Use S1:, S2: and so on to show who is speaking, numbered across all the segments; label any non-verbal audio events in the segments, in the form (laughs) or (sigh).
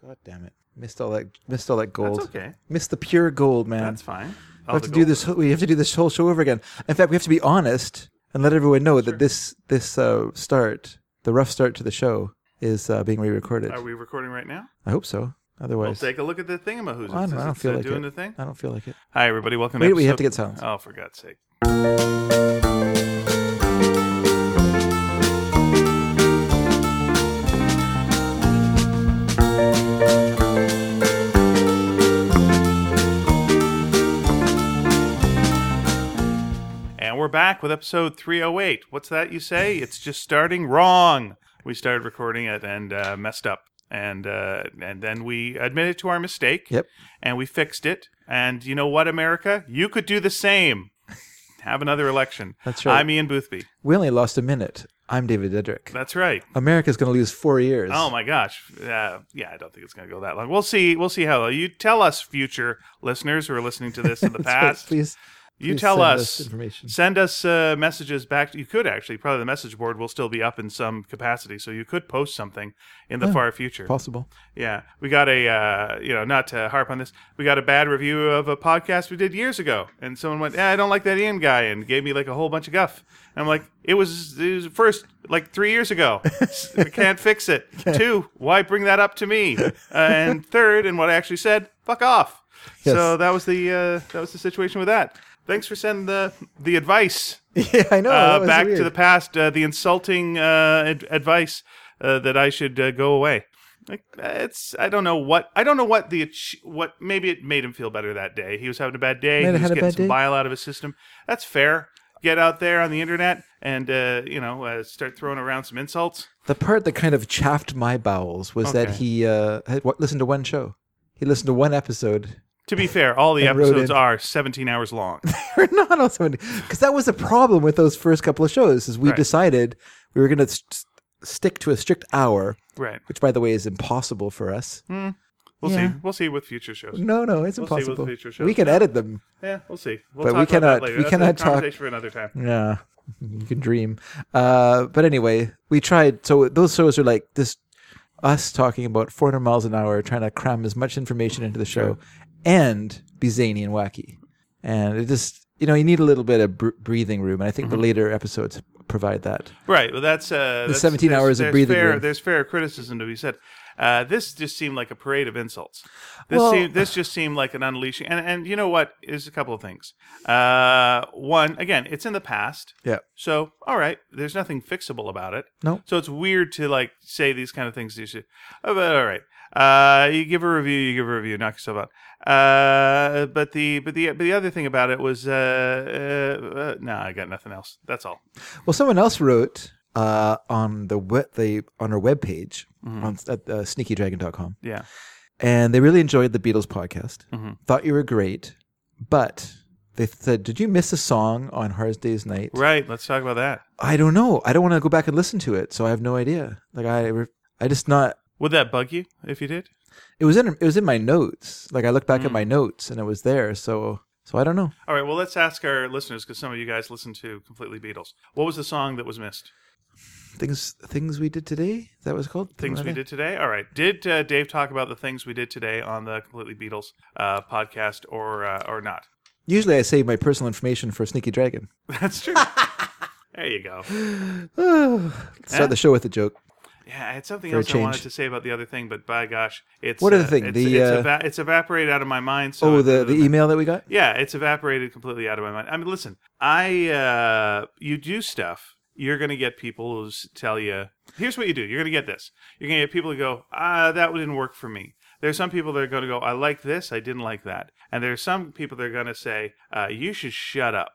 S1: God damn it! Missed all that. Missed all that gold.
S2: That's okay.
S1: Missed the pure gold, man.
S2: That's fine.
S1: we have to do this. whole- We have to do this whole show over again. In fact, we have to be honest and let everyone know that this this uh, start, the rough start to the show, is uh, being re-recorded.
S2: Are we recording right now?
S1: I hope so.
S2: We'll
S1: Otherwise,
S2: take a look at the thingamahoos.
S1: I don't, I don't feel like
S2: doing
S1: it.
S2: the thing.
S1: I don't feel like it.
S2: Hi, everybody. Welcome.
S1: Wait, we have
S2: episode-
S1: to get sounds.
S2: Oh, for God's sake. And we're back with episode 308. What's that you say? It's just starting wrong. We started recording it and uh, messed up. And uh, and then we admitted to our mistake
S1: Yep.
S2: and we fixed it. And you know what, America? You could do the same. Have another election.
S1: That's right.
S2: I'm Ian Boothby.
S1: We only lost a minute. I'm David Dedrick.
S2: That's right.
S1: America's going to lose four years.
S2: Oh my gosh. Uh, yeah, I don't think it's going to go that long. We'll see. We'll see how. You tell us, future listeners who are listening to this
S1: (laughs)
S2: in the
S1: That's right.
S2: past.
S1: Please,
S2: you
S1: please
S2: tell
S1: send
S2: us.
S1: information.
S2: Send us uh, messages back. You could actually probably the message board will still be up in some capacity, so you could post something in the far future.
S1: Possible. (laughs)
S2: Yeah, we got a uh, you know not to harp on this. We got a bad review of a podcast we did years ago, and someone went, "Yeah, I don't like that Ian guy," and gave me like a whole bunch of guff. And I'm like, "It was, it was first like three years ago. S- we can't fix it. Two, why bring that up to me? Uh, and third, and what I actually said, fuck off."
S1: Yes.
S2: So that was the uh, that was the situation with that. Thanks for sending the the advice
S1: Yeah, I know. that
S2: uh,
S1: was
S2: back
S1: Oh, weird.
S2: to the past, uh, the insulting uh, ad- advice uh, that I should uh, go away. Like it's I don't know what I don't know what the ach- what maybe it made him feel better that day. He was having a bad day.
S1: Might
S2: he
S1: have
S2: was
S1: had a
S2: getting
S1: bad
S2: some
S1: day.
S2: bile out of his system. That's fair. Get out there on the internet and uh, you know uh, start throwing around some insults.
S1: The part that kind of chaffed my bowels was that
S2: Okay.
S1: he uh, had w- listened to one show. He listened to one episode. (laughs)
S2: To be fair, all the
S1: And wrote
S2: episodes
S1: in-
S2: are 17
S1: (laughs)
S2: hours long.
S1: We're not also because that was a problem with those first couple of shows. Is we
S2: Right.
S1: decided we were going to st- stick to a strict hour,
S2: right.
S1: which, by the way, is impossible for us.
S2: We'll
S1: Yeah. Mm.
S2: see. We'll see with future shows.
S1: No, no, it's
S2: Hmm. We'll see what
S1: impossible.
S2: the future shows.
S1: We can edit them.
S2: Yeah, we'll see. We'll
S1: But we
S2: talk about
S1: cannot-
S2: that later.
S1: we
S2: That's
S1: cannot
S2: a
S1: talk-
S2: conversation for another time.
S1: Yeah, you can dream. Uh, but anyway, we tried. So those shows are like this: us talking about 400 miles an hour, trying to cram as much information into the show, and be zany and wacky. And it just, you know, you need a little bit of br- breathing room, and I think the later episodes provide that.
S2: Right. Well, that's uh, that's-
S1: 17
S2: there's-
S1: hours of
S2: there's
S1: breathing
S2: Fair,
S1: room.
S2: there's fair criticism to be said. Uh, this just seemed like a parade of insults. This
S1: Well-
S2: seemed, this just seemed like an unleashing. And and you know what? There's a couple of things. Uh, one, again, it's in the past.
S1: Yeah.
S2: So all right, there's nothing fixable about it.
S1: No.
S2: So it's weird to like say these kind of things. to You should. Oh, but all right. Uh, you give a review, you give a review, knock yourself out. Uh, but the but the but the other thing about it was uh, uh, uh no, I got nothing else. That's all.
S1: Well, someone else wrote uh, on the we- the on our webpage on s- at uh, sneakydragon.com,
S2: Yeah.
S1: and they really enjoyed the Beatles podcast.
S2: Mhm.
S1: Thought you were great, but they said, "Did you miss a song on Hard Day's Night?"
S2: Right. Let's talk about that.
S1: I don't know. I don't want to go back and listen to it, so I have no idea. Like I, re- I just not.
S2: Would that bug you if you did?
S1: It was in it was in my notes. Like I looked back
S2: Mm.
S1: at my notes and it was there. So so I don't know.
S2: All right, well, let's ask our listeners because some of you guys listen to completely Beatles. What was the song that was missed?
S1: Things things we did today. Is that was called
S2: Things we
S1: Something like
S2: did today. All right, did uh, Dave talk about the things we did today on the Completely Beatles uh, podcast or uh, or not? (laughs)
S1: that? Usually I save my personal information for Sneaky Dragon. (sighs)
S2: That's
S1: (laughs)
S2: true. there you go.
S1: Start the show with a joke.
S2: Yeah, I had something
S1: For a
S2: else I wanted
S1: change.
S2: to say about the other thing, but by gosh, it's
S1: What other
S2: uh,
S1: thing?
S2: It's,
S1: The,
S2: it's,
S1: uh,
S2: eva- it's evaporated out of my mind. So
S1: Oh,
S2: it- (laughs)
S1: the the email that we got.
S2: yeah, it's evaporated completely out of my mind. I mean, listen, I uh, you do stuff, you're gonna get people who s- tell you, here's what you do. You're gonna get this. You're gonna get people who go, ah, that didn't work for me. There's some people that are gonna go, I like this, I didn't like that, and there's some people that are gonna say, uh, you should shut up.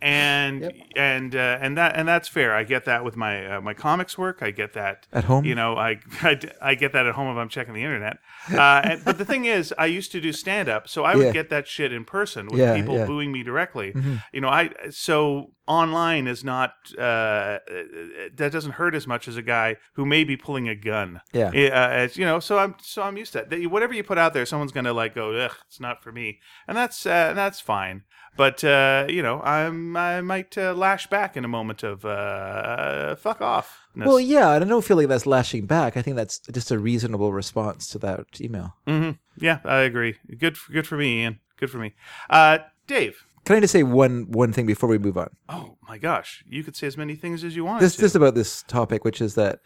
S2: and and uh, and that and that's fair. I get that with my uh, my comics work. I get that
S1: At home?
S2: You know, I (laughs) I, d- I get that at home if I'm checking the internet. Uh, and, but the thing is, I used to do stand up, so I would
S1: Yeah.
S2: get that shit in person with
S1: Yeah,
S2: people
S1: yeah. Mm-hmm.
S2: booing me directly. You know, I so online is not uh, that doesn't hurt as much as a guy who may be pulling a gun.
S1: Yeah.
S2: Uh, as, you know, so I'm so I'm used to that. that. you- Whatever you put out there, someone's gonna like go, ugh, it's not for me, and that's uh, that's fine. But uh, you know, I'm I might uh, lash back in a moment of uh, fuck off.
S1: Well, yeah, and I don't feel like that's lashing back. I think that's just a reasonable response to that email.
S2: hmm yeah, I agree. Good, f- good for me, Ian. Good for me. Uh, Dave.
S1: Can I just say one one thing before we move on?
S2: Oh my gosh, you could say as many things as you want.
S1: This
S2: to.
S1: just about this topic, which is that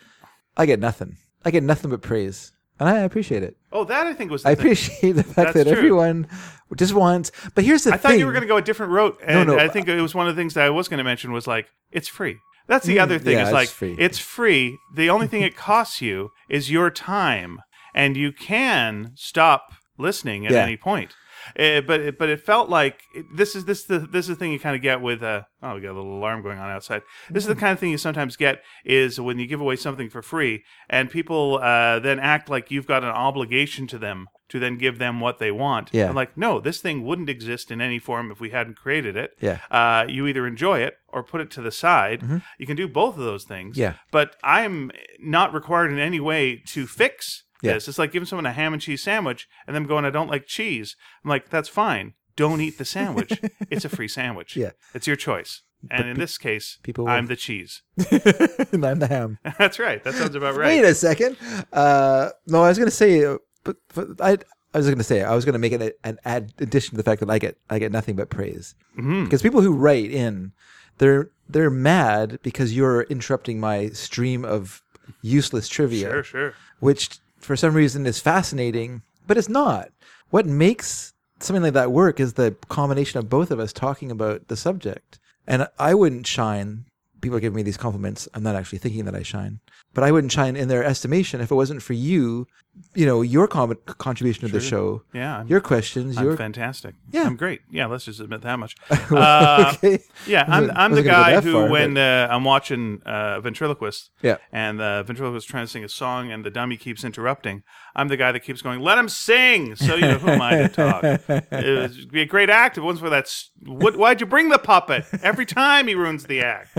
S1: I get nothing. I get nothing but praise, and I appreciate it.
S2: oh, that I think was. The
S1: I
S2: thing.
S1: appreciate the fact
S2: That's
S1: that
S2: true.
S1: everyone just wants. But here's the
S2: I
S1: thing:
S2: thought you were going to go a different route, and
S1: no,
S2: I think it was one of the things that I was going to mention was like it's free. That's the
S1: Mm,
S2: other thing.
S1: yeah,
S2: is
S1: it's
S2: like
S1: free.
S2: it's free. The only thing it costs you is your time, and you can stop listening at
S1: Yeah.
S2: any point. Eh, but it, but it felt like it- this is this the this is the thing you kind of get with uh oh we got a little alarm going on outside. This is
S1: Mm-hmm.
S2: the kind of thing you sometimes get is when you give away something for free and people uh, then act like you've got an obligation to them to then give them what they want.
S1: Yeah.
S2: I'm like no, this thing wouldn't exist in any form if we hadn't created it. (laughs)
S1: Yeah. (laughs)
S2: Uh, you either enjoy it or put it to the side. You can do both of those things.
S1: Mm-hmm. Yeah.
S2: But I'm not required in any way to fix
S1: Yeah.
S2: this. It's like giving someone a ham and cheese sandwich and them going, I don't like cheese. I'm like, that's fine. Don't eat the
S1: (laughs)
S2: sandwich. it's a free sandwich.
S1: Yeah.
S2: It's your choice. And in this case,
S1: people
S2: I'm
S1: will-
S2: the cheese. (laughs)
S1: and I'm the ham.
S2: That's right. That sounds about
S1: Wait
S2: right.
S1: a second. Uh, no, I was going to say, uh, but, but I, I was going to say I was going to make an, an add addition to the fact that I get I get nothing but praise
S2: Mhm.
S1: because people who write in, they're they're mad because you're interrupting my stream of useless trivia,
S2: Sure, sure.
S1: which for some reason is fascinating, but it's not. What makes something like that work is the combination of both of us talking about the subject. And I wouldn't shine. People are giving me these compliments. I'm not actually thinking that I shine, but I wouldn't shine in their estimation if it wasn't for you. You know your com- contribution to the show,
S2: Yeah. I'm,
S1: your questions,
S2: I'm
S1: your (laughs)
S2: fantastic.
S1: Yeah.
S2: I'm great. Yeah. Let's just admit
S1: (laughs)
S2: that much. Uh,
S1: okay,
S2: Yeah,
S1: I
S2: I'm,
S1: wasn't-
S2: I'm
S1: wasn't
S2: the
S1: gonna go
S2: guy
S1: that
S2: who,
S1: far,
S2: when uh, I'm watching uh, Ventriloquist,
S1: Yeah.
S2: and the ventriloquist is trying to sing a song, and the dummy keeps interrupting. I'm the guy that keeps going, "Let him sing." So you know who am I to talk?
S1: (laughs)
S2: It would be a great act if it wasn't for that. s- What, why'd you bring the puppet? Every time he ruins the act.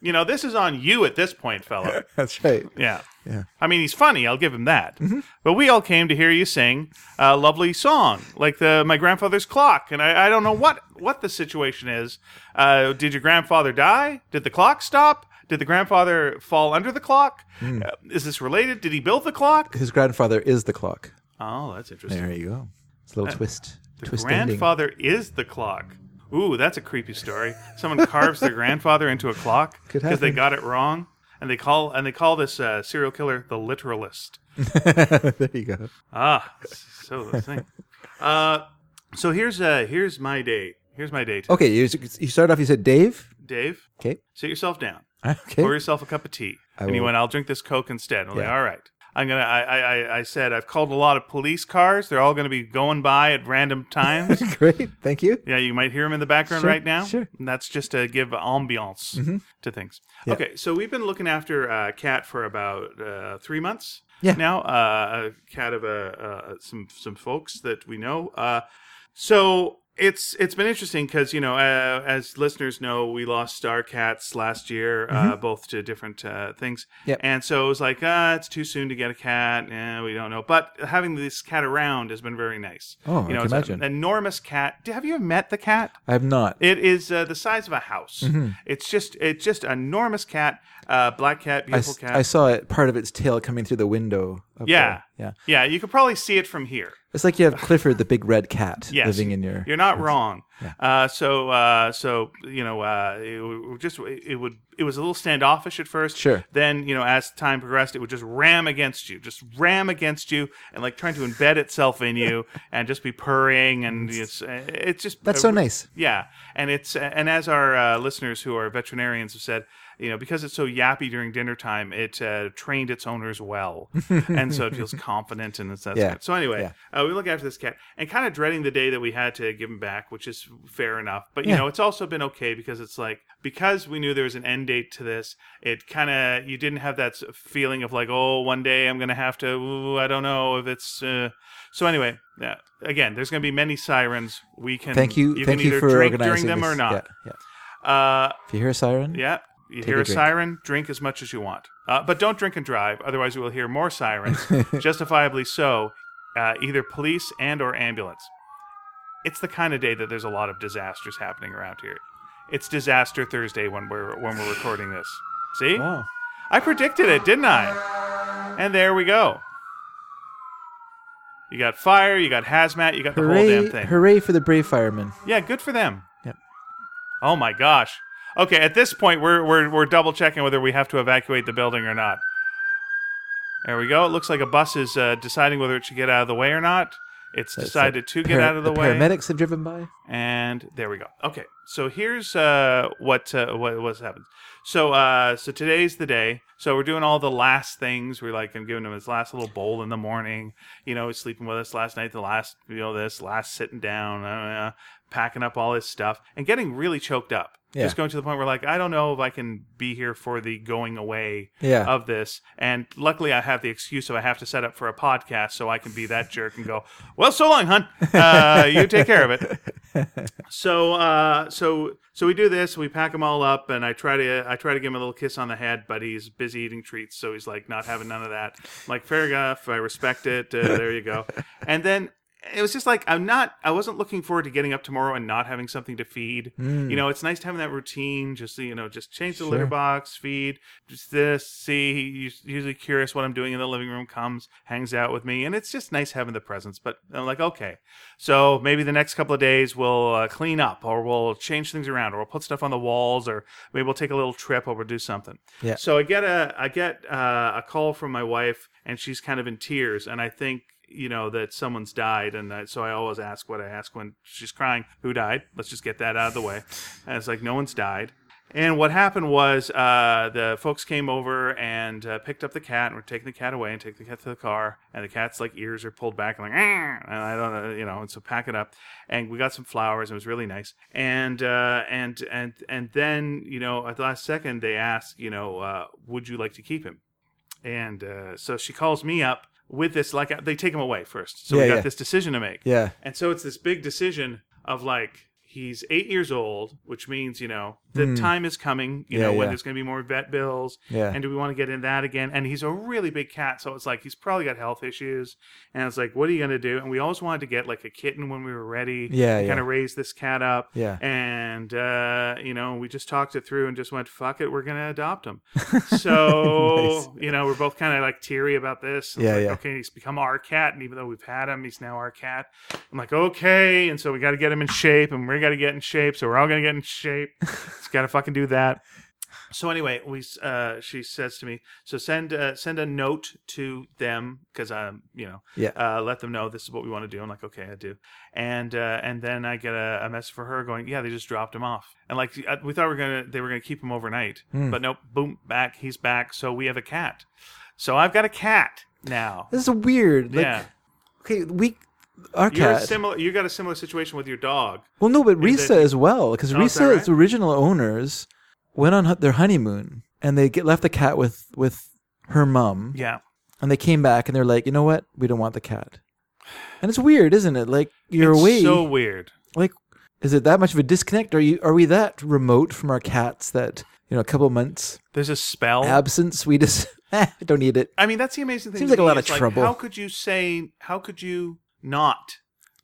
S2: You know, this is on you at this point, fella.
S1: that's right.
S2: Yeah.
S1: Yeah. Mm-hmm.
S2: I mean, he's funny. I'll give him that. But we all came to hear you sing a lovely song, like the my grandfather's clock. And I, I don't know what what the situation is. Uh, did your grandfather die? Did the clock stop? Did the grandfather fall under the clock?
S1: Mm.
S2: Uh, is this related? Did he build the clock?
S1: His grandfather is the clock.
S2: Oh, that's interesting.
S1: There you go. It's a little
S2: Uh,
S1: twist. twist ending.
S2: grandfather is the clock. Ooh, that's a creepy story. Someone carves their grandfather into a clock
S1: Could
S2: because they
S1: happen.
S2: got it wrong, and they call and they call this uh, serial killer the literalist.
S1: (laughs) there you go.
S2: Ah, so the thing. Uh, so here's uh here's my date. Here's my date.
S1: Okay, you, you started off. You said Dave.
S2: Dave,
S1: Okay.
S2: sit yourself down.
S1: Okay.
S2: Pour yourself a cup of tea.
S1: I
S2: and you
S1: will.
S2: went, I'll drink this Coke instead. I'm like,
S1: Yeah.
S2: all right. I'm gonna. I, I I- I said I've called a lot of police cars. They're all gonna be going by
S1: (laughs)
S2: at random times.
S1: (laughs) Great. Thank you.
S2: yeah, you might hear them in the background
S1: Sure,
S2: right now.
S1: sure. Mm-hmm.
S2: And that's just to give ambiance to things. Okay, so we've been looking after uh, Cat for about uh, three months.
S1: Yeah.
S2: Now, uh, a cat of uh, uh, some some folks that we know. Uh, so it's it's been interesting because you know uh, as listeners know we lost star cats last year uh, both to different uh, things
S1: Mm-hmm. Yep.
S2: and so it was like uh, it's too soon to get a cat eh, we don't know but having this cat around has been very nice
S1: Oh, I
S2: you know
S1: can
S2: it's
S1: imagine.
S2: an enormous cat have you ever met the cat
S1: I have not.
S2: it is uh, the size of a house
S1: Mm-hmm.
S2: it's just it's just enormous cat uh, black cat
S1: I,
S2: beautiful
S1: s-
S2: cat
S1: I saw it, part of its tail coming through the window. Up
S2: Yeah.
S1: there. Yeah.
S2: yeah you could probably see it from here
S1: It's like you have Clifford, the big red cat,
S2: Yes,
S1: living in your.
S2: You're not wrong. Uh, so, uh, so you know, uh, it w- just it would it was a little standoffish at first.
S1: Sure.
S2: Then you know, as time progressed, it would just ram against you, just ram against you, and like trying to embed itself in
S1: (laughs)
S2: you, and just be purring, and it's it's just
S1: That's so nice.
S2: yeah, and it's and as our uh, listeners who are veterinarians have said, you know, because it's so yappy during dinner time, it uh, trained its owners well, and so
S1: (laughs)
S2: it feels confident and it's that's
S1: Yeah.
S2: good. So anyway, uh, we look after this cat and kind of dreading the day that we had to give him back, which is fair enough. But you
S1: Yeah.
S2: know, it's also been okay because it's like because we knew there was an end date to this, it kind of you didn't have that s- feeling of like, oh, one day I'm gonna have to. Ooh, I don't know if it's. Uh... So anyway, yeah. Again, there's going to be many sirens. We can
S1: Thank you.
S2: can
S1: thank you
S2: either
S1: for
S2: drink during
S1: organizing
S2: them
S1: this.
S2: or not.
S1: Yeah, yeah.
S2: Uh,
S1: If you hear a siren,
S2: yeah. You
S1: Take
S2: hear
S1: a
S2: a,
S1: drink.
S2: siren, drink as much as you want. Uh, but don't drink and drive, otherwise you will hear
S1: (laughs)
S2: more sirens, justifiably so, uh, either police and or ambulance. It's the kind of day that there's a lot of disasters happening around here. It's Disaster Thursday when we're when we're recording this. See,
S1: Wow.
S2: I predicted it, didn't I? And there we go. You got fire, you got hazmat, you got the whole
S1: Hooray,
S2: damn thing.
S1: hooray for the brave firemen.
S2: Yeah, good for them.
S1: Yep.
S2: Oh my gosh. Okay, at this point we're we're we're double checking whether we have to evacuate the building or not. There we go. It looks like a bus is uh, deciding whether it should get out of the way or not. It's
S1: That's
S2: decided to get
S1: Par-
S2: out of the, way.
S1: Paramedics have driven by.
S2: And there we go. Okay, so here's uh, what uh, what what's happened. So uh, so today's the day. So we're doing all the last things. We're like, I'm giving him his last little bowl in the morning. You know, he's sleeping with us last night. The last you know this last sitting down, uh, packing up all his stuff, and getting really choked up.
S1: Yeah.
S2: Just going to the point where like, I don't know if I can be here for the going away
S1: Yeah.
S2: of this. And luckily, I have the excuse of I have to set up for a podcast, so I can be that jerk and go, "Well, so
S1: (laughs)
S2: long, hun. Uh, you take care of it." So, uh, so, so we do this. We pack them all up, and I try to, I try to give him a little kiss on the head, but he's busy eating treats, so he's like not having none of that. I'm like, fair enough. I respect it. Uh, there you go. And then. It was just like I'm not. I wasn't looking forward to getting up tomorrow and not having something to feed. You know, it's nice to have that routine. Just you know, just change the litter
S1: Sure.
S2: box, feed, just this, see. He's usually curious what I'm doing in the living room, comes, hangs out with me, and it's just nice having the presence. But I'm like, okay, so maybe the next couple of days we'll uh, clean up, or we'll change things around, or we'll put stuff on the walls, or maybe we'll take a little trip, or we'll do something.
S1: Yeah.
S2: So I get a I get uh, a call from my wife, and she's kind of in tears, and I think you know that someone's died, and I, so I always ask what I ask when she's crying, who died? Let's just get that out of the way. And it's like no one's died. And what happened was uh, the folks came over and uh, picked up the cat, and were taking the cat away and taking the cat to the car. And the cat's like ears are pulled back and like, "Ah," and I don't know, you know. And so pack it up, and we got some flowers. And it was really nice. And uh, and and and then you know at the last second they asked, you know, uh, would you like to keep him? And uh, so she calls me up with this like they take him away first. So we
S1: Yeah,
S2: got
S1: yeah.
S2: this decision to make.
S1: Yeah.
S2: And so it's this big decision of like he's eight years old, which means you know the
S1: Hmm.
S2: time is coming. You
S1: Yeah,
S2: know
S1: yeah.
S2: when there's going to be more vet bills,
S1: Yeah.
S2: and do we want to get in that again? And he's a really big cat, so it's like he's probably got health issues. And it's like, what are you going to do? And we always wanted to get like a kitten when we were ready.
S1: Yeah, yeah.
S2: kind of raise this cat up.
S1: Yeah.
S2: And uh, you know, we just talked it through and just went, "Fuck it, we're going to
S1: (laughs)
S2: adopt him." So you know, we're both kind of like teary about this. And it's
S1: Yeah,
S2: like,
S1: yeah.
S2: Okay, he's become our cat, and even though we've had him, he's now our cat. I'm like, okay, and so we got to get him in shape, and we're got to get in shape, so we're all gonna get
S1: (laughs)
S2: in shape. Just gotta fucking do that. So anyway, we uh, she says to me, so send uh, send a note to them because I'm you know
S1: Yeah.
S2: uh, let them know this is what we want to do. I'm like, okay, I do, and uh, and then I get a, a message for her going, yeah, they just dropped him off, and like I- we thought we are gonna they were gonna keep him overnight,
S1: Hmm.
S2: but nope, boom, back he's back. So we have a cat. So I've got a cat now.
S1: This is weird. Like,
S2: yeah,
S1: Okay, we our
S2: you're
S1: cat.
S2: similar. You got a similar situation with your dog.
S1: well, no, but
S2: is
S1: Risa
S2: it-
S1: as well, because
S2: Oh, is that
S1: Risa's
S2: right?
S1: original owners went on hu- their honeymoon and they get left the cat with with her mom,
S2: Yeah.
S1: and they came back and they're like, you know what, we don't want the cat. And it's weird, isn't it? Like you're
S2: It's
S1: away.
S2: So weird.
S1: like, is it that much of a disconnect? Are you are we that remote from our cats that you know a couple months
S2: There's a spell.
S1: absence we just (laughs) eh, don't need it?
S2: I mean, that's the amazing thing.
S1: Seems
S2: to
S1: like a
S2: me
S1: lot of
S2: is,
S1: trouble.
S2: How could you say? How could you not?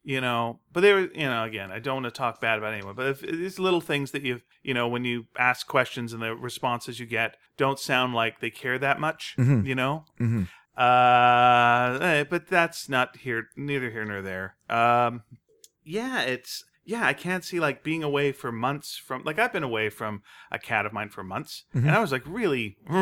S2: You know, but there, you know, again, I don't want to talk bad about anyone, but if, these little things that you, you know, when you ask questions and the responses you get don't sound like they care that much,
S1: Mhm.
S2: you know.
S1: Mhm.
S2: Uh, eh, but that's not here, neither here nor there. Um, yeah, it's yeah, I can't see like being away for months from like I've been away from a cat of mine for months, and I was like really, "Urgh,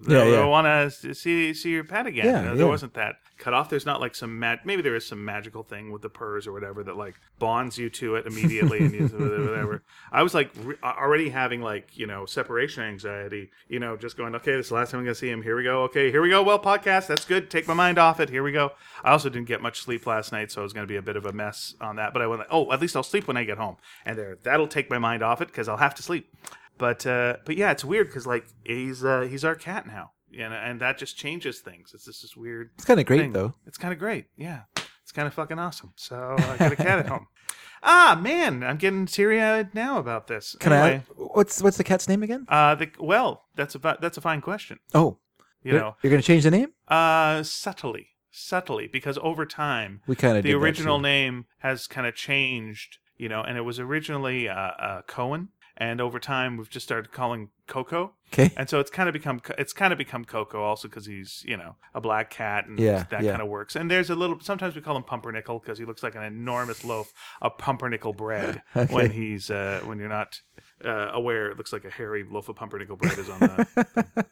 S1: Mm-hmm. Yeah,
S2: I
S1: yeah.
S2: want to see see your pet again.
S1: Yeah,
S2: You know,
S1: yeah.
S2: There wasn't that cut off. There's not like some mag. Maybe there is some magical thing with the purrs or whatever that like bonds you to it immediately and you,
S1: (laughs)
S2: whatever. I was like re- already having like you know separation anxiety. You know, just going okay, this is the last time I'm gonna see him. Here we go. Okay, here we go. Well, podcast. That's good. Take my mind off it. Here we go. I also didn't get much sleep last night, so I was gonna be a bit of a mess on that. But I went like, oh, at least I'll sleep when I get home, and there that'll take my mind off it because I'll have to sleep. But uh, but yeah, it's weird because like he's uh, he's our cat now, and and that just changes things. It's just this weird
S1: It's kind of great
S2: thing.
S1: though.
S2: It's kind of great. Yeah, it's kind of fucking awesome. So uh, I got a cat at home. (laughs) Ah man, I'm getting teary eyed now about this.
S1: Can
S2: Anyway,
S1: I? What's what's the cat's name again?
S2: Uh, the, well, that's about that's a fine question.
S1: Oh,
S2: You know,
S1: you're gonna change the name?
S2: uh, subtly, subtly, because over time
S1: We kind of
S2: the original name has kind of changed, you know, and it was originally uh, uh, Cohen, and over time we've just started calling Coco.
S1: Okay.
S2: And so it's kind of become it's kind of become Coco also because he's you know a black cat and
S1: Yeah,
S2: that
S1: yeah.
S2: kind of works. And there's a little sometimes we call him Pumpernickel because he looks like an enormous loaf of pumpernickel
S1: (laughs)
S2: bread when he's uh, when you're not uh, aware. It looks like a hairy loaf of pumpernickel bread is on the. thing.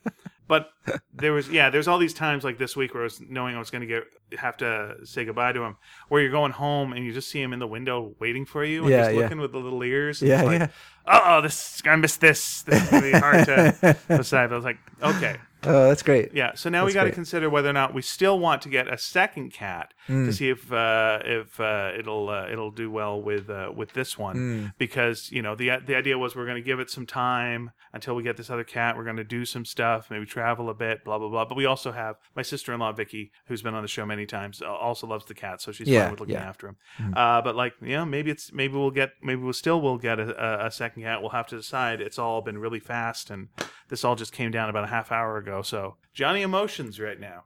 S2: But there was yeah, there's all these times like this week where I was knowing I was going to get have to say goodbye to him, where you're going home and you just see him in the window waiting for you and
S1: Yeah,
S2: just
S1: yeah.
S2: looking with the little ears. and
S1: Yeah,
S2: it's like,
S1: yeah.
S2: oh, this I missed this. This is gonna be hard
S1: (laughs)
S2: to decide. But I was like, okay,
S1: Oh, that's great.
S2: yeah. So now we
S1: That's
S2: got to
S1: great.
S2: consider whether or not we still want to get a second cat
S1: Mm.
S2: to see if uh, if uh, it'll uh, it'll do well with uh, with this one
S1: Mm.
S2: because you know the the idea was we're going to give it some time until we get this other cat. We're going to do some stuff, maybe travel a bit, blah blah blah. But we also have my sister in law Vicky, who's been on the show many times, uh, also loves the cat, so she's
S1: Yeah,
S2: fine with looking
S1: yeah. Mm-hmm.
S2: after him. Uh, but like, you know, maybe it's maybe we'll get maybe we'll still will get a, a, a second cat. We'll have to decide. It's all been really fast, and this all just came down about a half hour ago. So Johnny emotions right
S1: (laughs)
S2: now.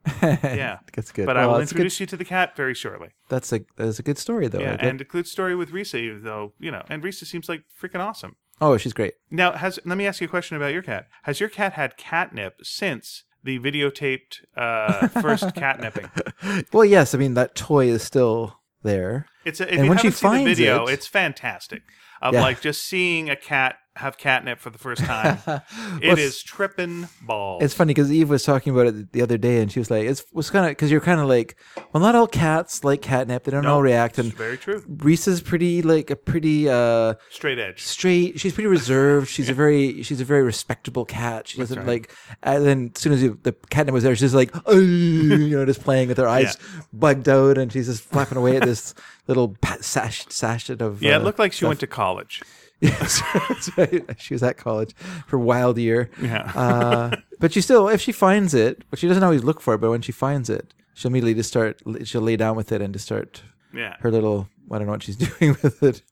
S2: Yeah.
S1: That's good.
S2: But I
S1: Well,
S2: will
S1: that's a good-
S2: introduce you to the cat very shortly.
S1: That's a that's a good story though.
S2: Yeah,
S1: I get-
S2: and a good story with Risa, though you know, and Risa seems like freaking awesome.
S1: oh, she's great.
S2: Now, has let me ask you a question about your cat. Has your cat had catnip since the videotaped uh,
S1: (laughs)
S2: first catnipping?
S1: Well, yes. I mean, that toy is still there.
S2: It's a, if
S1: And
S2: you
S1: when she
S2: haven't seen the
S1: finds
S2: video,
S1: it-
S2: it's fantastic. Of
S1: Yeah.
S2: like just seeing a cat have catnip for the first
S1: (laughs)
S2: time.
S1: Well,
S2: it is tripping balls.
S1: It's funny because Eve was talking about it the other day, and she was like, "It's was kind of because you're kind of like, well, not all cats like catnip. They don't all react."
S2: It's
S1: And
S2: very true.
S1: Reese's pretty like a pretty uh
S2: Straight edge.
S1: straight. She's pretty reserved. She's a very she's a very respectable cat. She doesn't like. And then as soon as you, the catnip was there, she's like, "Oh," you know, just playing with her eyes bugged out, and she's just flapping away at this (laughs) little pat- sash sachet of
S2: Yeah,
S1: uh,
S2: it looked like she went to college.
S1: Yes, (laughs) that's right. She was at college for wild year.
S2: Yeah.
S1: uh, but she still, if she finds it, but she doesn't always look for it. But when she finds it, she'll immediately just start. She'll lay down with it and just start
S2: Yeah.
S1: her little. I don't know what she's (laughs) doing with it.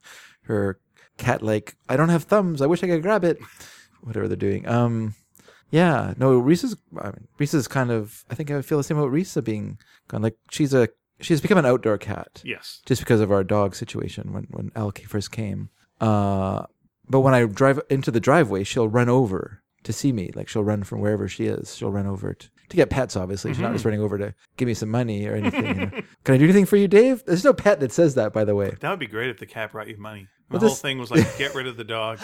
S1: Her cat like I don't have thumbs. I wish I could grab it. Whatever they're doing. Um, yeah. No, Reese's. I mean, Reese's kind of. I think I would feel the same about Reese being gone. Like she's a. She's become an outdoor cat
S2: Yes.
S1: just because of our dog situation when when Elk first came. Uh, but when I drive into the driveway, she'll run over to see me. Like she'll run from wherever she is. She'll run over to, to get pets. Obviously, she's not just
S2: Mm-hmm.
S1: running over to give me some money or anything. you know. (laughs) Can I do anything for you, Dave? There's no pet that says that, by the way.
S2: That would be great if the cat brought you money. The
S1: Well,
S2: whole
S1: this-
S2: thing was like, get rid of
S1: (laughs)
S2: the dog.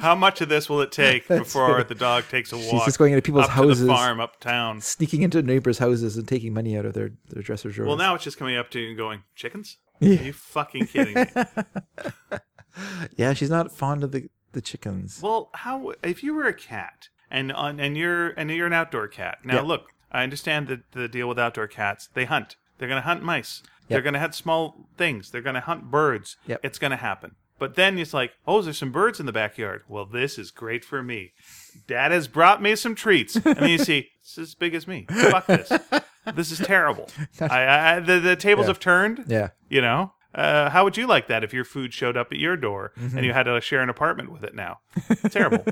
S2: How much of this will it take before the dog takes a walk?
S1: just going into people's
S2: up To
S1: houses.
S2: the farm uptown.
S1: Sneaking into neighbors' houses and taking money out of their their dresser drawers.
S2: Well, now it's just coming up to you and going, chickens?
S1: Yeah.
S2: Are you fucking kidding me?
S1: yeah, she's not fond of the the chickens.
S2: Well, how if you were a cat and on and you're and you're an outdoor cat. Now
S1: Yeah.
S2: look, I understand the the deal with outdoor cats. They hunt. They're going to hunt mice. They're going to hunt small things. They're going to hunt birds.
S1: Yep.
S2: It's going to happen. But then it's like, oh, there's some birds in the backyard. Well, this is great for me. Dad has brought me some treats, and then you see
S1: (laughs)
S2: it's as big as me. Fuck this. This is terrible. I, I the, the tables have turned.
S1: Yeah.
S2: You know, uh, how would you like that if your food showed up at your door and you had to share an apartment with it now? Terrible.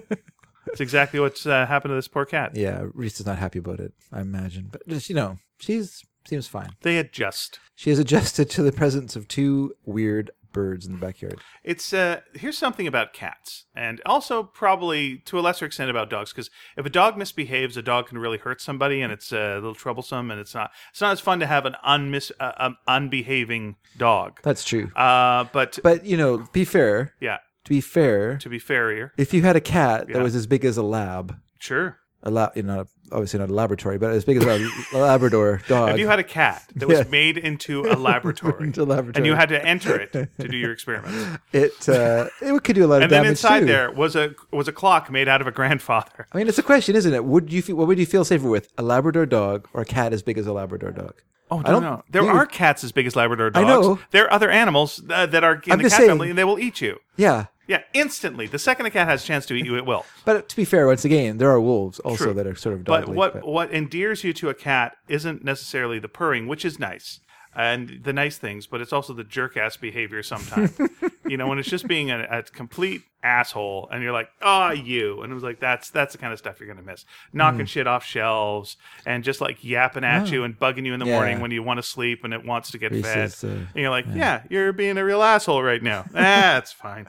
S2: It's exactly what's uh, happened to this poor cat.
S1: Yeah, Reese is not happy about it. I imagine, but just you know, she's seems fine.
S2: They adjust.
S1: She has adjusted to the presence of two weird birds in the backyard.
S2: It's uh, here's something about cats, and also probably to a lesser extent about dogs, because if a dog misbehaves, a dog can really hurt somebody, and it's uh, a little troublesome, and it's not it's not as fun to have an unmis uh, um, unbehaving dog.
S1: That's true.
S2: Uh, but
S1: But you know, be fair.
S2: yeah,
S1: To be fair,
S2: to be fairer,
S1: if you had a cat
S2: Yeah.
S1: that was as big as a lab,
S2: sure.
S1: a lab, you know, obviously not a laboratory, but as big as a, a (laughs) Labrador dog,
S2: If you had a cat that
S1: Yeah.
S2: was made into a laboratory,
S1: (laughs) Into a laboratory.
S2: and you had to enter it to do your
S1: (laughs)
S2: experiments,
S1: it uh, it could do a lot of
S2: and then
S1: damage
S2: inside
S1: too.
S2: there was a was a clock made out of a
S1: (laughs)
S2: grandfather.
S1: I mean, it's a question, isn't it? Would you feel, what would you feel safer with, a Labrador dog or a cat as big as a Labrador dog?
S2: Oh,
S1: don't
S2: no! There
S1: think
S2: are
S1: we-
S2: cats as big as Labrador dogs.
S1: know.
S2: There are other animals uh, that are in
S1: I'm
S2: the cat
S1: just
S2: family,
S1: saying.
S2: and they will eat you.
S1: Yeah,
S2: Yeah, instantly. The second a cat has a chance to eat you, it will.
S1: but to be fair, once again, there are wolves also
S2: True.
S1: that are sort of dog.
S2: But what what endears you to a cat isn't necessarily the purring, which is nice, and the nice things, but it's also the jerk ass behavior
S1: (laughs)
S2: sometimes. you know, when it's just being a, a complete asshole, and you're like, "Ah, you," and it was like, "That's that's the kind of stuff you're gonna miss:
S1: Hmm.
S2: knocking shit off shelves, and just like yapping at you and bugging you in the
S1: Oh. Yeah.
S2: morning when you want to sleep and it wants to get fed."
S1: is, uh, (laughs)
S2: and you're like, yeah. you're being a real asshole right now." That's fine.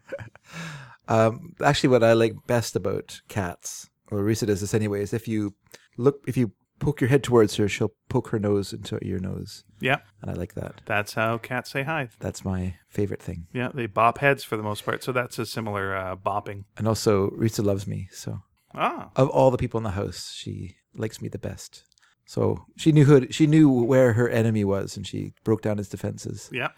S1: Um, actually, what I like best about cats, or Risa does this anyway, is if you look, if you poke your head towards her, she'll poke her nose into your nose,
S2: Yeah,
S1: and I like that.
S2: that's how cats say hi.
S1: That's my favorite thing.
S2: Yeah, they bop heads for the most part, so that's a similar uh, bopping.
S1: And also, Risa loves me, so
S2: Ah,
S1: of all the people in the house, she likes me the best. So she knew who she knew where her enemy was, and she broke down his defenses.
S2: yeah,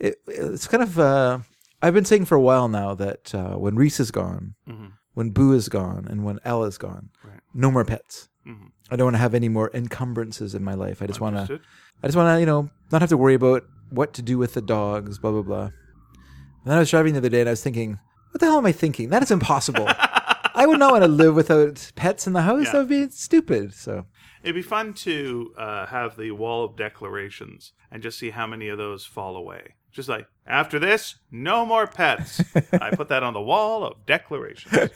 S1: it, it's kind of uh, I've been saying for a while now that uh, when Reese is gone,
S2: Mhm.
S1: when Boo is gone, and when Elle is gone,
S2: Right.
S1: no more pets.
S2: Mhm.
S1: I don't want to have any more encumbrances in my life. I just want to,
S2: understood.
S1: I just want to, you know, not have to worry about what to do with the dogs, blah blah blah. And then I was driving the other day, and I was thinking, what the hell am I thinking? That is
S2: (laughs)
S1: impossible. I would not want to live without pets in the house.
S2: Yeah.
S1: That would be stupid. So
S2: It'd be fun to uh, have the wall of declarations and just see how many of those fall away. Just like, after this, no more pets. I put that on the wall of declarations.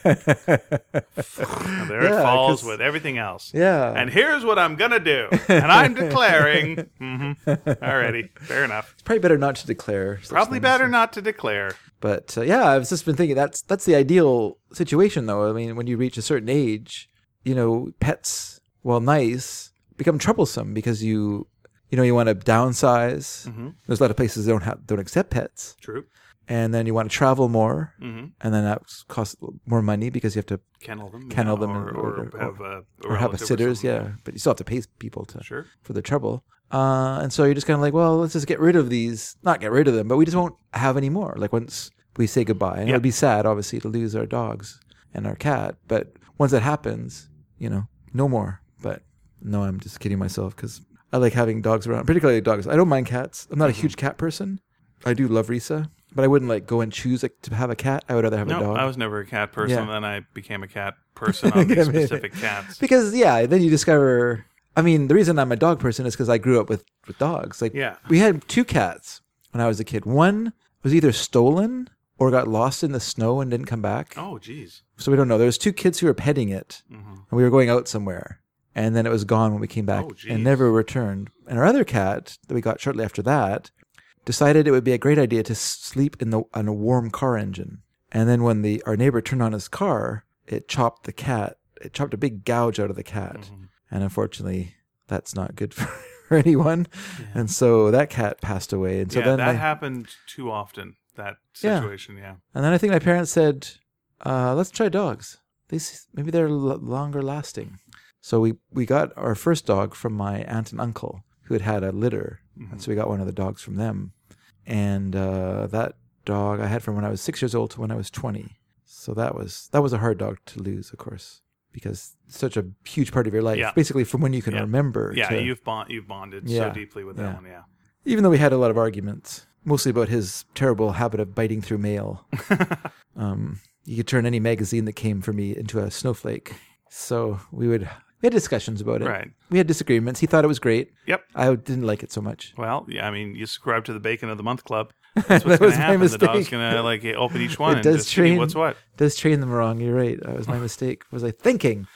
S2: And
S1: (laughs)
S2: there
S1: Yeah,
S2: it falls
S1: 'cause-
S2: with everything else.
S1: yeah,
S2: And here's what I'm going to do. And I'm declaring. hmm Alrighty. Fair enough.
S1: it's probably better not to declare. such
S2: Probably
S1: things.
S2: better not to declare.
S1: But uh, yeah, I've just been thinking that's that's the ideal situation, though. I mean, when you reach a certain age, you know, pets, while nice, become troublesome because you, you know, you want to downsize.
S2: Mm-hmm.
S1: There's a lot of places that don't have don't accept pets,
S2: True.
S1: and then you want to travel more,
S2: hmm
S1: and then that costs more money because you have to
S2: Kennel them.
S1: Kennel them
S2: Or,
S1: or-
S2: or,
S1: or-
S2: have a,
S1: or have a
S2: relative or
S1: sitters,
S2: something.
S1: yeah. But you still have to pay people to
S2: Sure.
S1: for the trouble. Uh, and so you're just kind of like, well, let's just get rid of these. Not get rid of them, but we just won't have any more. Like once we say goodbye, and it
S2: Yeah.
S1: would be sad, obviously, to lose our dogs and our cat. But once that happens, you know, no more. But no, I'm just kidding myself because I like having dogs around, particularly dogs. I don't mind cats. I'm not a
S2: Mm-hmm.
S1: huge cat person. I do love Risa, but I wouldn't like go and choose like, to have a cat. I would rather have a
S2: No,
S1: dog.
S2: I was never a cat person.
S1: Yeah.
S2: Then I became a cat
S1: (laughs)
S2: person on these
S1: I mean-
S2: specific cats.
S1: Because yeah, then you discover. I mean, the reason I'm a dog person is because I grew up with with dogs. Like,
S2: Yeah.
S1: we had two cats when I was a kid. One was either stolen or got lost in the snow and didn't come back.
S2: Oh, geez.
S1: So we don't know. There was two kids who were petting it,
S2: Mhm.
S1: and we were going out somewhere, and then it was gone when we came back
S2: Oh, geez.
S1: and never returned. And our other cat that we got shortly after that decided it would be a great idea to s- sleep in the on a warm car engine. And then when the our neighbor turned on his car, it chopped the cat. It chopped a big gouge out of the cat,
S2: Mm-hmm.
S1: and unfortunately, that's not good (laughs) for, for anyone. And so that cat passed away. And so
S2: yeah,
S1: then
S2: that
S1: I-
S2: happened too often. That
S1: Yeah.
S2: situation, yeah.
S1: and then I think my parents said, uh, "Let's try dogs. These maybe they're l- longer lasting." So we we got our first dog from my aunt and uncle who had had a litter,
S2: Mm-hmm.
S1: and so we got one of the dogs from them. And uh, that dog I had from when I was six years old to when I was twenty. So that was that was a hard dog to lose, of course, because it's such a huge part of your life,
S2: Yeah.
S1: basically from when you can
S2: Yeah.
S1: remember.
S2: Yeah,
S1: to-
S2: you've bond you've bonded
S1: Yeah,
S2: so deeply with that
S1: yeah.
S2: one, yeah.
S1: even though we had a lot of arguments, mostly about his terrible habit of biting through
S2: (laughs)
S1: mail. um, you could turn any magazine that came for me into a snowflake. So we would we had discussions about it.
S2: Right.
S1: We had disagreements. He thought it was great.
S2: Yep.
S1: I didn't like it so much.
S2: Well, yeah, I mean, you subscribe to the Bacon of the
S1: (laughs)
S2: Month Club. That's
S1: That
S2: what's going
S1: was
S2: to
S1: my
S2: happen. The dog's
S1: mistake.
S2: going to like open each
S1: (laughs)
S2: one
S1: It
S2: and
S1: does
S2: just see
S1: train-
S2: what's what.
S1: Does train them wrong. You're right. That was
S2: (laughs)
S1: my mistake. Was I thinking?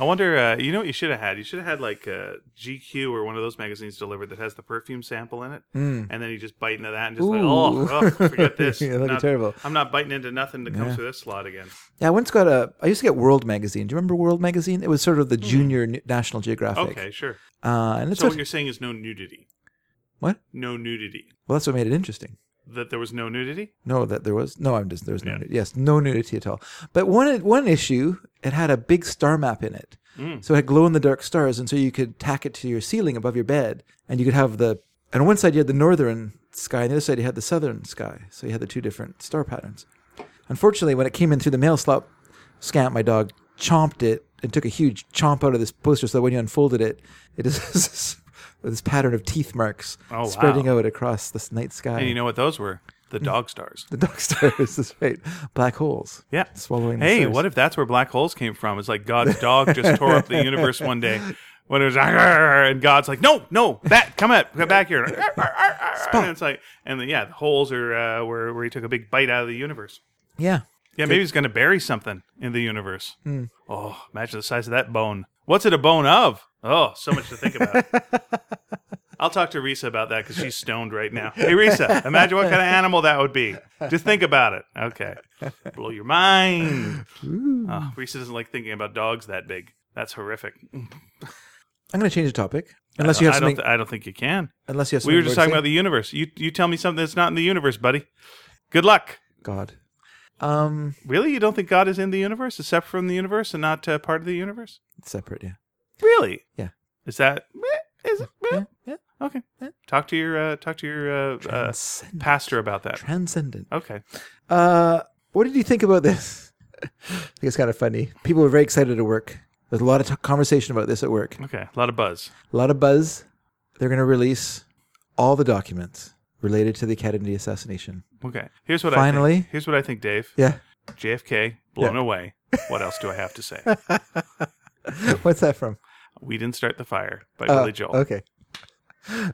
S2: I wonder. Uh, you know what you should have had? You should have had like uh, GQ or one of those magazines delivered that has the perfume sample in it, and then you just bite into that and just like, oh,
S1: Hmm. Ooh.
S2: oh,
S1: (laughs)
S2: forget this.
S1: Yeah, that'd be
S2: Not-
S1: terrible.
S2: I'm not biting into nothing that comes through this slot again.
S1: Yeah, I once got a. I used to get World magazine. Do you remember World magazine? It was sort of the junior N- National Geographic.
S2: Hmm. Okay, sure.
S1: Uh, and it's
S2: So
S1: what,
S2: what you're saying is no nudity.
S1: what?
S2: No nudity.
S1: Well, that's what made it interesting.
S2: That there was no nudity.
S1: No, that there was no. I'm just there was no.
S2: Yeah.
S1: nudity. Yes, no nudity at all. But one one issue, it had a big star map in it,
S2: Mm.
S1: so it had glow in the dark stars, and so you could tack it to your ceiling above your bed, and you could have the. And on one side you had the northern sky, and the other side you had the southern sky. So you had the two different star patterns. Unfortunately, when it came in through the mail slot, Scamp, my dog, chomped it and took a huge chomp out of this poster. So that when you unfolded it, it is (laughs) this, pattern of teeth marks
S2: Oh, wow.
S1: spreading out across the night sky.
S2: And you know what those were?
S1: Hmm.
S2: The dog stars.
S1: The dark (laughs) stars, that's right. Black holes.
S2: Yeah.
S1: Swallowing the
S2: Hey,
S1: stars.
S2: what if that's where black holes came from? It's like God's dog just tore up the universe
S1: (laughs)
S2: one day when it was like, "Arr," and God's like, no, no, bat, come up, come back here. Arr, arr, arr, arr. And it's like, and then, yeah, the holes are uh, where where he took a big bite out of the universe.
S1: Yeah.
S2: Yeah, maybe he's gonna bury something in the universe.
S1: Hmm.
S2: Oh,
S1: (laughs)
S2: imagine the size of that bone. What's it a bone of? Oh, so much to think about. I'll talk to Risa about that because she's stoned right now. Hey, Risa, imagine what kind of animal that would be. Just think about it. Okay. Blow your mind. Oh, Risa doesn't like thinking about dogs that big. That's horrific.
S1: I'm going to change the topic. Unless you have
S2: Uh, I don't,
S1: something.
S2: th- I don't think you can.
S1: unless you have
S2: We
S1: something.
S2: were
S1: more
S2: just
S1: to
S2: talking about the universe. You, you tell me something that's not in the universe, buddy. Good luck.
S1: say. God. Um,
S2: Really? You don't think God is in the universe, except from the universe and not uh, part of the universe?
S1: it's separate. Yeah.
S2: Really?
S1: Yeah.
S2: Is that? meh, Is it? meh?
S1: Yeah. yeah.
S2: Okay.
S1: Yeah.
S2: Talk to your uh, talk to your uh, uh,
S1: Transcend-
S2: pastor about that.
S1: transcendent.
S2: Okay.
S1: Uh, what did you think about this? (laughs) I think it's kind of funny. People were very excited at work. There's a lot of t- conversation about this at work.
S2: Okay. A lot of buzz.
S1: A lot of buzz. They're going to release all the documents related to the Kennedy assassination.
S2: Okay. Here's what I
S1: Finally.
S2: think. here's what I think, Dave.
S1: Yeah. (laughs)
S2: JFK blown away. What else do I have
S1: (laughs)
S2: to say?
S1: What's that from?
S2: we didn't start the fire by
S1: Oh,
S2: Billy Joel.
S1: Okay.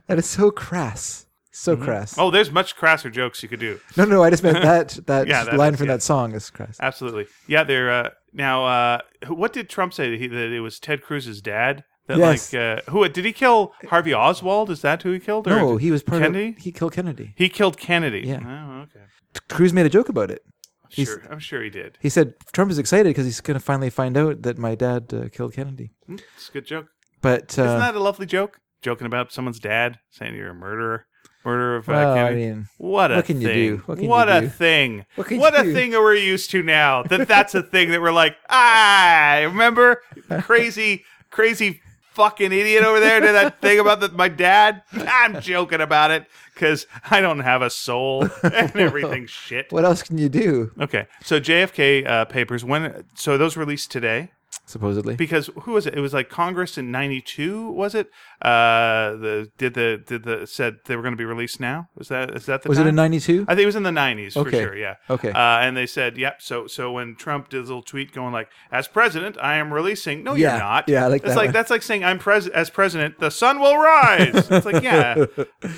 S1: That is so crass. So crass.
S2: Oh, there's much crasser jokes you could do.
S1: No, no, I just meant
S2: (laughs)
S1: that that
S2: Yeah, that
S1: line
S2: is-
S1: from
S2: yeah. Uh,
S1: that song is crass.
S2: Absolutely. Yeah. There. Uh, now, uh, who- what did Trump say that, he, that it was Ted Cruz's dad? That
S1: Yes.
S2: like uh, who did he kill? Harvey Oswald? Is that who he killed? Or
S1: No, he was part
S2: Kennedy?
S1: of he killed Kennedy.
S2: He killed Kennedy.
S1: Yeah.
S2: Oh, okay.
S1: Cruz made a joke about it. He's-
S2: Sure. I'm sure he did.
S1: He said Trump is excited because he's going to finally find out that my dad uh, killed Kennedy.
S2: Mm, It's a good joke.
S1: But uh,
S2: Isn't that a lovely joke? Joking about someone's dad, saying you're a murderer, murderer of uh,
S1: well, I
S2: Kennedy.
S1: mean,
S2: What a
S1: What can you
S2: thing.
S1: do? What can
S2: What
S1: you
S2: a
S1: do?
S2: thing.
S1: What can
S2: a
S1: you do?
S2: thing that we're used to now.
S1: (laughs)
S2: That that's a thing that we're like, ah, remember crazy, crazy fucking idiot over there did that thing about the, my dad.
S1: (laughs)
S2: I'm joking about it because I don't have a soul and everything's shit.
S1: what else can you do?
S2: Okay, so JFK uh, papers when so those released today
S1: Supposedly,
S2: because who was it? It was like Congress in '92, was it? Uh, the did the did the said they were going to be released now? Was that is that the
S1: was it
S2: time?
S1: in '92?
S2: I think it was in the 90s for
S1: Okay.
S2: sure. Yeah.
S1: Okay.
S2: Uh, and they said, "Yep." So, so when Trump did a little tweet going like, "As president, I am releasing." No,
S1: Yeah.
S2: you're not.
S1: Yeah, I like
S2: It's
S1: that
S2: like
S1: one.
S2: that's like saying, "I'm president." As president, the sun will rise. it's
S1: (laughs)
S2: like, yeah,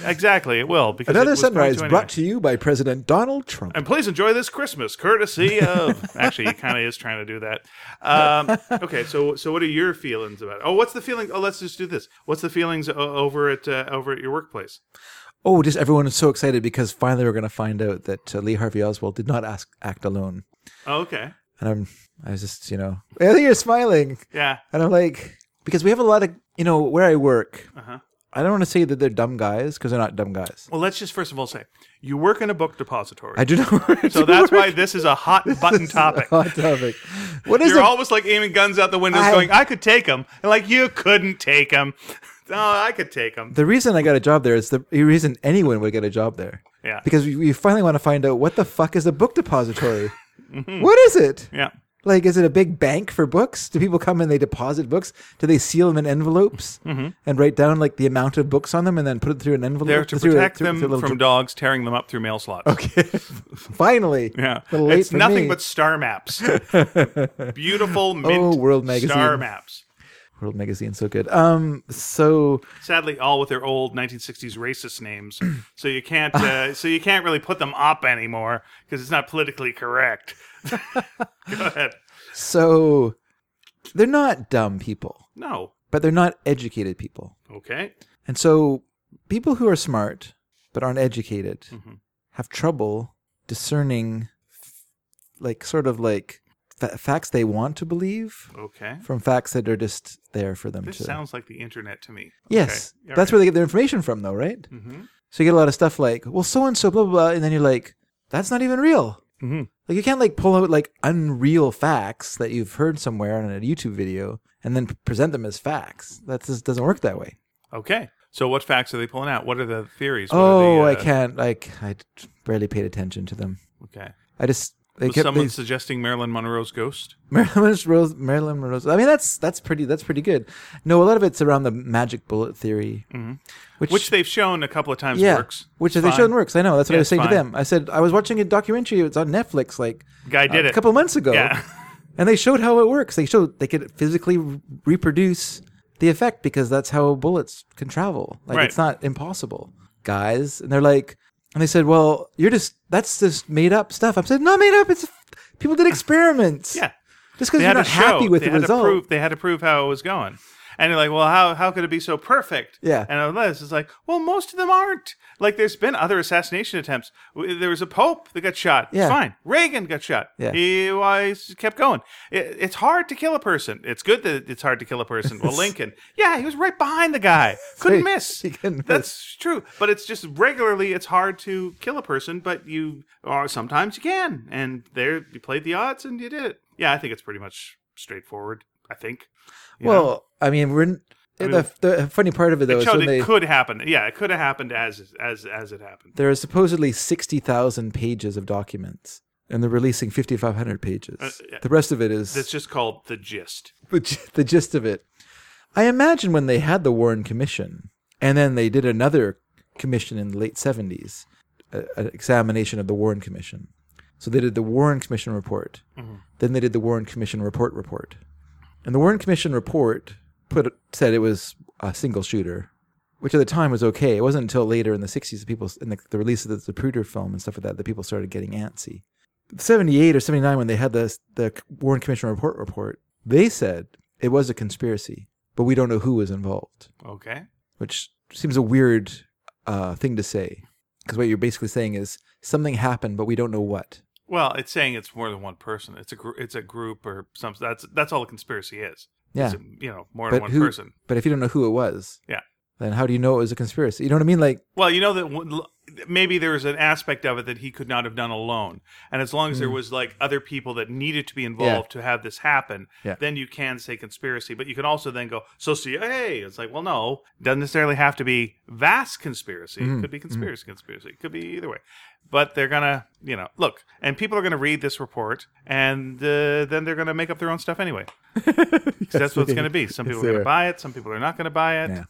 S2: exactly, it will. Because it
S1: Another
S2: was going
S1: sunrise
S2: to anyway.
S1: brought to you by President Donald Trump.
S2: And please enjoy this Christmas, courtesy
S1: (laughs)
S2: of. Actually, he kind of is trying to do that. Um, okay, so so what are your feelings about? It? Oh, what's the feeling? Oh, let's just do this. What's the feelings o- over at uh, over at your workplace?
S1: Oh, just everyone is so excited because finally we're going to find out that uh, Lee Harvey Oswald did not ask, act alone.
S2: Oh, okay,
S1: And I'm, I was just, you know, I think you're smiling,
S2: yeah,
S1: and I'm like, because we have a lot of, you know, where I work.
S2: Uh-huh.
S1: I don't want to say that they're dumb guys because they're not dumb guys.
S2: Well, let's just first of all say you work in a book depository.
S1: I do not. (laughs)
S2: so that's why this is a hot button topic.
S1: hot topic. What is
S2: You're
S1: it?
S2: almost like aiming guns out the windows,
S1: I-
S2: going, "I could take them," and like you couldn't take (laughs) them. No, I could take them.
S1: the reason I got a job there is the reason anyone would get a job there.
S2: Yeah.
S1: Because we, we finally want to find out what the fuck is a book
S2: (laughs)
S1: depository.
S2: Mm-hmm.
S1: What is it?
S2: Yeah,
S1: Like, is it a big bank for books? Do people come and they deposit books? Do they seal them in envelopes and write down like the amount of books on them and then put it through an envelope?
S2: Mm-hmm. they're to
S1: through a-
S2: protect
S1: through-
S2: them
S1: through a
S2: from
S1: little
S2: dogs tearing them up through mail slots.
S1: dr- Finally,
S2: Yeah,
S1: A little late
S2: it's
S1: for
S2: nothing
S1: me.
S2: but
S1: (laughs)
S2: star maps. Beautiful mint
S1: Oh, World
S2: star
S1: Magazine.
S2: maps.
S1: World Magazine, so good. Um, so
S2: Sadly, all with their old 1960s
S1: (clears throat)
S2: racist names, so you can't uh, so you can't really put them up anymore because it's not politically correct. Go ahead.
S1: so they're not dumb people,
S2: No.
S1: but they're not educated people.
S2: Okay.
S1: And so people who are smart but aren't educated
S2: Mm-hmm.
S1: have trouble discerning f- like sort of like fa- facts they want to believe
S2: Okay.
S1: from facts that are just there for them
S2: This
S1: to
S2: sounds like the internet to me.
S1: Yes. That's where they get their information from though, right?
S2: Mm-hmm.
S1: So you get a lot of stuff like, well so and so blah blah blah and then you're like, that's not even real.
S2: Mhm.
S1: Like you can't like pull out like unreal facts that you've heard somewhere on a YouTube video and then p- present them as facts. That just doesn't work that way.
S2: Okay. So what facts are they pulling out? What are the theories? What are
S1: Oh,
S2: the,
S1: I
S2: uh,
S1: can't. Like I barely paid attention to them.
S2: Okay.
S1: I just they
S2: Was
S1: kept
S2: someone
S1: these
S2: suggesting Marilyn Monroe's ghost?
S1: (laughs) Marilyn Monroe. Marilyn Monroe. I mean, that's that's pretty. That's pretty good. No, a lot of it's around the magic bullet theory, which,
S2: Mm-hmm. Which they've shown a couple of times
S1: yeah,
S2: works.
S1: which
S2: It's
S1: they
S2: fine.
S1: showed works. I know. That's what I
S2: Yeah,
S1: was saying
S2: it's
S1: to
S2: fine.
S1: them. I said I was watching a documentary. It's on Netflix, like
S2: Guy did
S1: a
S2: it.
S1: couple months ago.
S2: Yeah.
S1: and they showed how it works. They showed they could physically re- reproduce the effect because that's how bullets can travel. Like
S2: Right.
S1: it's not impossible, guys. And they're like, and they said, "Well, you're just that's just made up stuff." I'm saying, "Not made up. It's people did experiments.
S2: Yeah.
S1: just because
S2: They
S1: you're
S2: had to
S1: not
S2: show.
S1: happy with
S2: they
S1: the
S2: had to
S1: result,
S2: prove. They had to prove how it was going. And you're like, well, how how could it be so perfect?
S1: Yeah.
S2: And Unless it's like, well, most of them aren't. Like, there's been other assassination attempts. W- There was a pope that got shot.
S1: Yeah.
S2: It's fine. Reagan got shot.
S1: Yeah.
S2: He was, kept going. It, it's hard to kill a person. It's good that it's hard to kill a person.
S1: (laughs)
S2: Well, Lincoln, yeah, he was right behind the guy. Couldn't
S1: Right.
S2: miss.
S1: He couldn't miss.
S2: That's
S1: (laughs)
S2: true. But it's just regularly, it's hard to kill a person, but you or sometimes you can. And there, you played the odds and you did it. Yeah, I think it's pretty much straightforward. I think. You know?
S1: Well, I mean, we're in,
S2: I
S1: the, the funny part of it though
S2: it
S1: is
S2: showed
S1: when
S2: it
S1: they
S2: could happen. Yeah, it could have happened as as as it happened.
S1: there are supposedly sixty thousand pages of documents, and they're releasing fifty five hundred pages.
S2: Uh, yeah.
S1: The rest of it is
S2: That's just called the gist.
S1: (laughs) the g- the gist of it. I imagine when they had the Warren Commission, and then they did another commission in the late seventies, an examination of the Warren Commission. So they did the Warren Commission report, then they did the Warren Commission report report, and the Warren Commission report put said it was a single shooter, which at the time was okay. It wasn't until later in the sixties that people in the, the release of the Zapruder film and stuff like that that people started getting antsy. 78 or 79 when they had the the Warren Commission report report, they said it was a conspiracy, but we don't know who was involved,
S2: Okay.
S1: which seems a weird uh, thing to say because what you're basically saying is something happened, but we don't know what.
S2: Well, it's saying it's more than one person. It's a gr- it's a group or something. That's that's all a conspiracy is.
S1: Yeah.
S2: It's, you know, more than
S1: But
S2: one
S1: who
S2: person.
S1: but if you don't know who it was,
S2: Yeah.
S1: then how do you know it was a conspiracy? You know what I mean? Like
S2: Well, you know that one- maybe there was an aspect of it that he could not have done alone. And as long as
S1: Hmm.
S2: there was like other people that needed to be involved to have this happen,
S1: Yeah.
S2: then you can say conspiracy. But you can also then go, so CIA. It's like, well, no, doesn't necessarily have to be vast conspiracy.
S1: Hmm.
S2: It could be conspiracy, conspiracy. It could be either way. But they're gonna, you know, look, and people are gonna read this report, and uh, then they're gonna make up their own
S1: (laughs)
S2: stuff anyway. 'Cause that's what it's gonna be. Some
S1: Yes,
S2: people
S1: they
S2: are gonna
S1: are.
S2: buy it. Some people are not gonna buy it.
S1: Yeah.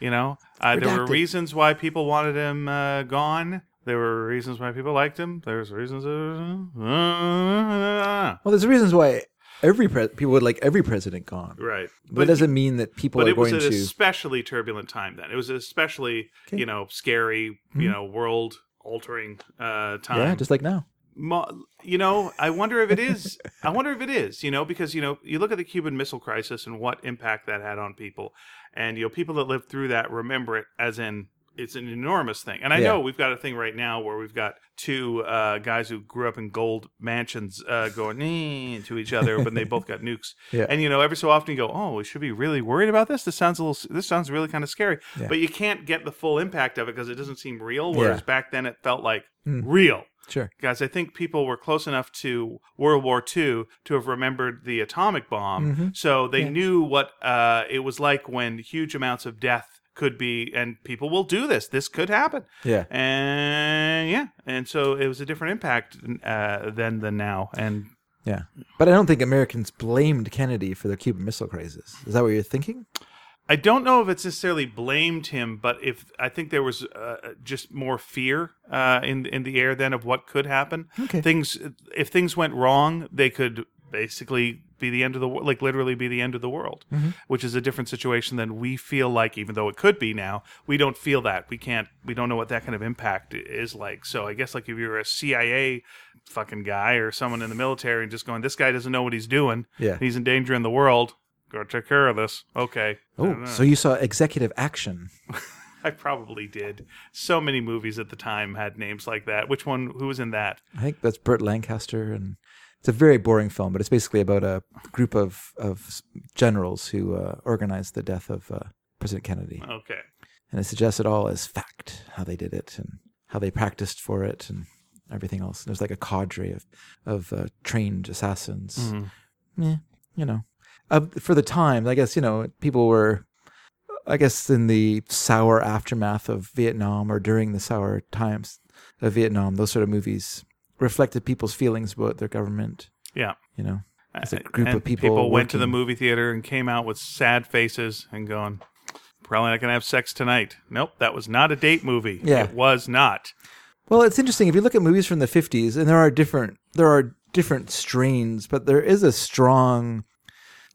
S2: You know, uh, there were
S1: Redacted.
S2: reasons why people wanted him uh, gone. There were reasons why people liked him. There was reasons. uh,
S1: well, there's reasons why every pre- people would like every president gone.
S2: right.
S1: But it
S2: But,
S1: doesn't mean that people
S2: but
S1: are
S2: it was
S1: going
S2: an
S1: to
S2: especially turbulent time then. It was an especially,
S1: Okay. Hmm.
S2: you know, scary, you know, world altering uh, time.
S1: yeah, just like now.
S2: Mo- you know, I wonder if it is. I wonder if it is. You know, because you know, you look at the Cuban Missile Crisis and what impact that had on people, and you know, people that lived through that remember it as in it's an enormous thing. And I
S1: Yeah.
S2: know we've got a thing right now where we've got two uh, guys who grew up in gold mansions uh, going "Eh," to each other, but they both
S1: (laughs)
S2: got nukes.
S1: Yeah.
S2: And you know, every so often you go, "Oh, we should be really worried about this. This sounds a little. This sounds really kind of scary."
S1: Yeah.
S2: But you can't get the full impact of it because it doesn't seem real. Whereas
S1: Yeah.
S2: back then, it felt like
S1: Mm.
S2: real
S1: Sure.
S2: guys, I think people were close enough to World War II to have remembered the atomic bomb,
S1: Mhm.
S2: so they
S1: Yeah.
S2: knew what uh, it was like when huge amounts of death could be, and people will do this. This could happen,
S1: Yeah.
S2: and yeah, and so it was a different impact uh, then than now, and.
S1: Yeah. But I don't think Americans blamed Kennedy for the Cuban Missile Crisis. Is that what you're thinking?
S2: I don't know if it's necessarily blamed him, but if I think there was uh, just more fear uh, in in the air then of what could happen.
S1: Okay.
S2: Things if things went wrong, they could basically be the end of the world, like literally be the end of the world,
S1: Mm-hmm.
S2: which is a different situation than we feel like. Even though it could be now, we don't feel that. We can't. We don't know what that kind of impact is like. So I guess like if you're a CIA fucking guy or someone in the military and just going, this guy doesn't know what he's doing.
S1: Yeah.
S2: he's endangering the world. Go take care of this. Okay.
S1: Oh, so you saw executive action.
S2: (laughs) I probably did. So many movies at the time had names like that. Which one? Who was in that?
S1: I think that's Burt Lancaster, and it's a very boring film, but it's basically about a group of of generals who uh, organized the death of uh, President Kennedy,
S2: Okay.
S1: and it suggests it all as fact how they did it and how they practiced for it and everything else. And there's like a cadre of of uh, trained assassins.
S2: Mm-hmm.
S1: Yeah, you know, uh, for the time, I guess you know people were. I guess in the sour aftermath of Vietnam or during the sour times of Vietnam, those sort of movies reflected people's feelings about their government.
S2: Yeah.
S1: You know, as a
S2: Uh,
S1: group
S2: and
S1: of people
S2: went to the
S1: working.
S2: movie theater and came out with sad faces and going, "Probably not gonna have sex tonight." Nope, that was not a date movie.
S1: Yeah.
S2: It was not.
S1: Well, it's interesting if you look at movies from the 50s and there are different there are different strains, but there is a strong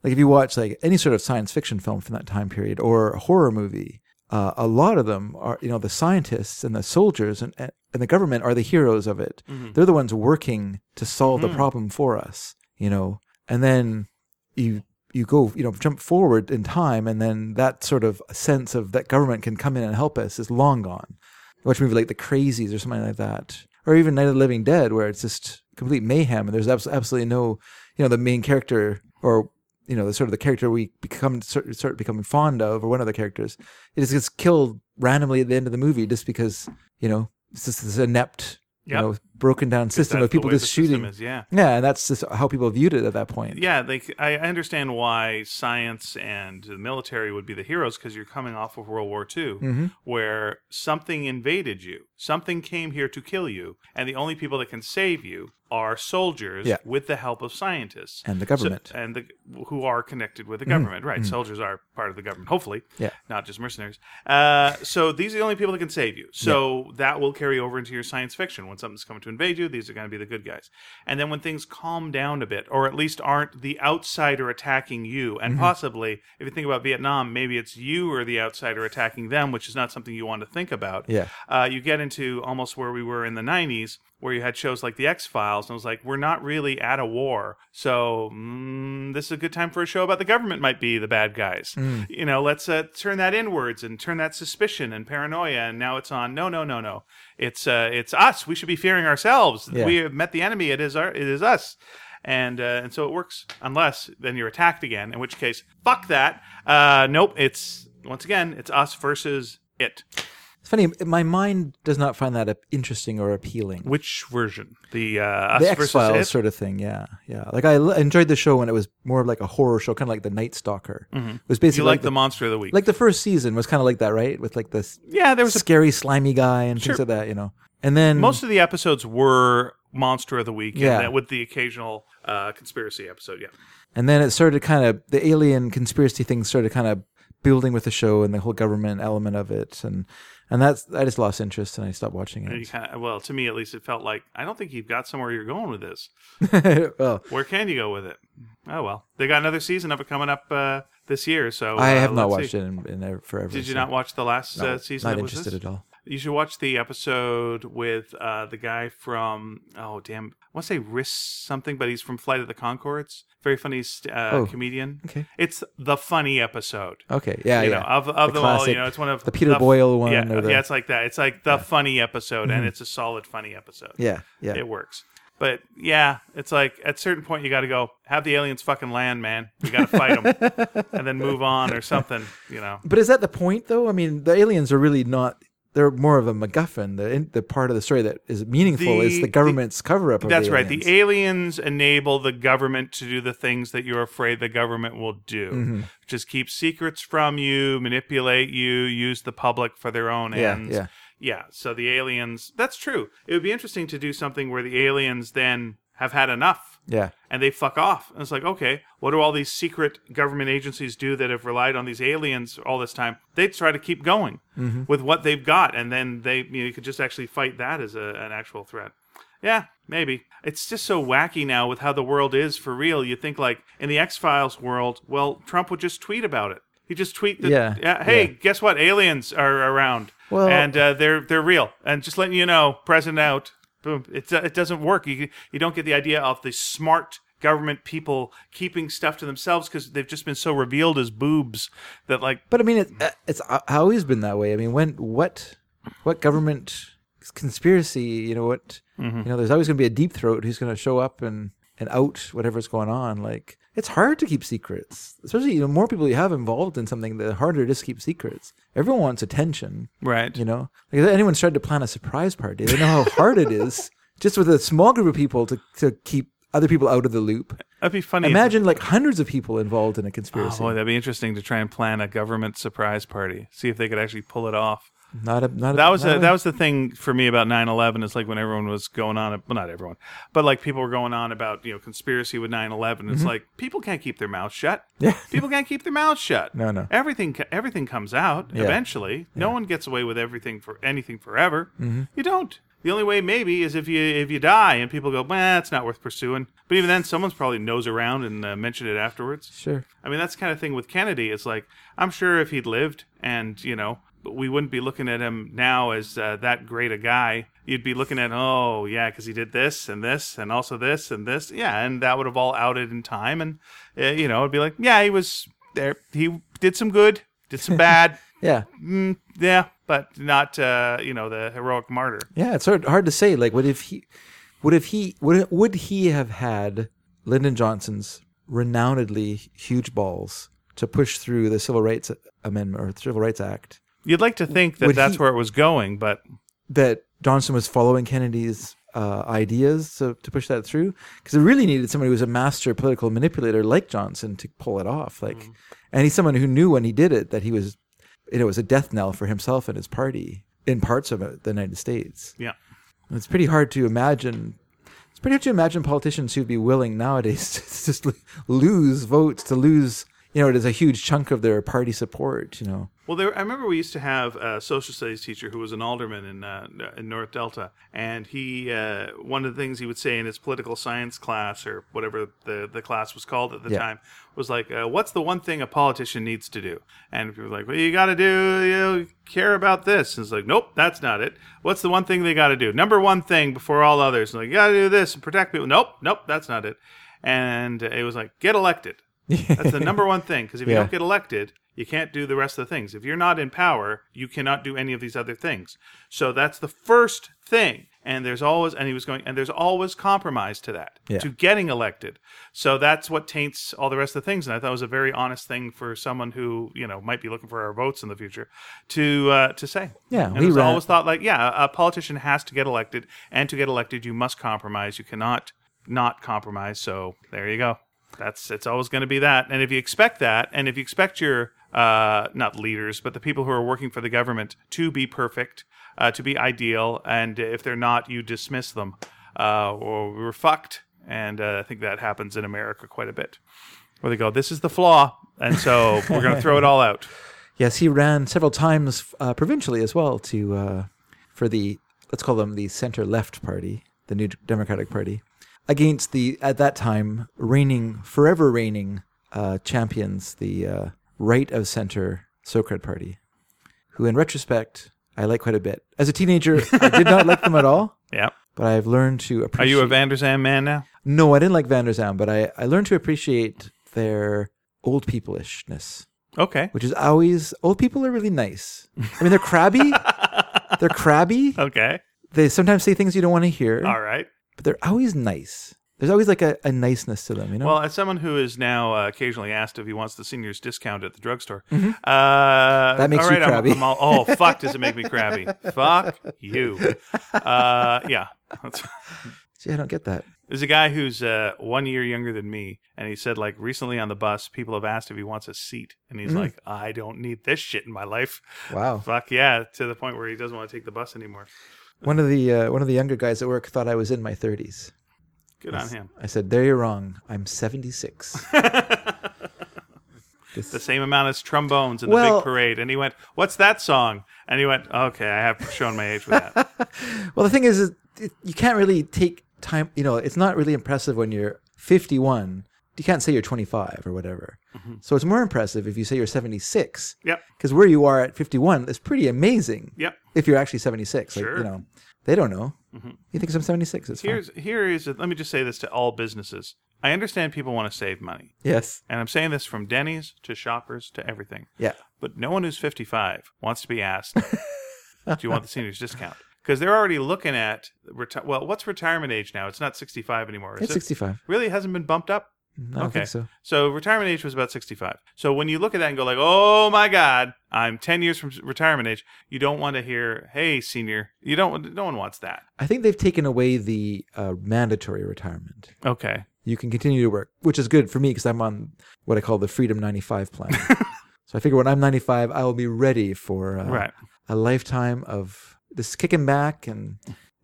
S1: like if you watch like any sort of science fiction film from that time period or a horror movie, uh, a lot of them are you know the scientists and the soldiers and and the government are the heroes of it. They're the ones working to solve the problem for us, you know. And then you you go you know jump forward in time and then that sort of sense of that government can come in and help us is long gone you watch a movie like the crazies or something like that or even night of the living dead where it's just complete mayhem and there's abs- absolutely no you know the main character or you know the sort of the character we become start, start becoming fond of or one of the characters it just gets killed randomly at the end of the movie just because you know it's just this inept you
S2: Yep.
S1: know broken down system
S2: That's
S1: of
S2: the
S1: people
S2: way the
S1: just
S2: system
S1: shooting
S2: Is, yeah.
S1: yeah and that's just how people viewed it at that point
S2: Yeah, like I I understand why science and the military would be the heroes because you're coming off of World War II,
S1: Mhm.
S2: where something invaded you, something came here to kill you, and the only people that can save you are soldiers
S1: Yeah.
S2: with the help of scientists
S1: and the
S2: So-
S1: government Mm-hmm.
S2: and the who are connected with the government, right? Soldiers are part of the government, hopefully,
S1: Yeah.
S2: not just mercenaries. Uh, so these are the only people that can save you. So that will carry over into your science fiction. When something's coming to invade you, these are going to be the good guys. And then when things calm down a bit, or at least aren't the outsider attacking you,
S1: Mm-hmm.
S2: and possibly if you think about Vietnam, maybe it's you or the outsider attacking them, which is not something you want to think about
S1: yeah
S2: uh, you get into almost where we were in the 90s, where you had shows like The X Files, and it was like, we're not really at a war. So mm, this is a good time for a show about the government might be the bad guys.
S1: Hmm.
S2: You know, let's uh, turn that inwards and turn that suspicion and paranoia. And now it's on, no, no, no, no. It's, uh, it's us. We should be fearing ourselves.
S1: Yeah.
S2: We have met the enemy. It is, our, it is us. And, uh, and so it works unless then you're attacked again, in which case, fuck that. Uh, nope, it's once again, it's us versus it.
S1: It's funny. My mind does not find that ap- interesting or appealing.
S2: Which version? The uh, us
S1: The X
S2: versus
S1: Files
S2: it?
S1: sort of thing, yeah, yeah. Like I l- enjoyed the show when it was more of like a horror show, kind of like The Night Stalker. It was basically
S2: Mm-hmm. You like,
S1: like
S2: the monster of the week?
S1: like the first season was kind of like that, right? With like this
S2: yeah, there was a,
S1: scary, slimy guy and things
S2: Sure.
S1: like that, you know. And then
S2: most of the episodes were monster of the week,
S1: Yeah.
S2: and that with the occasional uh, conspiracy episode. Yeah,
S1: and then it started kind of the alien conspiracy thing started kind of building with the show and the whole government element of it, and and that's I just lost interest and I stopped watching
S2: and you
S1: it.
S2: kind of, well, to me at least, it felt like I don't think you've got somewhere you're going with this.
S1: (laughs) well,
S2: Where can you go with it? Oh well, they got another season of it coming up uh, this year, so
S1: I
S2: uh,
S1: have not
S2: let's
S1: watched
S2: see.
S1: it in, in ever- forever.
S2: Did you
S1: so
S2: not watch the last uh, season?
S1: Not
S2: that
S1: interested
S2: was this?
S1: at all.
S2: You should watch the episode with uh, the guy from oh damn, I want to say Riss something, but he's from Flight of the Concords. Very funny st- uh,
S1: Oh,
S2: comedian.
S1: okay.
S2: it's the funny episode.
S1: Okay, yeah,
S2: you
S1: yeah.
S2: know, of of
S1: The
S2: them all,
S1: classic-
S2: you know, it's one of
S1: the Peter Boyle one
S2: Yeah,
S1: or the- Mm-hmm.
S2: yeah, it's like that. It's like the funny episode, and it's a solid funny episode.
S1: Yeah, yeah.
S2: it works. But yeah, it's like at a certain point you got to go have the aliens fucking land, man. We got to fight them,
S1: (laughs)
S2: and then move on or something. You know,
S1: but is that the point, though? I mean, the aliens are really not. They're more of a MacGuffin. The in, the part of the story that is meaningful
S2: The-
S1: is the
S2: the-
S1: government's cover up.
S2: That's
S1: of
S2: right. The aliens enable the government to do the things that you're afraid the government will do.
S1: Mm-hmm.
S2: Just keep secrets from you, manipulate you, use the public for their own
S1: Yeah,
S2: ends.
S1: yeah.
S2: Yeah. So the aliens, that's true. It would be interesting to do something where the aliens then have had enough
S1: yeah,
S2: and they fuck off. And it's like, okay, what do all these secret government agencies do that have relied on these aliens all this time? They try to keep going with what they've got, and then they you, know, you could just actually fight that as a, an actual threat. Yeah, maybe. It's just so wacky now with how the world is for real. You think like in the X Files world, well, Trump would just tweet about it. He just tweet that,
S1: Yeah,
S2: hey,
S1: yeah.
S2: guess what? Aliens are around,
S1: Well-
S2: and uh, they're they're real. And just letting you know, president out. Boom. It it doesn't work. You you don't get the idea of the smart government people keeping stuff to themselves because they've just been so revealed as boobs that like
S1: but I mean, it, uh, it's uh, always been that way. I mean, when what what government conspiracy? You know what?
S2: Mm-hmm.
S1: You know, there's always going to be a deep throat who's going to show up and and out whatever's going on. Like it's hard to keep secrets, especially you know more people you have involved in something, the harder it is to keep secrets. Everyone wants attention.
S2: right.
S1: You know, like if anyone's tried to plan a surprise party, they know how hard it is (laughs) just with a small group of people to, to keep other people out of the loop.
S2: That'd be funny. if-
S1: Imagine like hundreds of people involved in a
S2: Oh,
S1: conspiracy.
S2: boy, that'd be interesting to try and plan a government surprise party. See if they could actually pull it off.
S1: not a not a,
S2: That was
S1: not
S2: the, that was the thing for me about 9/11 is like when everyone was going on well not everyone but like people were going on about you know conspiracy with 9/11 it's like people can't keep their mouths shut
S1: Mm-hmm. Yeah.
S2: (laughs) people can't keep their mouths shut
S1: No, no.
S2: everything co- everything comes out eventually no one gets away with everything for anything forever
S1: Mm-hmm.
S2: you don't the only way maybe is if you if you die and people go well it's not worth pursuing but even then someone's probably nose around and uh, mentioned it afterwards
S1: sure.
S2: I mean, that's the kind of thing with Kennedy. It's like, I'm sure if he'd lived and, you know, we wouldn't be looking at him now as uh, that great a guy. you'd be looking at, oh, yeah, because he did this and this and also this and this. Yeah. And that would have all outed in time. And, uh, you know, it'd be like, yeah, he was there. He did some good, did some
S1: (laughs)
S2: bad.
S1: Yeah.
S2: mm, yeah. But not, uh, you know, the heroic martyr.
S1: Yeah, it's hard hard to say. Like, what if he, what if he, would would he have had Lyndon Johnson's renownedly huge balls to push through the Civil Rights Amendment or Civil Rights Act
S2: You'd like to think that
S1: Would
S2: that's
S1: he-
S2: where it was going, but
S1: that Johnson was following Kennedy's uh, ideas to, to push that through? Because it really needed somebody who was a master political manipulator like Johnson to pull it off. Like, and he's someone who knew when he did it that he was, you know, it was a death knell for himself and his party in parts of it, the United States.
S2: yeah.
S1: It's pretty hard to imagine. It's pretty hard to imagine politicians who'd be willing nowadays (laughs) to just lose votes, to lose, you know, it is a huge chunk of their party support. You know,
S2: Well, there, I remember we used to have a social studies teacher who was an alderman in, uh, in North Delta, and he uh, one of the things he would say in his political science class or whatever the, the class was called at the
S1: Yeah.
S2: time was like, uh, "What's the one thing a politician needs to do?" And people were like, "Well, you got to do you know, care about this." And it's like, "Nope, that's not it. What's the one thing they got to do? Number one thing before all others." And like, "You got to do this and protect people." Nope, nope, that's not it. And it was like, "Get elected." That's the number one thing because if you
S1: Yeah.
S2: don't get elected, you can't do the rest of the things. If you're not in power, you cannot do any of these other things. So that's the first thing. And there's always and he was going and there's always compromise to that
S1: Yeah.
S2: to getting elected. So that's what taints all the rest of the things. And I thought it was a very honest thing for someone who you know might be looking for our votes in the future to uh, to say.
S1: Yeah,
S2: and
S1: we
S2: it was
S1: ran-
S2: always thought like yeah, a politician has to get elected, and to get elected, you must compromise. You cannot not compromise. So there you go. That's it's always going to be that. And if you expect that, and if you expect your uh, not leaders, but the people who are working for the government to be perfect, uh, to be ideal, and if they're not, you dismiss them. Uh, or we're fucked. And uh, I think that happens in America quite a bit, where they go, "This is the flaw," and so we're going to throw it all out.
S1: yes, he ran several times uh, provincially as well to uh, for the let's call them the center left party, the New Democratic Party, against the at that time reigning forever reigning uh, champions, the uh, right of center Socred Party, who in retrospect I like quite a bit. As a teenager, I did not like them at all.
S2: Yeah.
S1: but I've learned to
S2: Are
S1: appreciate.
S2: you a Van der Zandt man now?
S1: no? I didn't like Van der Zandt, but I, I learned to appreciate their old peopleishness,
S2: Okay.
S1: which is always old people are really nice. I mean, they're
S2: (laughs)
S1: crabby. they're crabby.
S2: Okay.
S1: They sometimes say things you don't want to hear,
S2: All right.
S1: but they're always nice. There's always like a, a niceness to them, you know.
S2: Well, as someone who is now uh, occasionally asked if he wants the seniors discount at the drugstore, uh,
S1: Mm-hmm. That makes
S2: all
S1: you
S2: right, I'm-
S1: crabby.
S2: I'm all- oh, fuck, does it make
S1: (laughs)
S2: me crabby? fuck you. Uh, yeah. That's-
S1: See, I don't get that.
S2: There's a guy who's uh, one year younger than me, and he said, like, recently on the bus, people have asked if he wants a seat. And
S1: Mm.
S2: he's like, I don't need this shit in my life.
S1: Wow.
S2: Fuck yeah, to the point where he doesn't want to take the bus anymore.
S1: One of the uh, one of the younger guys at work thought I was in my 30s.
S2: Good on him.
S1: I said, "There you're wrong. I'm
S2: (laughs)
S1: 76." This-
S2: the same amount as trombones in the
S1: Well-
S2: big parade. And he went, What's that song? And he went, Okay, I have shown my age with
S1: (laughs)
S2: that.
S1: Well, the thing is, is it, you can't really take time. You know, it's not really impressive when you're 51. You can't say you're 25 or whatever.
S2: Mm-hmm.
S1: So it's more impressive if you say you're 76.
S2: yep.
S1: Because where you are at 51 is pretty amazing.
S2: Yep.
S1: If you're actually 76, like
S2: Sure. Mm-hmm.
S1: you know, they don't know. He thinks I'm 76. It's fine.
S2: Here's here is let me just say this to all businesses. I understand people want to save money,
S1: Yes.
S2: and I'm saying this from Denny's to Shoppers to everything.
S1: Yeah.
S2: But no one who's 55 wants to
S1: (laughs)
S2: be asked, "Do you want the seniors discount?" Because they're already looking at reti- well, what's retirement age now? It's not 65 anymore. Is
S1: It's
S2: it?
S1: 65.
S2: Really, it hasn't been bumped up.
S1: I don't think so.
S2: retirement age was about 65. So when you look at that and go like, "Oh my God, I'm 10 years from s- retirement age," you don't want to hear, "Hey, senior." You don't. No one wants that.
S1: I think they've taken away the uh, mandatory retirement.
S2: Okay.
S1: you can continue to work, which is good for me because I'm on what I call the Freedom 95
S2: (laughs)
S1: plan. so I figure when I'm 95, I will be ready for uh,
S2: Right.
S1: a lifetime of just kicking back and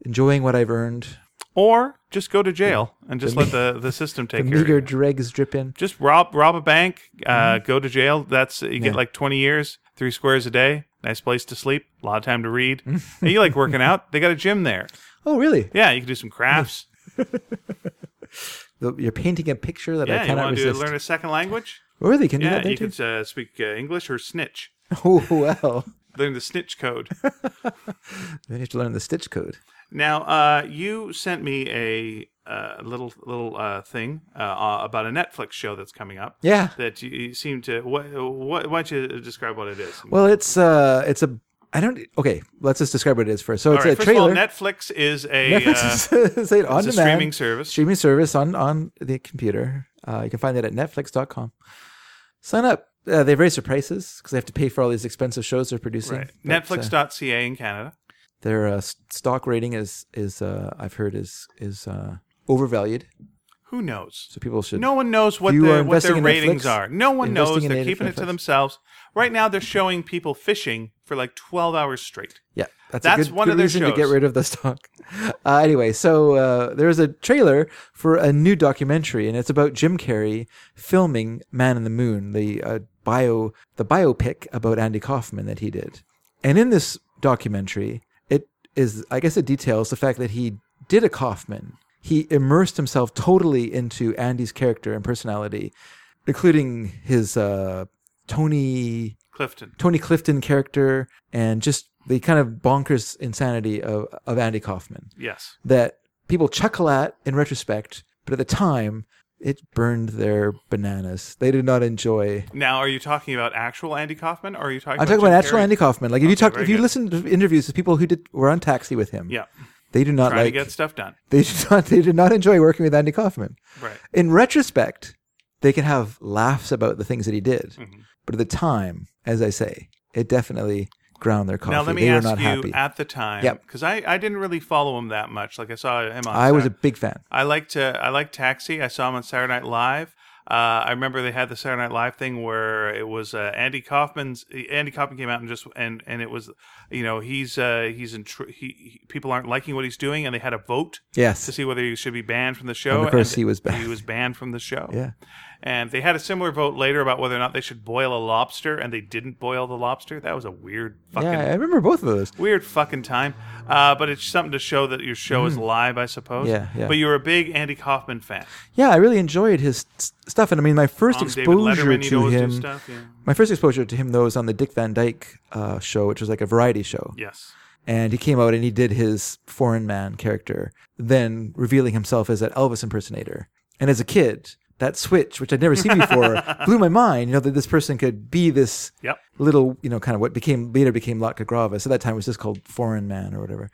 S1: enjoying what I've earned.
S2: Or just go to jail and just let the, the system
S1: (laughs) The
S2: take care. of
S1: meager
S2: you.
S1: dregs drip in.
S2: Just rob rob a bank, uh, go to jail. That's you
S1: Yeah.
S2: get like twenty years, three squares a day, nice place to sleep, a lot of time to read. and
S1: Mm.
S2: you like working out? They got a gym there.
S1: Oh, really?
S2: Yeah, you can do some crafts.
S1: The- You're painting a picture that
S2: yeah,
S1: I
S2: you
S1: cannot
S2: want to
S1: resist.
S2: learn a second language?
S1: oh, really? Can do
S2: Yeah,
S1: that there
S2: you
S1: too?
S2: could uh, speak uh, English or snitch.
S1: (laughs) Oh, wow.
S2: learn the snitch code. (laughs)
S1: Then you have to learn the stitch code.
S2: Now, uh, you sent me a uh, little little uh, thing uh, uh, about a Netflix show that's coming up.
S1: Yeah.
S2: That you, you seem to. What, what? Why don't you describe what it is?
S1: Well, it's uh, it's a. I don't. Okay, let's just describe what it is first. So
S2: All
S1: it's
S2: right,
S1: a
S2: first
S1: trailer.
S2: of all, Netflix is a, uh,
S1: Netflix is, (laughs) is an on
S2: it's a
S1: demand
S2: streaming service.
S1: streaming service on on the computer. Uh, you can find that at netflix.com. Sign up. Uh, they've raised their prices because they have to pay for all these expensive shows they're producing.
S2: Right.
S1: But, uh,
S2: Netflix.ca in Canada.
S1: their uh, s- stock rating is is uh, I've heard is is uh, overvalued.
S2: Who knows?
S1: So people should
S2: No one knows what
S1: You
S2: their
S1: are
S2: what their
S1: investing in
S2: ratings
S1: Netflix?
S2: are. No one
S1: Investing
S2: knows.
S1: in
S2: They're
S1: native
S2: keeping it to
S1: Netflix?
S2: themselves. Right now, they're showing people fishing for like twelve hours straight.
S1: Yeah, that's,
S2: That's
S1: a good,
S2: one
S1: good
S2: of their
S1: reason to get
S2: shows.
S1: rid of the stock. (laughs) Uh, anyway, so uh, there's a trailer for a new documentary, and it's about Jim Carrey filming Man in the Moon, the uh, bio, the biopic about Andy Kaufman that he did. And in this documentary, it is, I guess, it details the fact that he did a Kaufman. He immersed himself totally into Andy's character and personality, including his uh, Tony
S2: Clifton.
S1: Tony Clifton character and just the kind of bonkers insanity of, of Andy Kaufman
S2: Yes.
S1: that people chuckle at in retrospect, but at the time, it burned their bananas. They did not enjoy.
S2: Now, are you talking about actual Andy Kaufman, or are you talking?
S1: I'm talking
S2: Jim
S1: about actual
S2: Carrey
S1: Andy Kaufman. Like if you talk,
S2: very
S1: if you
S2: good.
S1: listen to interviews with people who did were on Taxi with him,
S2: Yeah,
S1: they do not
S2: trying
S1: like.
S2: to get stuff done.
S1: They did not. They did not enjoy working with Andy Kaufman.
S2: Right.
S1: In retrospect, they can have laughs about the things that he did,
S2: Mm-hmm.
S1: but at the time, as I say, it definitely ground their coffee.
S2: Now let me
S1: they
S2: ask
S1: were not
S2: you
S1: happy.
S2: at the time,
S1: Yep.
S2: because I, I didn't really follow him that much. Like I saw him on.
S1: I was a
S2: Saturday-
S1: big fan.
S2: I liked uh, I liked Taxi. I saw him on Saturday Night Live. Uh, I remember they had the Saturday Night Live thing where it was uh, Andy Kaufman's. Andy Kaufman came out and just and and it was, you know, he's uh, he's in. Tr- he, he people aren't liking what he's doing, and they had a vote to
S1: Yes.
S2: see whether he should be banned from the show.
S1: And of course he was banned.
S2: He was banned from the show.
S1: Yeah.
S2: And they had a similar vote later about whether or not they should boil a lobster, and they didn't boil the lobster. That was a weird fucking
S1: Yeah, I remember both of those.
S2: weird fucking time. Uh, but it's something to show that your show is live, I suppose.
S1: Mm. Yeah, yeah.
S2: But you're a big Andy Kaufman fan.
S1: Yeah, I really enjoyed his s- stuff, and I mean, my first
S2: Um, David
S1: exposure
S2: Letterman, you
S1: to
S2: know, his new
S1: him,
S2: stuff. Yeah.
S1: my first exposure to him though was on the Dick Van Dyke uh, show, which was like a variety show,
S2: Yes.
S1: and he came out and he did his foreign man character, then revealing himself as that Elvis impersonator. And as a kid, that switch, which I'd never seen
S2: (laughs)
S1: before, blew my mind. You know that this person could be this
S2: Yep.
S1: little, you know, kind of what became later became Lotka Grava. So that time it was just called Foreign Man or whatever.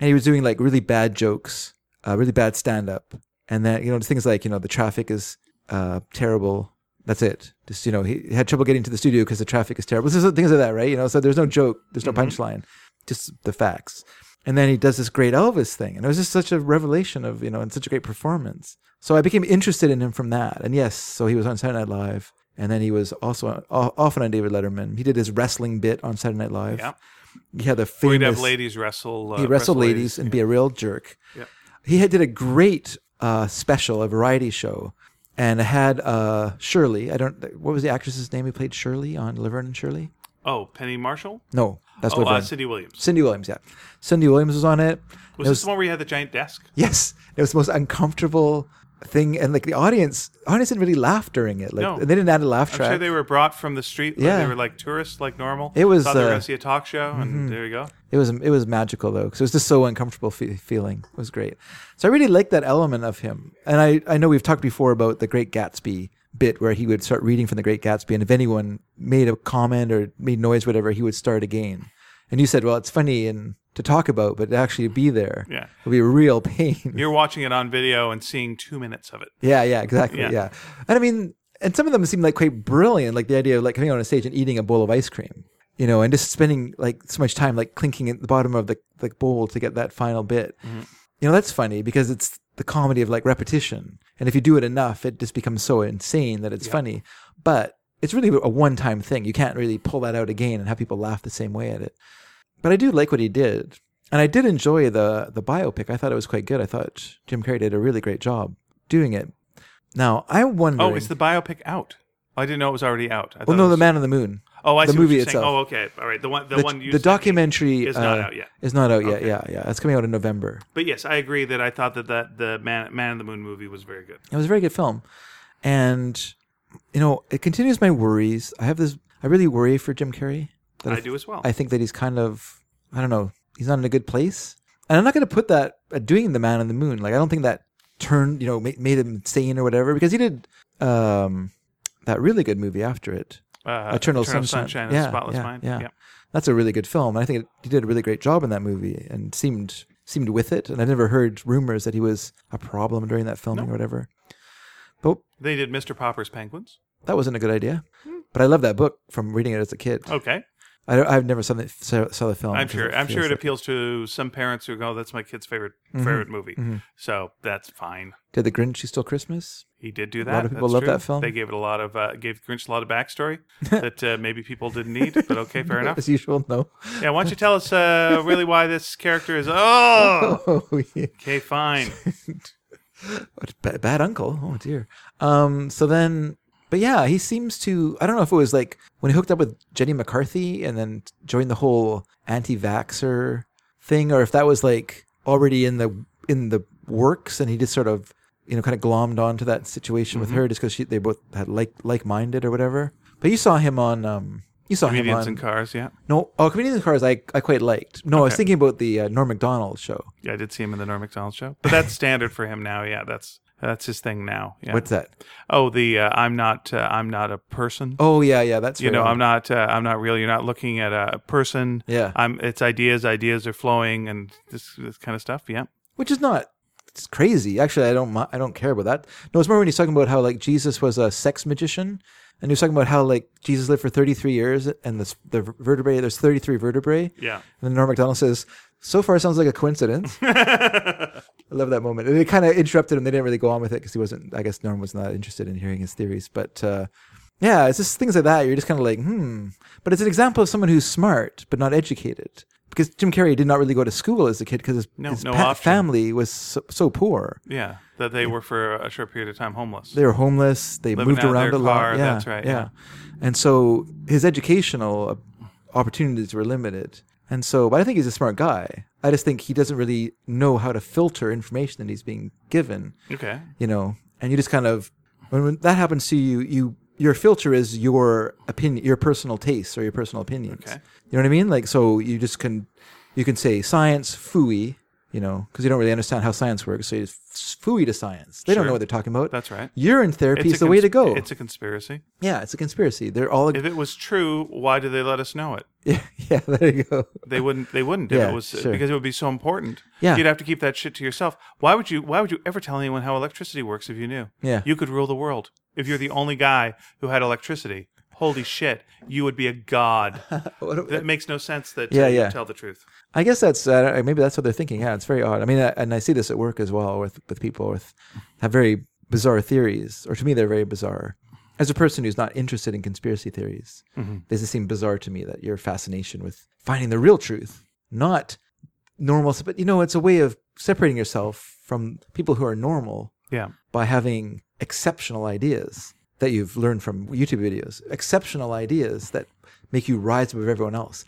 S1: And he was doing like really bad jokes, uh, really bad stand up. And then, you know, things like, you know, the traffic is uh, terrible. That's it. Just, you know, he had trouble getting to the studio because the traffic is terrible. So things like that, right? You know, so there's no joke, there's no punchline, just the facts. And then he does this great Elvis thing. And it was just such a revelation of, you know, and such a great performance. So I became interested in him from that. And yes, so he was on Saturday Night Live. And then he was also on, o- often on David Letterman. He did his wrestling bit on Saturday Night Live.
S2: Yeah.
S1: He had the
S2: We'd have
S1: famous.
S2: ladies wrestle. Uh,
S1: he wrestled ladies and be a real jerk.
S2: Yeah.
S1: He had, did a great uh, special, a variety show, and had uh, Shirley. I don't. What was the actress's name who played Shirley on Laverne and Shirley?
S2: Oh, Penny Marshall?
S1: No, that's
S2: Oh,
S1: Laverne.
S2: uh, Cindy Williams.
S1: Cindy Williams. Yeah, Cindy Williams was on it.
S2: Was
S1: It
S2: this the one where you had the giant desk?
S1: Yes, it was the most uncomfortable thing, and like the audience, audience didn't really laugh during it. Like
S2: No.
S1: they didn't add a laugh
S2: I'm
S1: track.
S2: sure they were brought from the street. like
S1: Yeah.
S2: They were like tourists, like normal.
S1: It was,
S2: Thought they
S1: uh,
S2: were
S1: mm-hmm.
S2: going to see a talk show, and there you go.
S1: It was it was magical though, because it was just so uncomfortable fe- feeling. It was great. So I really liked that element of him. And I I know we've talked before about the Great Gatsby bit where he would start reading from the Great Gatsby, and if anyone made a comment or made noise, whatever, he would start again. And you said, well, it's funny and to talk about, but to actually be there,
S2: Yeah.
S1: would be a real pain.
S2: You're watching it on video and seeing two minutes of it.
S1: Yeah, yeah, exactly.
S2: Yeah.
S1: Yeah. And I mean, and some of them seem like quite brilliant, like the idea of like coming on a stage and eating a bowl of ice cream, you know, and just spending like so much time like clinking at the bottom of the, the bowl to get that final bit.
S2: Mm-hmm.
S1: You know, that's funny because it's the comedy of like repetition. And if you do it enough, it just becomes so insane that it's funny. But it's really a one time thing. You can't really pull that out again and have people laugh the same way at it. But I do like what he did. And I did enjoy the the biopic. I thought it was quite good. I thought Jim Carrey did a really great job doing it. Now I wonder.
S2: Oh, is the biopic out? Oh, I didn't know it was already out. I
S1: well,
S2: thought it
S1: no, the
S2: was-
S1: Man on the Moon.
S2: Oh, I
S1: the
S2: see
S1: movie
S2: what you're
S1: itself.
S2: Saying. Oh, okay, all right. The one, the,
S1: the
S2: one you
S1: the
S2: sent me.
S1: documentary
S2: is not
S1: uh,
S2: out yet.
S1: Is not out yet. Yeah, yeah. It's coming out in November.
S2: But yes, I agree that I thought that, that the Man, Man in the Moon movie was very good.
S1: It was a very good film, and you know it continues my worries. I have this. I really worry for Jim Carrey That
S2: I do as well.
S1: I think that he's kind of I don't know. He's not in a good place, and I'm not going to put that uh, doing the Man on the Moon. Like I don't think that turned you know made, made him insane or whatever because he did um, that really good movie after it.
S2: uh,
S1: Eternal Sunshine.
S2: of the
S1: Yeah,
S2: Spotless
S1: yeah,
S2: Mind.
S1: yeah. That's a really good film. And I think it, he did a really great job in that movie and seemed seemed with it. And I've never heard rumors that he was a problem during that filming or whatever. But
S2: They did Mr. Popper's Penguins.
S1: that wasn't a good idea. But I love that book from reading it as a kid.
S2: Okay,
S1: I don't, I've never saw the, saw, saw the film.
S2: I'm
S1: 'cause
S2: sure. I'm
S1: feels
S2: sure it
S1: like- Mm-hmm.
S2: appeals to some parents who go, "That's my kid's favorite favorite movie," so that's fine.
S1: Did the Grinch He Stole Christmas?
S2: He did do that.
S1: lot of people
S2: That's
S1: love
S2: true.
S1: that film.
S2: They gave it a lot of uh, gave Grinch a lot
S1: (laughs)
S2: of backstory that uh, maybe people didn't need, but okay, fair enough.
S1: As usual, no.
S2: Yeah, why don't you tell us uh, really why this character is? Oh,
S1: (laughs) Oh, yeah.
S2: okay, fine.
S1: What a ba- bad uncle. Oh dear. Um. So then, but yeah, he seems to. I don't know if it was like when he hooked up with Jenny McCarthy and then joined the whole anti-vaxer thing, or if that was like already in the in the works, and he just sort of you know kind of glommed onto that situation
S2: Mm-hmm.
S1: with her just because they both had like like-minded or whatever. But you saw him on. um You saw him
S2: Comedians
S1: on
S2: in cars. Yeah,
S1: no. Oh, comedians in cars. I I quite liked. No, I was thinking about the uh, Norm Macdonald show.
S2: yeah, I did see him in the Norm Macdonald show, but that's standard for him now. Yeah, that's that's his thing now. Yeah.
S1: What's that?
S2: Oh, the uh, I'm not uh, I'm not a person.
S1: Oh yeah, yeah. That's
S2: you
S1: right
S2: know,
S1: on.
S2: I'm not uh, I'm not real. You're not looking at a person.
S1: Yeah.
S2: I'm. It's ideas. Ideas are flowing, and this this kind of stuff. Yeah.
S1: which is not it's crazy actually i don't mi- i don't care about that no it's more when he's talking about how like jesus was a sex magician and he was talking about how like jesus lived for 33 years and this the vertebrae there's 33 vertebrae and
S2: Yeah.
S1: then norm mcdonald says so far it sounds like a
S2: (laughs)
S1: coincidence i love that moment and it kind of interrupted him they didn't really go on with it because he wasn't i guess norm was not interested in hearing his theories but uh yeah, it's just things like that. You're just kind of like, hmm. But it's an example of someone who's smart but not educated. Because Jim Carrey did not really go to school as a kid because his,
S2: No,
S1: his
S2: no
S1: pa-
S2: option.
S1: family was so, so poor.
S2: Yeah. That they were for a short period of time homeless.
S1: They were homeless. They
S2: Living
S1: moved
S2: out of
S1: around
S2: their
S1: a lot.
S2: car,
S1: yeah,
S2: that's right, yeah.
S1: And so his educational uh, opportunities were limited. And so, but I think he's a smart guy. I just think he doesn't really know how to filter information that he's being given.
S2: okay.
S1: You know, and you just kind of when, when that happens to you, you your filter is your opinion, your personal tastes or your personal opinions.
S2: Okay.
S1: You know what I mean? Like, so you just can, you can say science, fooey, you know, because you don't really understand how science works. So you just fooey to science. They don't
S2: Sure.
S1: know what they're talking about.
S2: That's right.
S1: Urine therapy is
S2: a
S1: the way
S2: cons-
S1: to go.
S2: It's a conspiracy.
S1: yeah, it's a conspiracy. They're all,
S2: If it was true, why did they let us know it?
S1: yeah, (laughs) yeah, there you go.
S2: They wouldn't. They wouldn't. if
S1: Yeah,
S2: it was
S1: sure.
S2: because it would be so important.
S1: Yeah.
S2: You'd have to keep that shit to yourself. Why would you? Why would you ever tell anyone how electricity works if you knew?
S1: Yeah.
S2: You could rule the world if you're the only guy who had electricity. Holy shit! You would be
S1: (laughs)
S2: a god.
S1: What-
S2: that makes no sense. That
S1: Yeah,
S2: uh, you
S1: yeah.
S2: Tell the truth.
S1: I guess that's uh, maybe that's what they're thinking. Yeah, it's very odd. I mean, I, and I see this at work as well with with people with have very bizarre theories, or to me they're very bizarre. As a person who's not interested in conspiracy theories,
S2: Mm-hmm.
S1: they just seem bizarre to me that your fascination with finding the real truth, not normal. But you know, it's a way of separating yourself from people who are normal
S2: Yeah.
S1: by having exceptional ideas that you've learned from YouTube videos, exceptional ideas that make you rise above everyone else.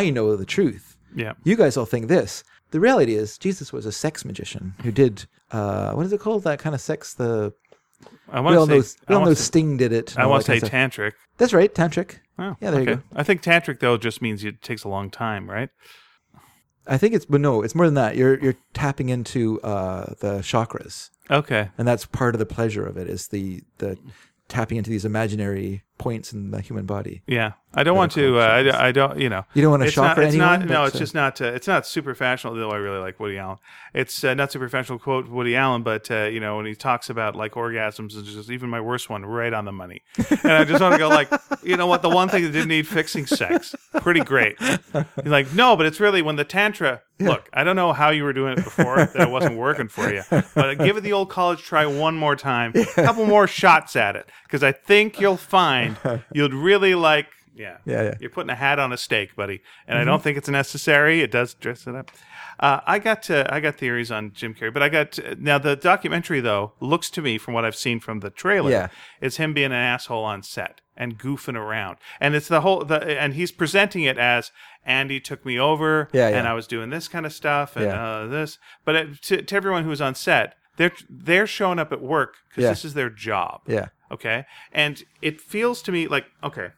S1: I know the truth.
S2: Yeah.
S1: You guys all think this. The reality is, Jesus was a sex magician who did uh, what is it called? That kind of sex. The
S2: I
S1: we all
S2: want
S1: know,
S2: to
S1: we
S2: say. I
S1: all know
S2: want to say,
S1: Sting did it. and
S2: I
S1: all
S2: wanna
S1: that
S2: say
S1: kind of stuff.
S2: tantric.
S1: That's right, tantric.
S2: Oh,
S1: Yeah, there you
S2: okay. I think tantric though just means it takes a long time, right?
S1: I think it's, but no, it's more than that. You're you're tapping into uh, the chakras,
S2: Okay.
S1: and that's part of the pleasure of it. Is the the tapping into these imaginary points in the human body.
S2: Yeah, I don't want to. Uh, I, I don't. You know,
S1: You don't wanna
S2: it's
S1: shock
S2: not,
S1: or
S2: it's
S1: anyone,
S2: Not,
S1: but,
S2: no, it's
S1: uh,
S2: just not. Uh, it's not super fashionable. Though I really like Woody Allen. It's uh, not super fashionable to quote Woody Allen, but uh, you know when he talks about like orgasms, it's just even my worst one, right on the money. And I just want to go like, (laughs) you know what? The one thing that didn't need fixing, sex, pretty great. He's like, no, but it's really when the tantra. Look, I don't know how you were doing it before that it wasn't working for you, but give it the old college try one more time, a couple more shots at it, because I think
S1: (laughs)
S2: you'll find you'd really like. Yeah.
S1: Yeah, yeah. Mm-hmm.
S2: You're putting a hat on a steak, buddy, and I don't think it's necessary. It does dress it up. Uh, I got uh, I got theories on Jim Carrey, but I got uh, now the documentary though looks to me from what I've seen from the trailer
S1: Yeah.
S2: is him being an asshole on set and goofing around, and it's the whole the and he's presenting it as Andy took me over,
S1: Yeah, yeah.
S2: and I was doing this kind of stuff and
S1: Yeah.
S2: uh, this, but it, to, to everyone who's on set, they're they're showing up at work because
S1: Yeah.
S2: this is their job,
S1: Yeah.
S2: Okay. And it feels to me like, okay,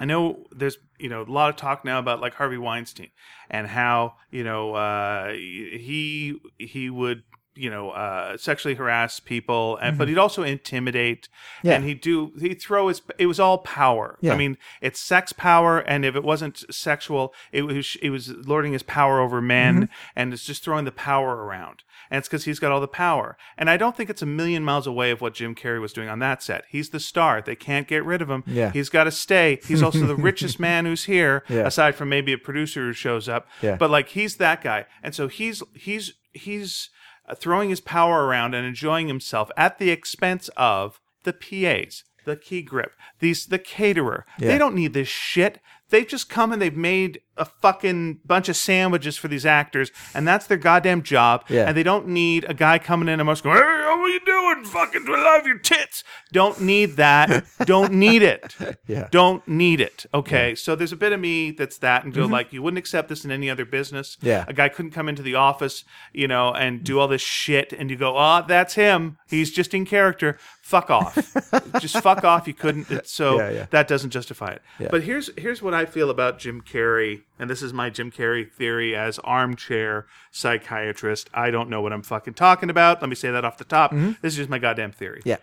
S2: I know there's you know a lot of talk now about like Harvey Weinstein and how you know uh, he he would you know uh, sexually harass people and but he'd also intimidate
S1: Yeah.
S2: and he'd do he'd throw his it was all power.
S1: Yeah.
S2: I mean it's sex power and if it wasn't sexual it was it was lording his power over men
S1: Mm-hmm.
S2: and it's just throwing the power around and it's because he's got all the power and I don't think it's a million miles away of what Jim Carrey was doing on that set. He's the star. They can't get rid of him.
S1: Yeah.
S2: He's got to stay. He's
S1: (laughs)
S2: also the richest man who's here,
S1: Yeah.
S2: aside from maybe a producer who shows up.
S1: Yeah.
S2: But like he's that guy, and so he's he's he's uh, throwing his power around and enjoying himself at the expense of the PAs, the key grip, these the caterer. They don't need this shit. They've just come and they've made a fucking bunch of sandwiches for these actors, and that's their goddamn job.
S1: Yeah.
S2: And they don't need a guy coming in and most going, "Hey, how are you doing? Fucking, I love your tits." Don't need that. don't need it.
S1: (laughs) Yeah.
S2: Don't need it. Okay. So there's a bit of me that's that and go like, you wouldn't accept this in any other business.
S1: Mm-hmm. Yeah.
S2: A guy couldn't come into the office, you know, and do all this shit, and you go, "Ah, that's him. He's just in character."
S1: (laughs)
S2: Fuck off. just fuck off. You couldn't. It's so
S1: Yeah, yeah.
S2: that doesn't justify it. But here's here's what I feel about Jim Carrey, and this is my Jim Carrey theory as armchair psychiatrist. I don't know what I'm fucking talking about. Let me say that off the top. This is just my goddamn theory.
S1: Mm-hmm. Yeah.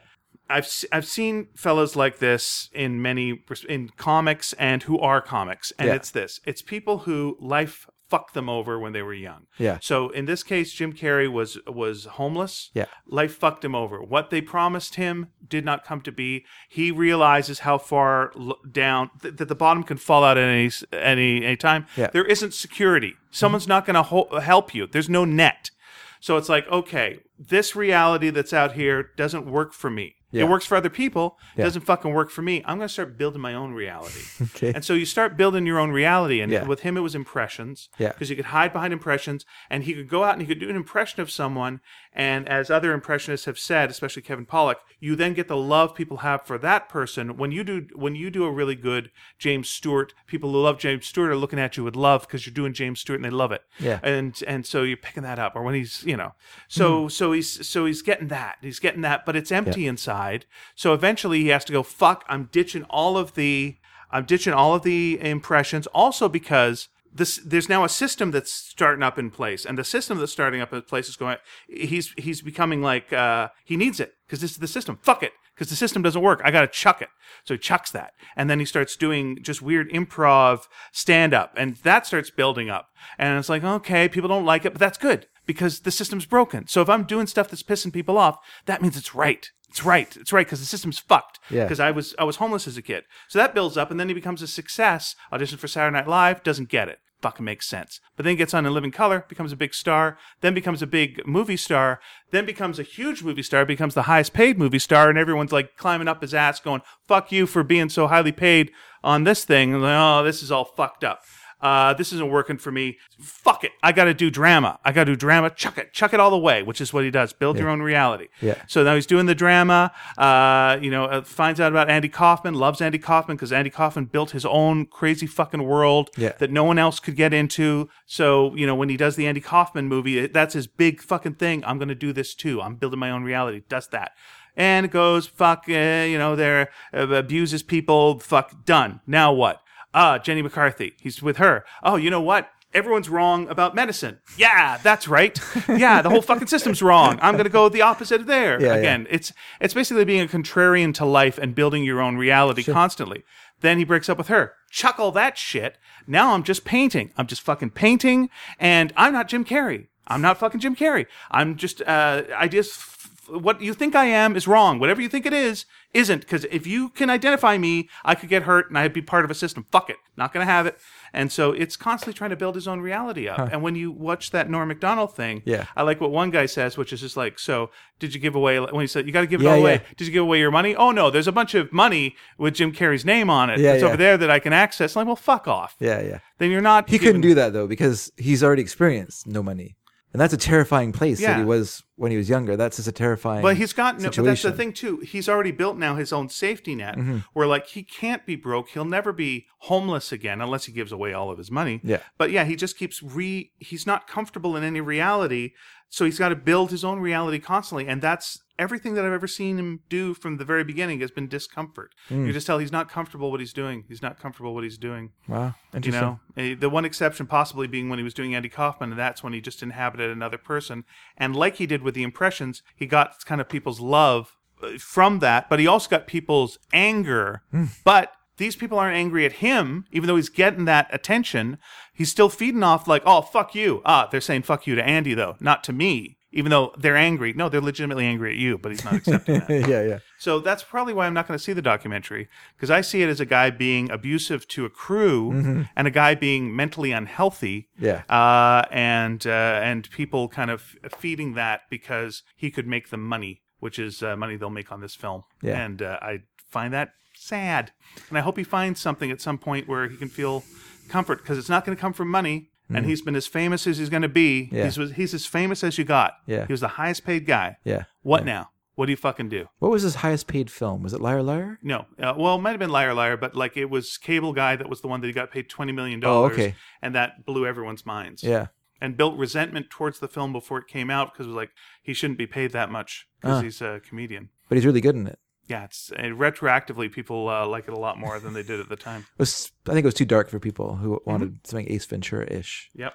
S2: I've se- I've seen fellows like this in many res- in comics and who are comics, and
S1: Yeah.
S2: it's this: it's people who life fucked them over when they were young.
S1: Yeah.
S2: So in this case, Jim Carrey was was homeless.
S1: Yeah.
S2: Life fucked him over. What they promised him did not come to be. He realizes how far l- down th- that the bottom can fall out at any s- any any time.
S1: Yeah.
S2: There isn't security. Someone's not going to ho- help you. There's no net. So it's like, okay, this reality that's out here doesn't work for me.
S1: Yeah.
S2: It works for other people, doesn't fucking work for me. I'm going to start building my own reality.
S1: (laughs) Okay.
S2: And so you start building your own reality. And
S1: Yeah.
S2: with him, it was impressions.
S1: Yeah.
S2: Because you could hide behind impressions and he could go out and he could do an impression of someone. And as other impressionists have said, especially Kevin Pollak, you then get the love people have for that person. When you do when you do a really good James Stewart, people who love James Stewart are looking at you with love because you're doing James Stewart and they love it.
S1: Yeah.
S2: And and so you're picking that up. Or when he's, you know. So so he's so he's getting that. He's getting that, but it's empty inside. So eventually he has to go, fuck, I'm ditching all of the I'm ditching all of the impressions also because this there's now a system that's starting up in place and the system that's starting up in place is going he's he's becoming like uh he needs it because this is the system fuck it because the system doesn't work i gotta chuck it so he chucks that and then he starts doing just weird improv stand up and that starts building up and it's like okay people don't like it but that's good because the system's broken so if i'm doing stuff that's pissing people off that means it's right it's right it's right because the system's fucked
S1: Yeah.
S2: 'Cause I was I was homeless as a kid. So that builds up, and then he becomes a success. Audition for Saturday Night Live, doesn't get it. Fucking makes sense. But then gets on in Living Color, becomes a big star, then becomes a big movie star, then becomes a huge movie star, becomes the highest paid movie star, and everyone's like climbing up his ass, going "fuck you for being so highly paid on this thing." And like, oh, this is all fucked up. Uh, this isn't working for me. Fuck it. I got to do drama. I got to do drama. Chuck it. Chuck it all the way, which is what he does. Build your own reality.
S1: Yeah.
S2: So now he's doing the drama. Uh, you know, uh, finds out about Andy Kaufman, loves Andy Kaufman because Andy Kaufman built his own crazy fucking world
S1: Yeah.
S2: that no one else could get into. So you know, when he does the Andy Kaufman movie, it- that's his big fucking thing. I'm gonna do this too. I'm building my own reality. Does that. And goes fuck, uh, you know, there uh, abuses people. Fuck, done. Now what? Ah, Jenny McCarthy. He's with her. Oh, you know what? Everyone's wrong about medicine. Yeah,
S1: (laughs)
S2: that's right. Yeah, the whole fucking system's wrong. I'm going to go the opposite of there.
S1: Yeah, yeah.
S2: Again, it's it's basically being a contrarian to life and building your own reality constantly. Then he breaks up with her. Chuck all that shit. Now I'm just painting. I'm just fucking painting, and I'm not Jim Carrey. I'm not fucking Jim Carrey. I'm just uh, ideas. F- f- what you think I am is wrong. Whatever you think it is isn't. Because if you can identify me, I could get hurt and I'd be part of a system. Fuck it. Not gonna have it. And so it's constantly trying to build his own reality up. And when you watch that Norm Macdonald thing,
S1: Yeah.
S2: I like what one guy says, which is just like, so did you give away when he said you got to give it
S1: Yeah,
S2: all away?
S1: yeah.
S2: Did you give away your money? Oh no, there's a bunch of money with Jim Carrey's name on it.
S1: Yeah,
S2: that's
S1: yeah.
S2: over there that I can access. I'm like, well, fuck off.
S1: Yeah, yeah.
S2: Then you're not.
S1: He couldn't do that though because he's already experienced no money, and that's a terrifying place that
S2: Yeah.
S1: he was when he was younger. That's just a terrifying.
S2: But he's got no, but that's the
S1: situation. Mm-hmm.
S2: thing too. He's already built now his own safety net where like he can't be broke. He'll never be homeless again unless he gives away all of his money.
S1: Yeah.
S2: But yeah, he just keeps re he's not comfortable in any reality. So he's got to build his own reality constantly. And that's everything that I've ever seen him do from the very beginning has been discomfort.
S1: Mm.
S2: You just tell he's not comfortable what he's doing. He's not comfortable what he's doing.
S1: Wow,
S2: You
S1: interesting.
S2: know, Eh, the one exception possibly being when he was doing Andy Kaufman, and that's when he just inhabited another person. And like he did with the impressions, he got kind of people's love eh, from that, but he also got people's anger. But these people aren't angry at him, even though he's getting that attention. He's still feeding off, like, oh, fuck you. Ah, they're saying fuck you to Andy, though, not to me, even though they're angry. No, they're legitimately angry at you, but he's not accepting that.
S1: (laughs) yeah, yeah.
S2: So that's probably why I'm not going to see the documentary because I see it as a guy being abusive to a crew and a guy being mentally unhealthy.
S1: Mm-hmm. Yeah.
S2: Uh, and uh, and people kind of feeding that because he could make them money, which is uh, money they'll make on this film.
S1: Yeah.
S2: And uh, I find that sad. And I hope he finds something at some point where he can feel comfort because it's not going to come from money. And he's been as famous as he's going to be.
S1: Mm-hmm. Yeah.
S2: He's, he's as famous as you got.
S1: Yeah.
S2: He was the highest paid guy.
S1: Yeah.
S2: What now? What do you fucking do?
S1: What was his highest paid film? Was it Liar Liar?
S2: No. Uh, well, it might have been Liar Liar, but like it was Cable Guy that was the one that he got paid $20 million.
S1: Oh, okay.
S2: And that blew everyone's minds.
S1: Yeah.
S2: And built resentment towards the film before it came out because it was like, he shouldn't be paid that much
S1: Ah.
S2: because he's a comedian.
S1: But he's really good in it.
S2: Yeah, it's uh, retroactively people uh, like it a lot more than they did at the time.
S1: It was I think it was too dark for people who
S2: Mm-hmm.
S1: wanted something Ace Ventura ish.
S2: Yep.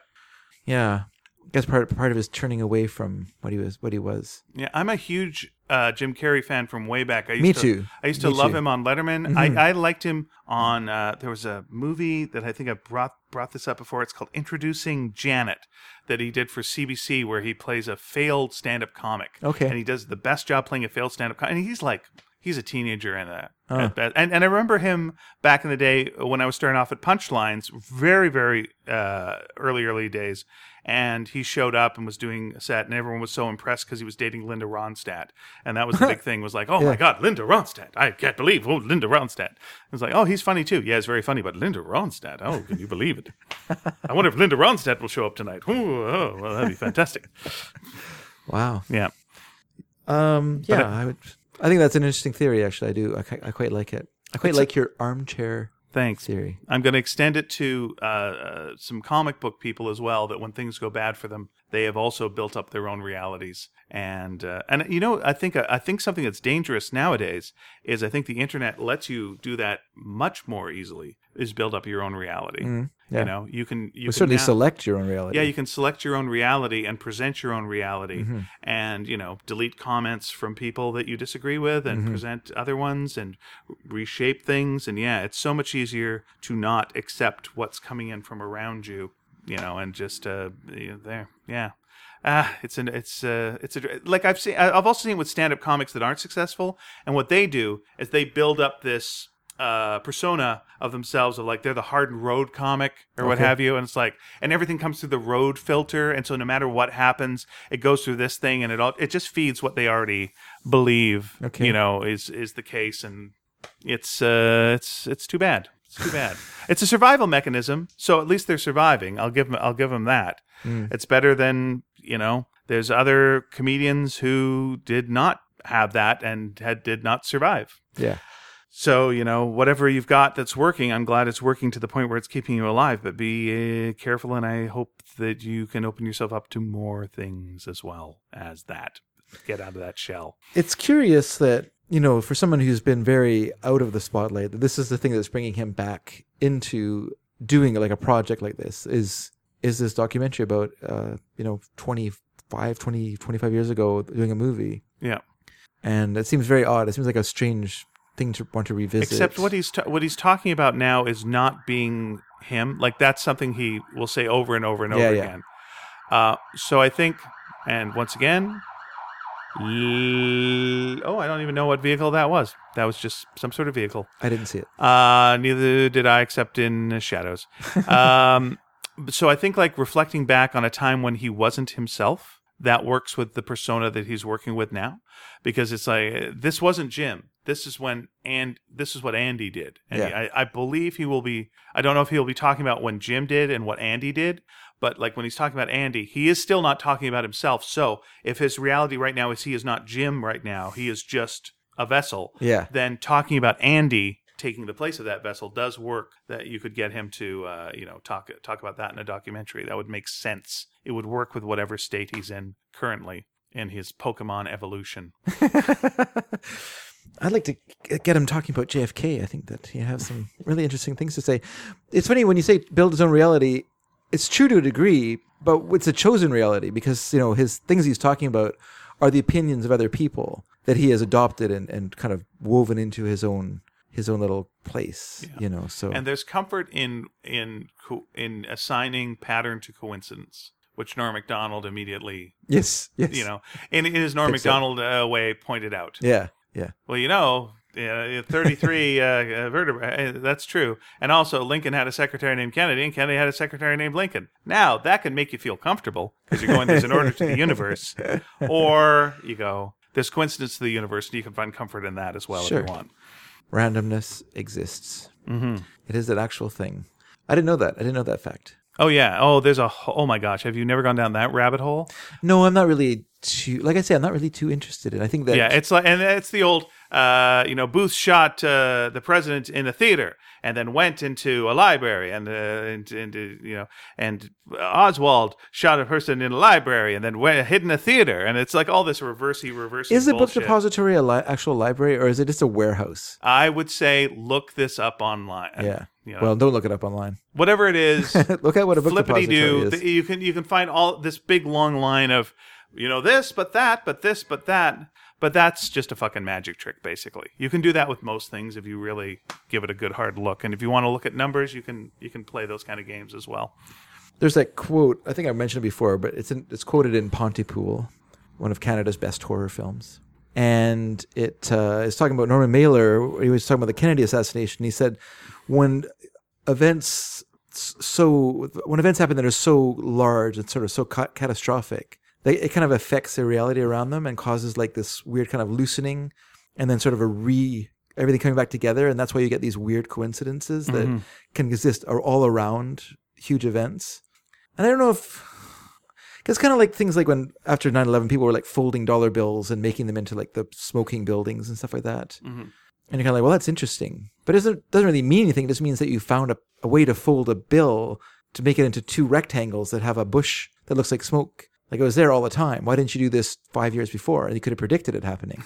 S1: Yeah. I guess part part of his turning away from what he was what he was.
S2: Yeah, I'm a huge uh, Jim Carrey fan from way back. I used
S1: Me
S2: to,
S1: too.
S2: I used to
S1: Me
S2: love
S1: too. Mm-hmm.
S2: him on Letterman. I, I liked him on. Uh, there was a movie that I think I brought brought this up before. It's called Introducing Janet that he did for CBC, where he plays a failed stand up comic.
S1: Okay.
S2: and he does the best job playing a failed stand up comic. And he's like. He's a teenager in that. at best. And, and I remember him back in the day when I was starting off at Punchlines, very, very uh, early, early days. And he showed up and was doing a set, and everyone was so impressed because he was dating Linda Ronstadt. And that was the big thing was like, oh my God, Linda Ronstadt. I can't believe, oh, Linda Ronstadt. It was like, oh, he's funny too. Yeah, it's very funny, but Linda Ronstadt, oh, can you believe it? I wonder if Linda Ronstadt will show up tonight. Ooh, oh, well, that'd be fantastic.
S1: Wow.
S2: Yeah.
S1: Um yeah, I, would I think that's an interesting theory actually. I do I, qui- I quite like it. I quite like your armchair
S2: Thanks.
S1: theory.
S2: I'm going to extend it to uh, uh, some comic book people as well. That when things go bad for them, they have also built up their own realities. And uh, and you know, I think I think something that's dangerous nowadays is I think the internet lets you do that much more easily. Is build up your own reality.
S1: Mm-hmm. yeah.
S2: You know, you can you
S1: Well,
S2: can
S1: certainly
S2: now-
S1: select your own reality.
S2: yeah, you can select your own reality and present your own reality and, you know, delete comments from people that you disagree with and present other ones and reshape things. And yeah, it's so much easier to not accept what's coming in from around you, you know, and just uh, you know, there. Yeah. Ah, it's an it's uh it's a like I've seen I- I've also seen with stand up comics that aren't successful and what they do is they build up this uh persona of themselves of like they're the hardened road comic or what have you and it's like and everything comes through the road filter and so no matter what happens it goes through this thing and it all it just feeds what they already believe
S1: Okay.
S2: you know is is the case and it's uh it's it's too bad it's too bad it's a survival mechanism so at least they're surviving i'll give them i'll give them that it's better than you know there's other comedians who did not have that and had did not survive
S1: Yeah.
S2: so you know whatever you've got that's working i'm glad it's working to the point where it's keeping you alive but be uh, careful and i hope that you can open yourself up to more things as well as that get out of that shell
S1: it's curious that you know for someone who's been very out of the spotlight that this is the thing that's bringing him back into doing like a project like this is is this documentary about uh you know 25 20 25 years ago doing a movie
S2: yeah
S1: and it seems very odd it seems like a strange thing to want to revisit
S2: Except what he's ta- what he's talking about now is not being him. Like that's something he will say over and over and over
S1: Yeah, yeah.
S2: again. Uh, so I think, and once again, l- oh, I don't even know what vehicle that was. That was just some sort of vehicle.
S1: i didn't see it
S2: Uh, neither did I, except in Shadows. Um, so I think like reflecting back on a time when he wasn't himself, that works with the persona that he's working with now, because it's like this wasn't Jim. This is when and this is what Andy did. And
S1: Yeah.
S2: I, I believe he will be. I don't know if he'll be talking about when Jim did and what Andy did, But like when he's talking about Andy, he is still not talking about himself. So if his reality right now is he is not Jim right now, he is just a vessel.
S1: Yeah.
S2: Then talking about Andy taking the place of that vessel does work. That you could get him to uh, you know talk talk about that in a documentary. That would make sense. It would work with whatever state he's in currently in his Pokemon evolution.
S1: (laughs) I'd like to g- get him talking about JFK. I think that he has some really interesting things to say. It's funny when you say build his own reality, it's true to a degree, but it's a chosen reality because, you know, his things he's talking about are the opinions of other people that he has adopted and, and kind of woven into his own his own little place, you know. So
S2: And there's comfort in in co- in assigning pattern to coincidence, which Norm Macdonald immediately
S1: yes, yes.
S2: you know in, in his Norm
S1: Picks up.
S2: Macdonald uh, way pointed out.
S1: Yeah, yeah.
S2: Well, you know, yeah, 33 uh, uh, vertebrae, uh, that's true. And also, Lincoln had a secretary named Kennedy, and Kennedy had a secretary named Lincoln. Now, that can make you feel comfortable because you're going, there's an order to the universe. Or you go, there's coincidence to the universe, and you can find comfort in that as well
S1: Sure.
S2: if you want.
S1: Randomness exists.
S2: Mm-hmm.
S1: It is an actual thing. I didn't know that. I didn't know that fact.
S2: Oh, yeah. Oh, there's a, wh- oh my gosh, have you never gone down that rabbit hole?
S1: No, I'm not really too. Like I say, I'm not really too interested in. I think that
S2: Yeah, it's like, and it's the old, uh, you know, Booth shot uh, the president in a theater, and then went into a library, and uh, and, and uh, you know, and Oswald shot a person in a library, and then went hid in a theater, and it's like all this reversey, reversey.
S1: Is the book
S2: bullshit.
S1: depository a li- actual library or is it just a warehouse?
S2: I would say look this up online.
S1: Yeah.
S2: You know,
S1: Well, don't look it up online.
S2: whatever it is,
S1: (laughs) Look at what a book
S2: flippity
S1: depository
S2: do.
S1: is.
S2: You can you can find all this big long line of, you know, this but that but this but that. But that's just a fucking magic trick, basically. You can do that with most things if you really give it a good hard look. And if you want to look at numbers, you can you can play those kind of games as well.
S1: There's that quote. I think I mentioned it before, but it's in, it's quoted in Pontypool, one of Canada's best horror films, and it uh, is talking about Norman Mailer. He was talking about the Kennedy assassination. He said, when events s- so when events happen that are so large and sort of so ca- catastrophic, they, it kind of affects the reality around them and causes like this weird kind of loosening, and then sort of a re everything coming back together, and that's why you get these weird coincidences that can exist are all around huge events. And I don't know if 'cause it's kind of like things like when after 9-11 people were like folding dollar bills and making them into like the smoking buildings and stuff like that. And you're kind of like, well, that's interesting, but it doesn't doesn't really mean anything. It just means that you found a, a way to fold a bill to make it into two rectangles that have a bush that looks like smoke. Like it was there all the time. Why didn't you do this five years before? And you could have predicted it happening.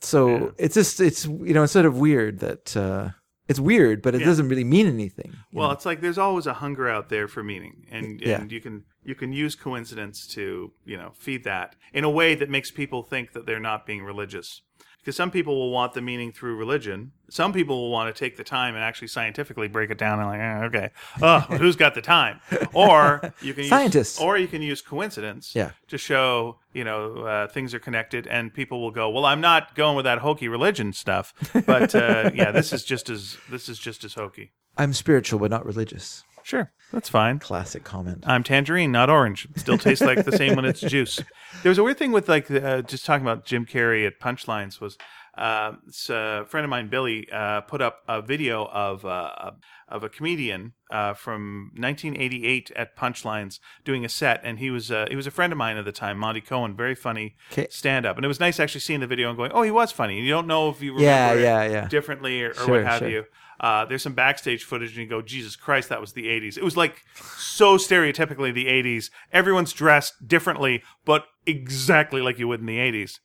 S1: so it's just it's you know it's sort of weird that uh, it's weird, but it doesn't really mean anything. you
S2: Well, it's like there's always a hunger out there for meaning, and,
S1: Yeah.
S2: and you can you can use coincidence to you know feed that in a way that makes people think that they're not being religious. Because some people will want the meaning through religion. Some people will want to take the time and actually scientifically break it down and like, eh, okay, oh, who's got
S1: (laughs)
S2: the time? Or you can
S1: Scientists.
S2: Use, or you can use coincidence
S1: Yeah.
S2: to show you know uh, things are connected, and people will go, well, I'm not going with that hokey religion stuff, but uh, yeah, this is just as this is just as hokey.
S1: I'm spiritual but not religious.
S2: Sure, that's fine.
S1: Classic comment.
S2: I'm tangerine, not orange. It still tastes like the same when it's juice. There was a weird thing with like uh, just talking about Jim Carrey at punchlines was uh, s- a friend of mine, Billy, uh, put up a video of uh, of a comedian uh, from 1988 at punchlines doing a set, and he was uh, he was a friend of mine at the time, Monty Cohen, very funny
S1: 'Kay.
S2: stand up, and it was nice actually seeing the video and going, oh, he was funny. And you don't know if you remember
S1: Yeah,
S2: it
S1: yeah, yeah.
S2: differently or, or
S1: Sure,
S2: what have
S1: sure.
S2: you. Uh, there's some backstage footage, and you go, Jesus Christ, that was the 80s. It was like so stereotypically the 80s. Everyone's dressed differently, but exactly like you would in the 80s.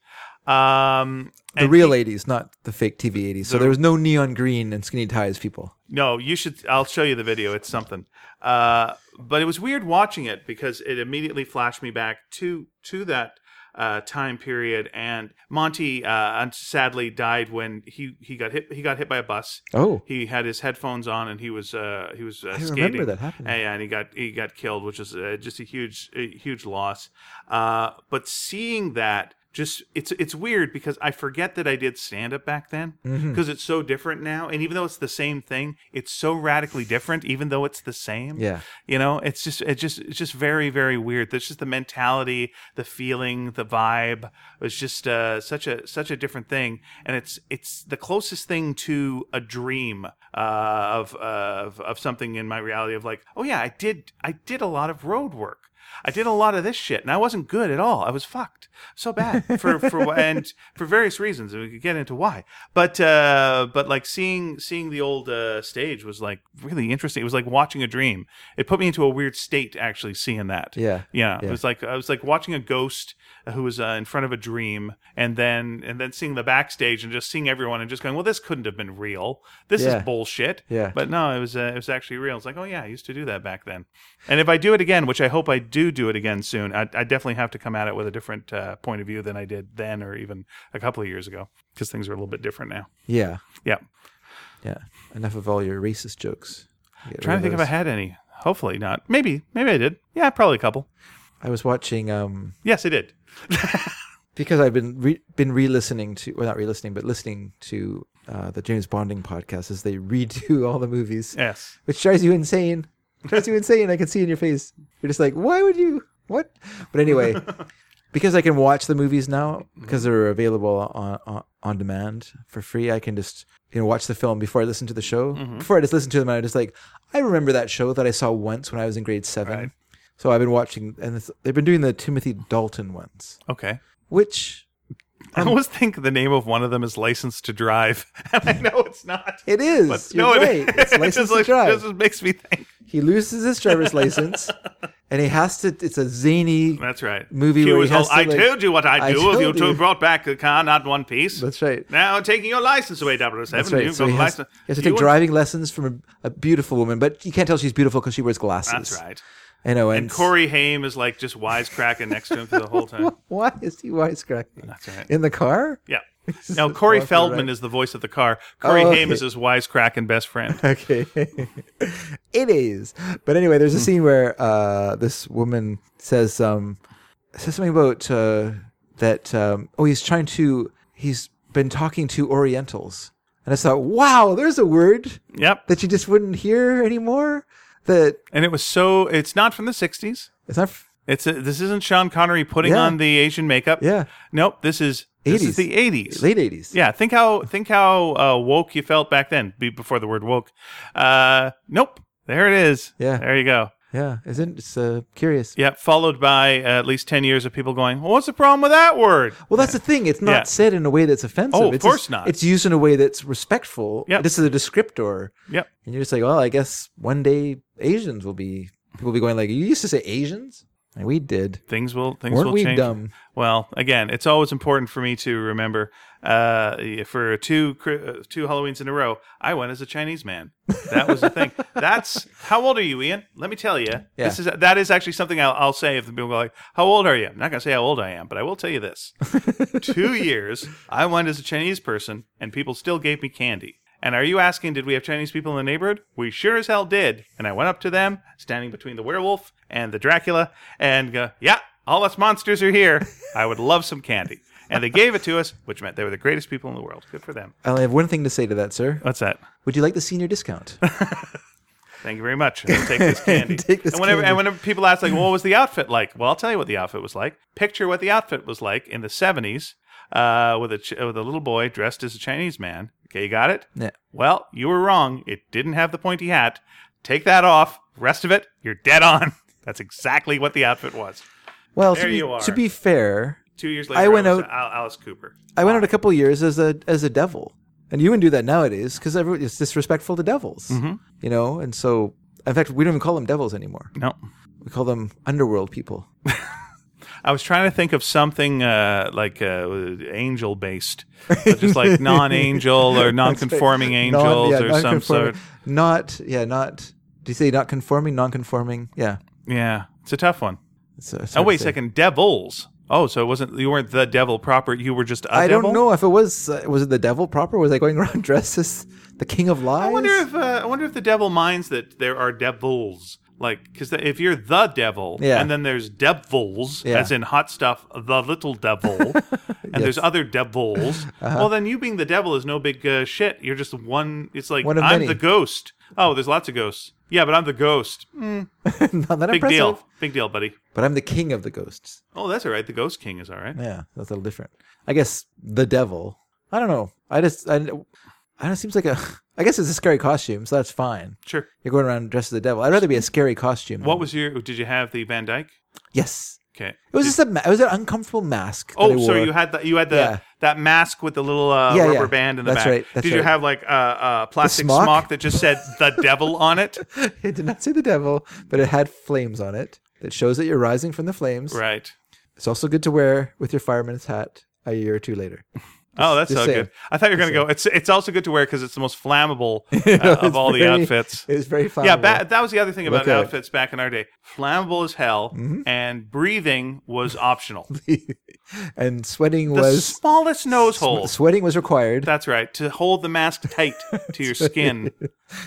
S2: Um,
S1: the real 80s, not the fake TV 80s. So there was no neon green and skinny ties, people.
S2: No, you should. I'll show you the video. It's something. Uh, but it was weird watching it because it immediately flashed me back to to that uh, time period. And Monty uh, sadly died when he, he got hit. He got hit by a bus.
S1: Oh.
S2: he had his headphones on and he was uh, he was uh,
S1: I
S2: skating.
S1: remember that happening.
S2: And, yeah, and he got he got killed, which is uh, just a huge a huge loss. Uh, but seeing that just it's it's weird because I forget that I did stand up back then
S1: Mhm.
S2: because it's so different now. And even though it's the same thing, it's so radically different. Even though it's the same,
S1: Yeah.
S2: you know, it's just it's just it's just very very weird. There's just the mentality, the feeling, the vibe. It's just uh, such a such a different thing, and it's it's the closest thing to a dream uh, of of of something in my reality of like, oh yeah, I did I did a lot of road work. I did a lot of this shit, and I wasn't good at all. I was fucked so bad for for and for various reasons, and we could get into why. But uh, but like seeing seeing the old uh, stage was like really interesting. It was like watching a dream. It put me into a weird state actually seeing that.
S1: Yeah.
S2: Yeah,
S1: Yeah.
S2: it was like I was like watching a ghost who was uh, in front of a dream, and then and then seeing the backstage and just seeing everyone and just going, well, this couldn't have been real. This
S1: Yeah.
S2: is bullshit.
S1: Yeah.
S2: But no, it was uh, it was actually real. It's like, oh yeah, I used to do that back then. And if I do it again, which I hope I do do it again soon, I, I definitely have to come at it with a different uh, point of view than I did then, or even a couple of years ago, because things are a little bit different now.
S1: Yeah.
S2: Yeah.
S1: Yeah. Enough of all your racist jokes. Get
S2: trying to
S1: rid
S2: think
S1: of
S2: if I
S1: those.
S2: had any. Hopefully not. Maybe maybe I did. Yeah, probably a couple.
S1: I was watching um
S2: Yes, I did.
S1: because I've been re- been re-listening to, well, not re-listening, but listening to uh, the James Bonding podcast as they (laughs) redo all the movies,
S2: Yes.
S1: which drives you insane. drives you insane. I can see in your face. You're just like, why would you? What? But
S2: (laughs)
S1: anyway, because I can watch the movies now because they're available on, on on demand for free. I can just you know watch the film before I listen to the show.
S2: Mm-hmm.
S1: Before I just listen to them, I'm just like, I remember that show that I saw once when I was in grade seven.
S2: Right.
S1: So I've been watching, and it's- they've been doing the Timothy Dalton ones,
S2: Okay.
S1: which Um,
S2: I always think the name of one of them is License to Drive, (laughs)
S1: (laughs)
S2: and I know it's not.
S1: It is.
S2: But
S1: You're
S2: no,
S1: right.
S2: it,
S1: It's
S2: it
S1: license
S2: (laughs) just,
S1: to
S2: like-
S1: drive.
S2: just makes me think.
S1: He loses his driver's license, and he has to. It's a zany.
S2: That's right.
S1: Movie
S2: Q
S1: where he
S2: is
S1: has
S2: all,
S1: to,
S2: I
S1: like-
S2: told you what I'd
S1: I
S2: do if you
S1: told you."
S2: two brought back the car, not one piece.
S1: That's right.
S2: now I'm taking your license away, 007.
S1: That's right.
S2: You've
S1: So
S2: got
S1: he
S2: the
S1: has,
S2: license.
S1: he has to
S2: You
S1: take
S2: were-
S1: driving lessons from a, a beautiful woman, but you can't tell she's beautiful because she wears glasses.
S2: That's right.
S1: I know. And,
S2: And Corey Haim is like just wisecracking next to him for the whole time.
S1: (laughs) why is he wisecracking?
S2: That's right.
S1: In the car?
S2: Yeah. Now Corey
S1: Walking
S2: Feldman
S1: around.
S2: is the voice of the car. Corey
S1: Oh,
S2: Haim
S1: okay.
S2: is his wisecracking best friend.
S1: Okay. (laughs) it is. But anyway, there's a
S2: Hmm.
S1: scene where uh, this woman says um, says something about uh, that. Um, oh, he's trying to. He's been talking to Orientals, and I thought, wow, there's a word
S2: Yep.
S1: that you just wouldn't hear anymore. That
S2: And it was so. It's not from the '60s.
S1: it's not. f-
S2: It's a, this isn't Sean Connery putting
S1: Yeah.
S2: on the Asian makeup.
S1: Yeah.
S2: Nope. This is this
S1: 80s.
S2: is the '80s.
S1: Late eighties.
S2: Yeah, think how think how uh, woke you felt back then, be- before the word woke. Uh, nope, there it is.
S1: Yeah.
S2: there you go.
S1: Yeah. Isn't it's uh, curious?
S2: Yeah, followed by uh, at least ten years of people going, well, "What's the problem with that word?"
S1: Well, that's the thing. It's not
S2: Yeah.
S1: said in a way that's offensive.
S2: Oh, of
S1: it's
S2: course
S1: just-
S2: not.
S1: It's used in a way that's respectful.
S2: Yep.
S1: This is a descriptor.
S2: Yep,
S1: And you're just like, well, I guess one day Asians will be people will be going like, you used to say Asians, and we did.
S2: things will things
S1: Weren't
S2: will
S1: we
S2: change.
S1: dumb?
S2: Well, again, it's always important for me to remember. Uh, for two cri- uh, two Halloweens in a row, I went as a Chinese man. That was the thing. That's how old are you, Ian? Let me tell you. This is that is actually something I'll, I'll say if the people go like, "How old are you?" I'm not gonna say how old I am, but I will tell you this: two years I went as a Chinese person, and people still gave me candy. And are you asking, did we have Chinese people in the neighborhood? We sure as hell did. And I went up to them, standing between the werewolf and the Dracula, and go, yeah, all us monsters are here. I would love some candy. And they gave it to us, which meant they were the greatest people in the world. Good for them.
S1: I only have one thing to say to that, sir.
S2: (laughs) What's that?
S1: Would you like the senior
S2: (laughs)
S1: discount?
S2: Thank you very much. I'll
S1: (laughs)
S2: take this candy.
S1: Take this
S2: and whenever
S1: candy.
S2: and whenever people ask like, "What was the outfit like?" Well, I'll tell you what the outfit was like. Picture what the outfit was like in the '70s uh, with a ch- with a little boy dressed as a Chinese man. Okay, you got it.
S1: Yeah.
S2: Well, you were wrong. It didn't have the pointy hat. Take that off. Rest of it, you're dead on. (laughs) That's exactly what the outfit was.
S1: Well,
S2: There
S1: to, be,
S2: you are.
S1: to be fair,
S2: Two years later,
S1: I went
S2: was
S1: out-
S2: Al- Alice Cooper.
S1: I went out a couple of years as a as a devil, and you wouldn't do that nowadays because it's disrespectful to devils,
S2: Mm-hmm.
S1: you know. And so, in fact, we don't even call them devils anymore.
S2: No,
S1: We call them underworld people.
S2: I was trying to think of something uh, like uh, angel based,
S1: (laughs)
S2: just like non angel or non conforming angels
S1: Non- yeah,
S2: or some
S1: non-conforming.
S2: sort.
S1: Not yeah, not. Do you say not conforming, non conforming? Yeah.
S2: Yeah, it's a tough one.
S1: It's, it's
S2: Oh,
S1: hard to
S2: wait a
S1: say.
S2: second. Devils. Oh, so it wasn't you weren't the devil proper. You were just a
S1: I
S2: devil.
S1: don't know if it was uh, was it the devil proper? Was I going (laughs) around dressed as the king of lies? (laughs)
S2: I wonder if uh, I wonder if the devil minds that there are devils. Like, because if you're the devil,
S1: Yeah.
S2: and then there's devils,
S1: Yeah.
S2: as in hot stuff, the little devil,
S1: (laughs)
S2: and there's other devils,
S1: Uh-huh.
S2: well, then you being the devil is no big uh, shit. You're just one, it's like,
S1: One of
S2: I'm
S1: many.
S2: the ghost. Oh, there's lots of ghosts. Yeah, but I'm the ghost.
S1: Not that
S2: Big
S1: impressive.
S2: deal. Big deal, buddy.
S1: But I'm the king of the ghosts.
S2: Oh, that's all right. The ghost king is all right.
S1: Yeah, that's a little different. I guess the devil. I don't know. I just I, I don't. know, It seems like a. (laughs) I guess it's a scary costume, so that's fine.
S2: Sure.
S1: You're going around dressed as the devil. I'd rather be a scary costume.
S2: What was your, did you have the Van Dyke?
S1: Yes,
S2: Okay.
S1: it was just a. Ma- it was an uncomfortable mask. that I
S2: Oh,
S1: wore.
S2: so you had the you had the
S1: Yeah.
S2: that mask with the little uh,
S1: Yeah,
S2: rubber
S1: yeah.
S2: band in the
S1: That's
S2: back.
S1: right, that's
S2: Did you
S1: right.
S2: have like a uh, uh, plastic
S1: smock?
S2: smock? that just said
S1: (laughs)
S2: "the devil" on it?
S1: It did not say the devil, but it had flames on it that shows that you're rising from the flames.
S2: Right.
S1: It's also good to wear with your fireman's hat a year or two later.
S2: Oh, that's
S1: just
S2: so
S1: saying.
S2: good. I thought you were going to go. It's it's also good to wear because it's the most flammable
S1: (laughs)
S2: uh, (laughs) of
S1: It's
S2: all the
S1: very-
S2: outfits.
S1: It was very flammable.
S2: Yeah, ba- that was the other thing about
S1: Look Mm-hmm. out.
S2: outfits back in our day. Flammable as hell, and breathing
S1: (laughs)
S2: was optional.
S1: and sweating
S2: The
S1: was
S2: smallest nose hole.
S1: sweating was required.
S2: That's right. To hold the mask tight
S1: (laughs)
S2: to your skin.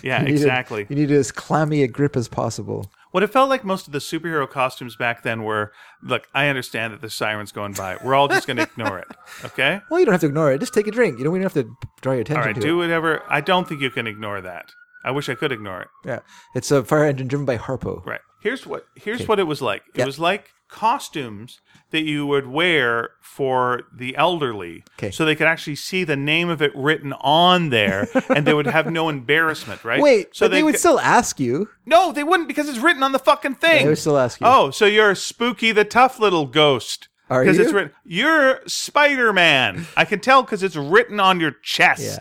S2: Yeah,
S1: You needed-
S2: exactly.
S1: You needed as clammy a grip as possible.
S2: What it felt like most of the superhero costumes back then were look, I understand that the siren's going by. We're all just going to ignore it.
S1: (laughs)
S2: Okay?
S1: Well, you don't have to ignore it. Just take a drink. You don't even have to draw your attention
S2: All right,
S1: to
S2: do
S1: it.
S2: whatever. I don't think you can ignore that. I wish I could ignore it.
S1: Yeah, it's a fire engine driven by Harpo.
S2: Right. Here's what here's what it was like. It
S1: Yeah.
S2: was like costumes that you would wear for the elderly
S1: 'Kay.
S2: so they could actually see the name of it written on there and they would
S1: (laughs)
S2: have no embarrassment, right?
S1: Wait,
S2: so
S1: but they, would
S2: ca-
S1: still ask you.
S2: No, they wouldn't because it's written on the fucking thing.
S1: They would still ask you.
S2: Oh, so you're Spooky the Tough Little Ghost.
S1: Are
S2: Because it's
S1: you?
S2: written, you're Spider Man. I can tell because it's written on your chest.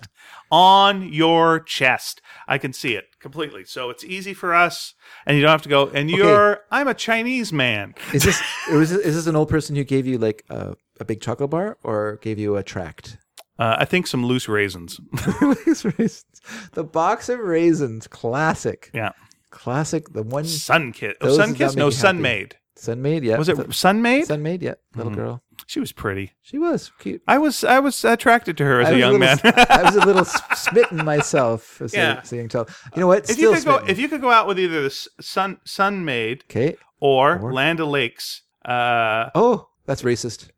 S2: On your chest. I can see it completely. So it's easy for us, and you don't have to go, and you're, I'm a Chinese man.
S1: Is this or is this, is this an old person who gave you like a, a big chocolate bar or gave you a tract?
S2: Uh, I think some loose raisins.
S1: These raisins. the box of raisins, classic,
S2: yeah.
S1: classic. The one
S2: Sun Kid. Oh,
S1: Those
S2: sun
S1: did not
S2: Kiss? No,
S1: make you
S2: Sun
S1: happy.
S2: Maid.
S1: sun made, yeah.
S2: Was it Mm-hmm. Sun Maid?
S1: sun made? Yeah, little girl.
S2: She was pretty.
S1: She was cute.
S2: I was I was attracted to her
S1: I
S2: as a
S1: was
S2: young man.
S1: little, I was a little s-
S2: (laughs)
S1: smitten myself as,
S2: Yeah.
S1: a, as a young child. You know what?
S2: (laughs) if
S1: Still
S2: you could go,
S1: smitten.
S2: if you could go out with either the s- Sun Sun Maid
S1: okay.
S2: or,
S1: Or-
S2: Land O'Lakes. Uh,
S1: Oh, that's racist.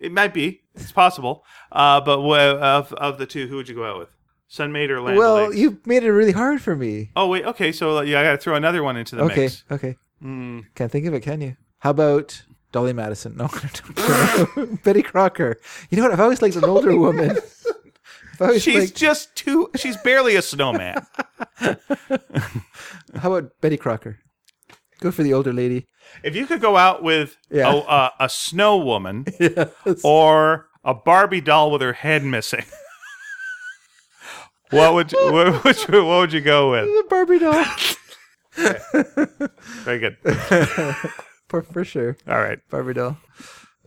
S2: it might be. It's possible. Uh, but wh- of of the two, who would you go out with? Sunmaid or Land
S1: well,
S2: O'Lakes?
S1: you made it really hard for me.
S2: Oh wait, okay. So yeah, I got to throw another one into the
S1: okay,
S2: mix.
S1: okay.
S2: Mm.
S1: Can't think of it, can you? How about Dolly Madison? No, (laughs) Betty Crocker. You know what? I've always liked an older woman. (laughs) I've always
S2: She's
S1: liked-
S2: just too. She's barely
S1: (laughs)
S2: a snowman.
S1: How about Betty Crocker? Go for the older lady.
S2: if you could go out with
S1: Yeah.
S2: a, a, a
S1: (laughs)
S2: snow woman or a Barbie doll with her head missing. (laughs) What would you, what would you, what would you go with?
S1: The Barbie doll,
S2: Very good.
S1: (laughs) for, for sure.
S2: All right.
S1: Barbie doll.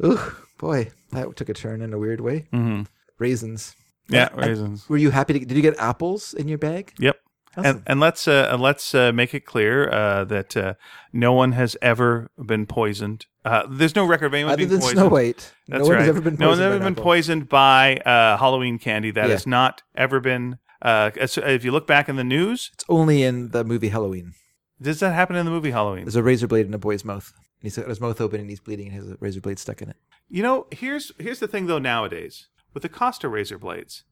S1: Ooh, boy, that took a turn in a weird way.
S2: Mm-hmm.
S1: Raisins.
S2: Yeah, raisins.
S1: Were you happy to? Did you get apples in your bag?
S2: Yep. And,
S1: Awesome.
S2: and let's uh, and let's uh, make it clear uh, that uh, no one has ever been poisoned. Uh, there's no record of anyone
S1: Other
S2: being
S1: than
S2: poisoned.
S1: Snow White,
S2: That's
S1: no one
S2: right.
S1: has ever been poisoned.
S2: no one's ever
S1: by an
S2: been
S1: apple.
S2: poisoned by uh, Halloween candy. That
S1: Yeah.
S2: has not ever been. Uh, as- if you look back in the news,
S1: It's only in the movie Halloween.
S2: does that happen in the movie Halloween?
S1: There's a razor blade in a boy's mouth. And he's got his mouth open and he's bleeding and he has a razor blade stuck in it.
S2: You know, here's here's the thing though. Nowadays, with the cost of razor blades,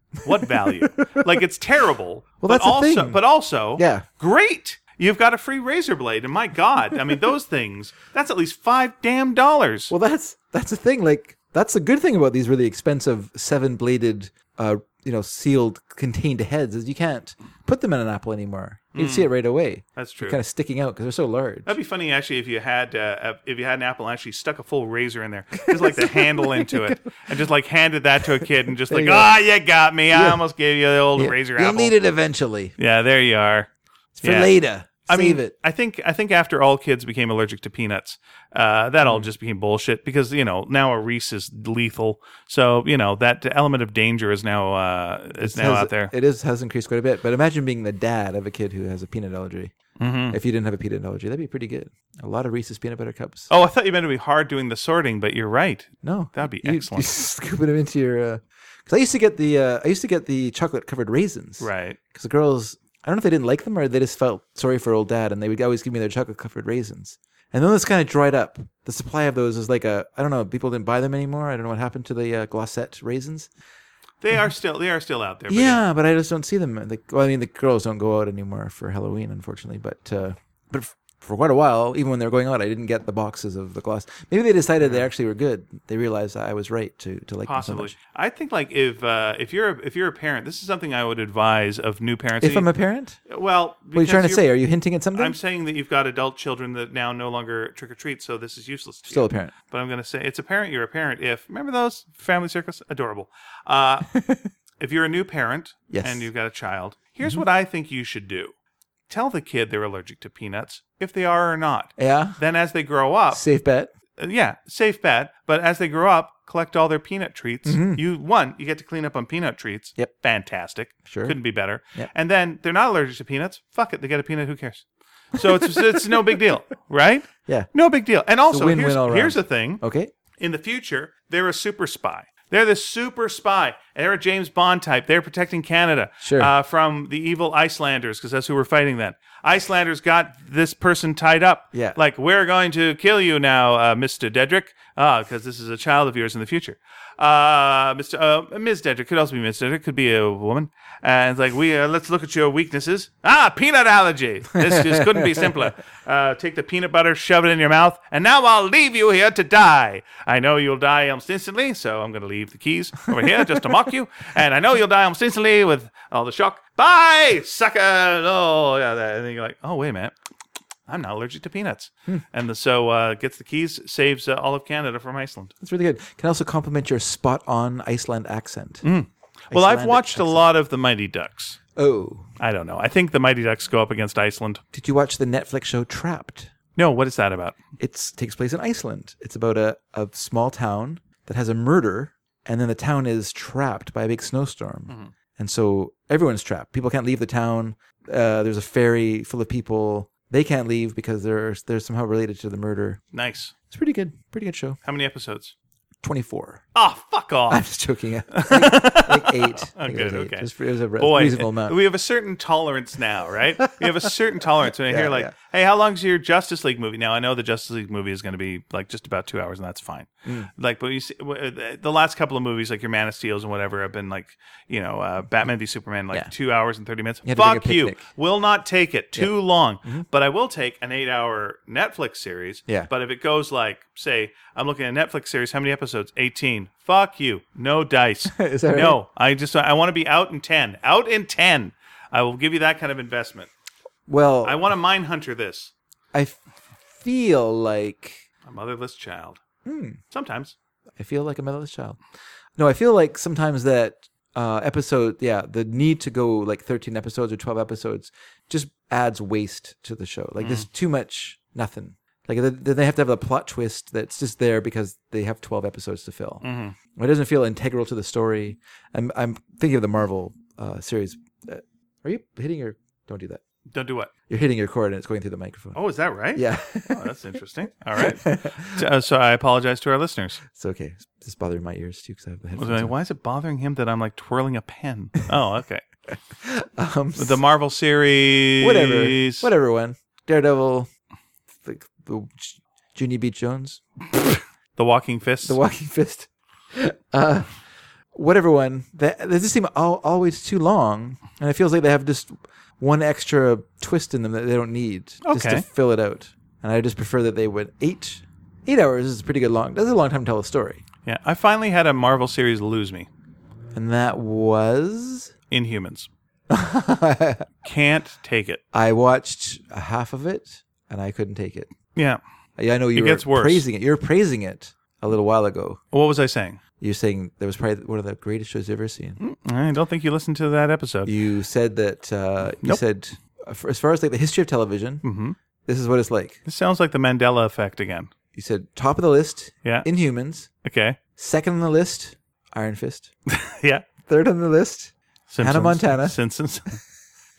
S1: (laughs)
S2: what value? like it's terrible.
S1: Well,
S2: but
S1: that's the
S2: also,
S1: thing.
S2: But also,
S1: Yeah.
S2: great. You've got a free razor blade, and my God, I
S1: (laughs)
S2: mean, those things—that's at least five damn dollars.
S1: Well, that's that's the thing. Like that's the good thing about these really expensive seven bladed, uh, you know, sealed contained heads is you can't put them in an apple anymore. You can see it right away.
S2: Mm. That's true.
S1: They're kind of sticking out because they're so large.
S2: That'd be funny actually if you had uh, if you had an apple and actually stuck a full razor in there, just like the handle into it, and just like handed that to a kid and just like,
S1: you go.
S2: ah, you got me. I almost gave you the old
S1: Yeah.
S2: razor
S1: You'll
S2: apple.
S1: need it eventually.
S2: Yeah, there you are.
S1: It's for
S2: Yeah.
S1: later.
S2: I
S1: Save
S2: mean,
S1: it.
S2: I think I think after all kids became allergic to peanuts, uh, that
S1: Mm-hmm.
S2: all just became bullshit because you know now a Reese is lethal. So you know that element of danger is now uh, is now
S1: Has-
S2: out there.
S1: It is has increased quite a bit. But imagine being the dad of a kid who has a peanut allergy.
S2: Mm-hmm.
S1: If you didn't have a peanut allergy, that'd be pretty good. A lot of Reese's peanut butter cups.
S2: oh, I thought you meant to be hard doing the sorting, but you're right.
S1: No,
S2: That'd be
S1: you, (laughs) You
S2: excellent.
S1: scooping them uh, into your. Because I used to get the uh, I used to get the chocolate covered raisins.
S2: Right.
S1: Because the girls I don't know if they didn't like them or they just felt sorry for old dad and they would always give me their chocolate covered raisins. And then this kind of dried up. The supply of those is like a, I don't know, people didn't buy them anymore. I don't know what happened to the uh, glossette raisins.
S2: They are still they are still out there. but
S1: Yeah, but I just don't see them. Like, well, I mean, the girls don't go out anymore for Halloween, unfortunately. But uh, but f- for quite a while, even when they were going out, I didn't get the boxes of the gloss. Maybe they decided they actually were good. They realized I was right to to like them so
S2: Possibly,
S1: much.
S2: I think like if uh, if you're a, if you're a parent, this is something I would advise of new parents.
S1: If I'm a parent,
S2: well,
S1: what are you trying to say? Are you hinting at something?
S2: I'm saying that you've got adult children that now no longer trick or treat, so this is useless. To
S1: Still
S2: you.
S1: a parent.
S2: but I'm going to say it's a parent. You're a parent if remember those family circus, adorable.
S1: (laughs)
S2: Uh, if you're a new parent
S1: Yes. Mm-hmm.
S2: and you've got a child, here's what I think you should do: tell the kid they're allergic to peanuts, if they are or not.
S1: Yeah,
S2: Then as they grow up,
S1: safe bet.
S2: uh, yeah, safe bet. But as they grow up, collect all their peanut treats. You one, you get to clean up on peanut treats.
S1: Mm-hmm. Yep.
S2: fantastic.
S1: Sure.
S2: couldn't be better.
S1: Yep.
S2: And then they're not allergic to peanuts. Fuck it, they get a peanut. Who cares? So it's it's no
S1: (laughs)
S2: big deal, right?
S1: Yeah.
S2: No big deal. And also,
S1: win-win
S2: here's,
S1: all around. Oh.
S2: here's the thing:
S1: Okay.
S2: in the future, they're a super spy. They're the super spy. They're a James Bond type. They're protecting Canada
S1: Sure.
S2: uh, from the evil Icelanders because that's who we're fighting then. Icelanders got this person tied up.
S1: Yeah.
S2: Like, we're going to kill you now, uh, Mr. Dedrick, because this is a child of yours in the future. Uh, Mr. Uh, Ms. Dedrick could also be Ms. Dedrick, could be a woman. And it's like, we uh, let's look at your weaknesses. Ah, peanut allergy. This just couldn't be simpler. Uh, take the peanut butter, shove it in your mouth, and now I'll leave you here to die. I know you'll die almost instantly, so I'm going to leave the keys over here just to mock you. And I know you'll die almost instantly with all the shock. Bye, sucker. Oh, yeah. That. And then you're like, oh, wait a minute. I'm not allergic to peanuts. And the, so uh, gets the keys, saves uh, all of Canada from Iceland.
S1: That's really good. Can I also compliment your spot on Iceland accent.
S2: Mm. Well, I've
S1: Icelandic
S2: watched a lot of the Mighty Ducks.
S1: Oh,
S2: I don't know. I think the Mighty Ducks go up against Iceland.
S1: did you watch the Netflix show Trapped?
S2: No, what is that about?
S1: It takes place in Iceland. It's about a, a small town that has a murder, and then the town is trapped by a big snowstorm.
S2: Mm-hmm.
S1: And so everyone's trapped. People can't leave the town. Uh, there's a ferry full of people. They can't leave because they're, they're somehow related to the murder.
S2: Nice.
S1: It's pretty good. Pretty good show.
S2: How many episodes?
S1: 24.
S2: Ah, fuck
S1: (laughs) I'm
S2: off.
S1: just joking. (laughs) Like, like
S2: (laughs)
S1: eight. I think it was
S2: Oh, good,
S1: eight.
S2: okay.
S1: Just- it was a re-
S2: Boy,
S1: reasonable amount.
S2: we have a certain tolerance now, right? We have a certain tolerance when
S1: (laughs)
S2: I
S1: Yeah,
S2: hear like,
S1: yeah.
S2: "Hey, how long's your Justice League movie?" Now I know the Justice League movie is going to be like just about two hours, and that's fine.
S1: Mm.
S2: Like, but you see, w- uh, the- the last couple of movies, like your Man of Steel's and whatever, have been like, you know, uh, Batman v Superman, like
S1: Yeah.
S2: two hours and thirty minutes.
S1: You had to bring a
S2: Fuck you,
S1: picnic. Mm-hmm.
S2: will not take it too long. But I will take an eight-hour Netflix series.
S1: Yeah.
S2: But if it goes like, say, I'm looking at a Netflix series, how many episodes? Eighteen. Fuck you,
S1: (laughs)
S2: no dice.
S1: Is that
S2: no, I just I want to be out in ten. Out in ten. I will give you that kind of investment.
S1: Well,
S2: I want to mine hunter this.
S1: I f- feel like
S2: A motherless child.
S1: Hmm.
S2: Sometimes.
S1: I feel like a motherless child. No, I feel like sometimes that uh, episode, yeah, the need to go like 13 episodes or 12 episodes just adds waste to the show. Like there's too much nothing. Like th- then they have to have a plot twist that's just there because they have 12 episodes to fill. It doesn't feel integral to the story. I'm, I'm thinking of the Marvel uh, series. Uh, are you hitting your? Don't do that.
S2: Don't do what?
S1: You're hitting your cord and it's going through the microphone.
S2: Oh, is that right?
S1: Yeah, (laughs)
S2: Oh, that's interesting. All right. So, uh, so I apologize to our listeners.
S1: it's okay. It's just bothering my ears too because I have the
S2: I was
S1: headphones.
S2: like, Why is it bothering him that I'm like twirling a pen? Oh, okay.
S1: on. (laughs) Um,
S2: The Marvel series.
S1: whatever, whatever one. Daredevil, the, the J- Junie B. Jones,
S2: The Walking Fist.
S1: The Walking (laughs) Fist, uh, whatever one. That they just seem al- always too long, and it feels like they have just one extra twist in them that they don't need just
S2: Okay.
S1: to fill it out. And I just prefer that they would eight. Eight hours is pretty good long. That's a long time to tell a story.
S2: yeah. I finally had a Marvel series lose me.
S1: And that was
S2: Inhumans.
S1: (laughs)
S2: Can't take it.
S1: I watched a half of it and I couldn't take it.
S2: Yeah.
S1: I I know you were
S2: gets worse.
S1: praising it. You were praising it a little while ago.
S2: What was I saying?
S1: You're saying that was probably one of the greatest shows you've ever seen.
S2: I don't think you listened to that episode.
S1: You said that uh, you
S2: Nope. Hmm.
S1: said uh, for- as far as like the history of television, this is what it's like.
S2: This sounds like the Mandela effect again.
S1: You said top of the list,
S2: Yeah.
S1: Inhumans.
S2: Okay.
S1: Second on the list, Iron Fist.
S2: Yeah.
S1: Third on the list, (laughs)
S2: Simpsons.
S1: Montana. (laughs)
S2: Simpsons.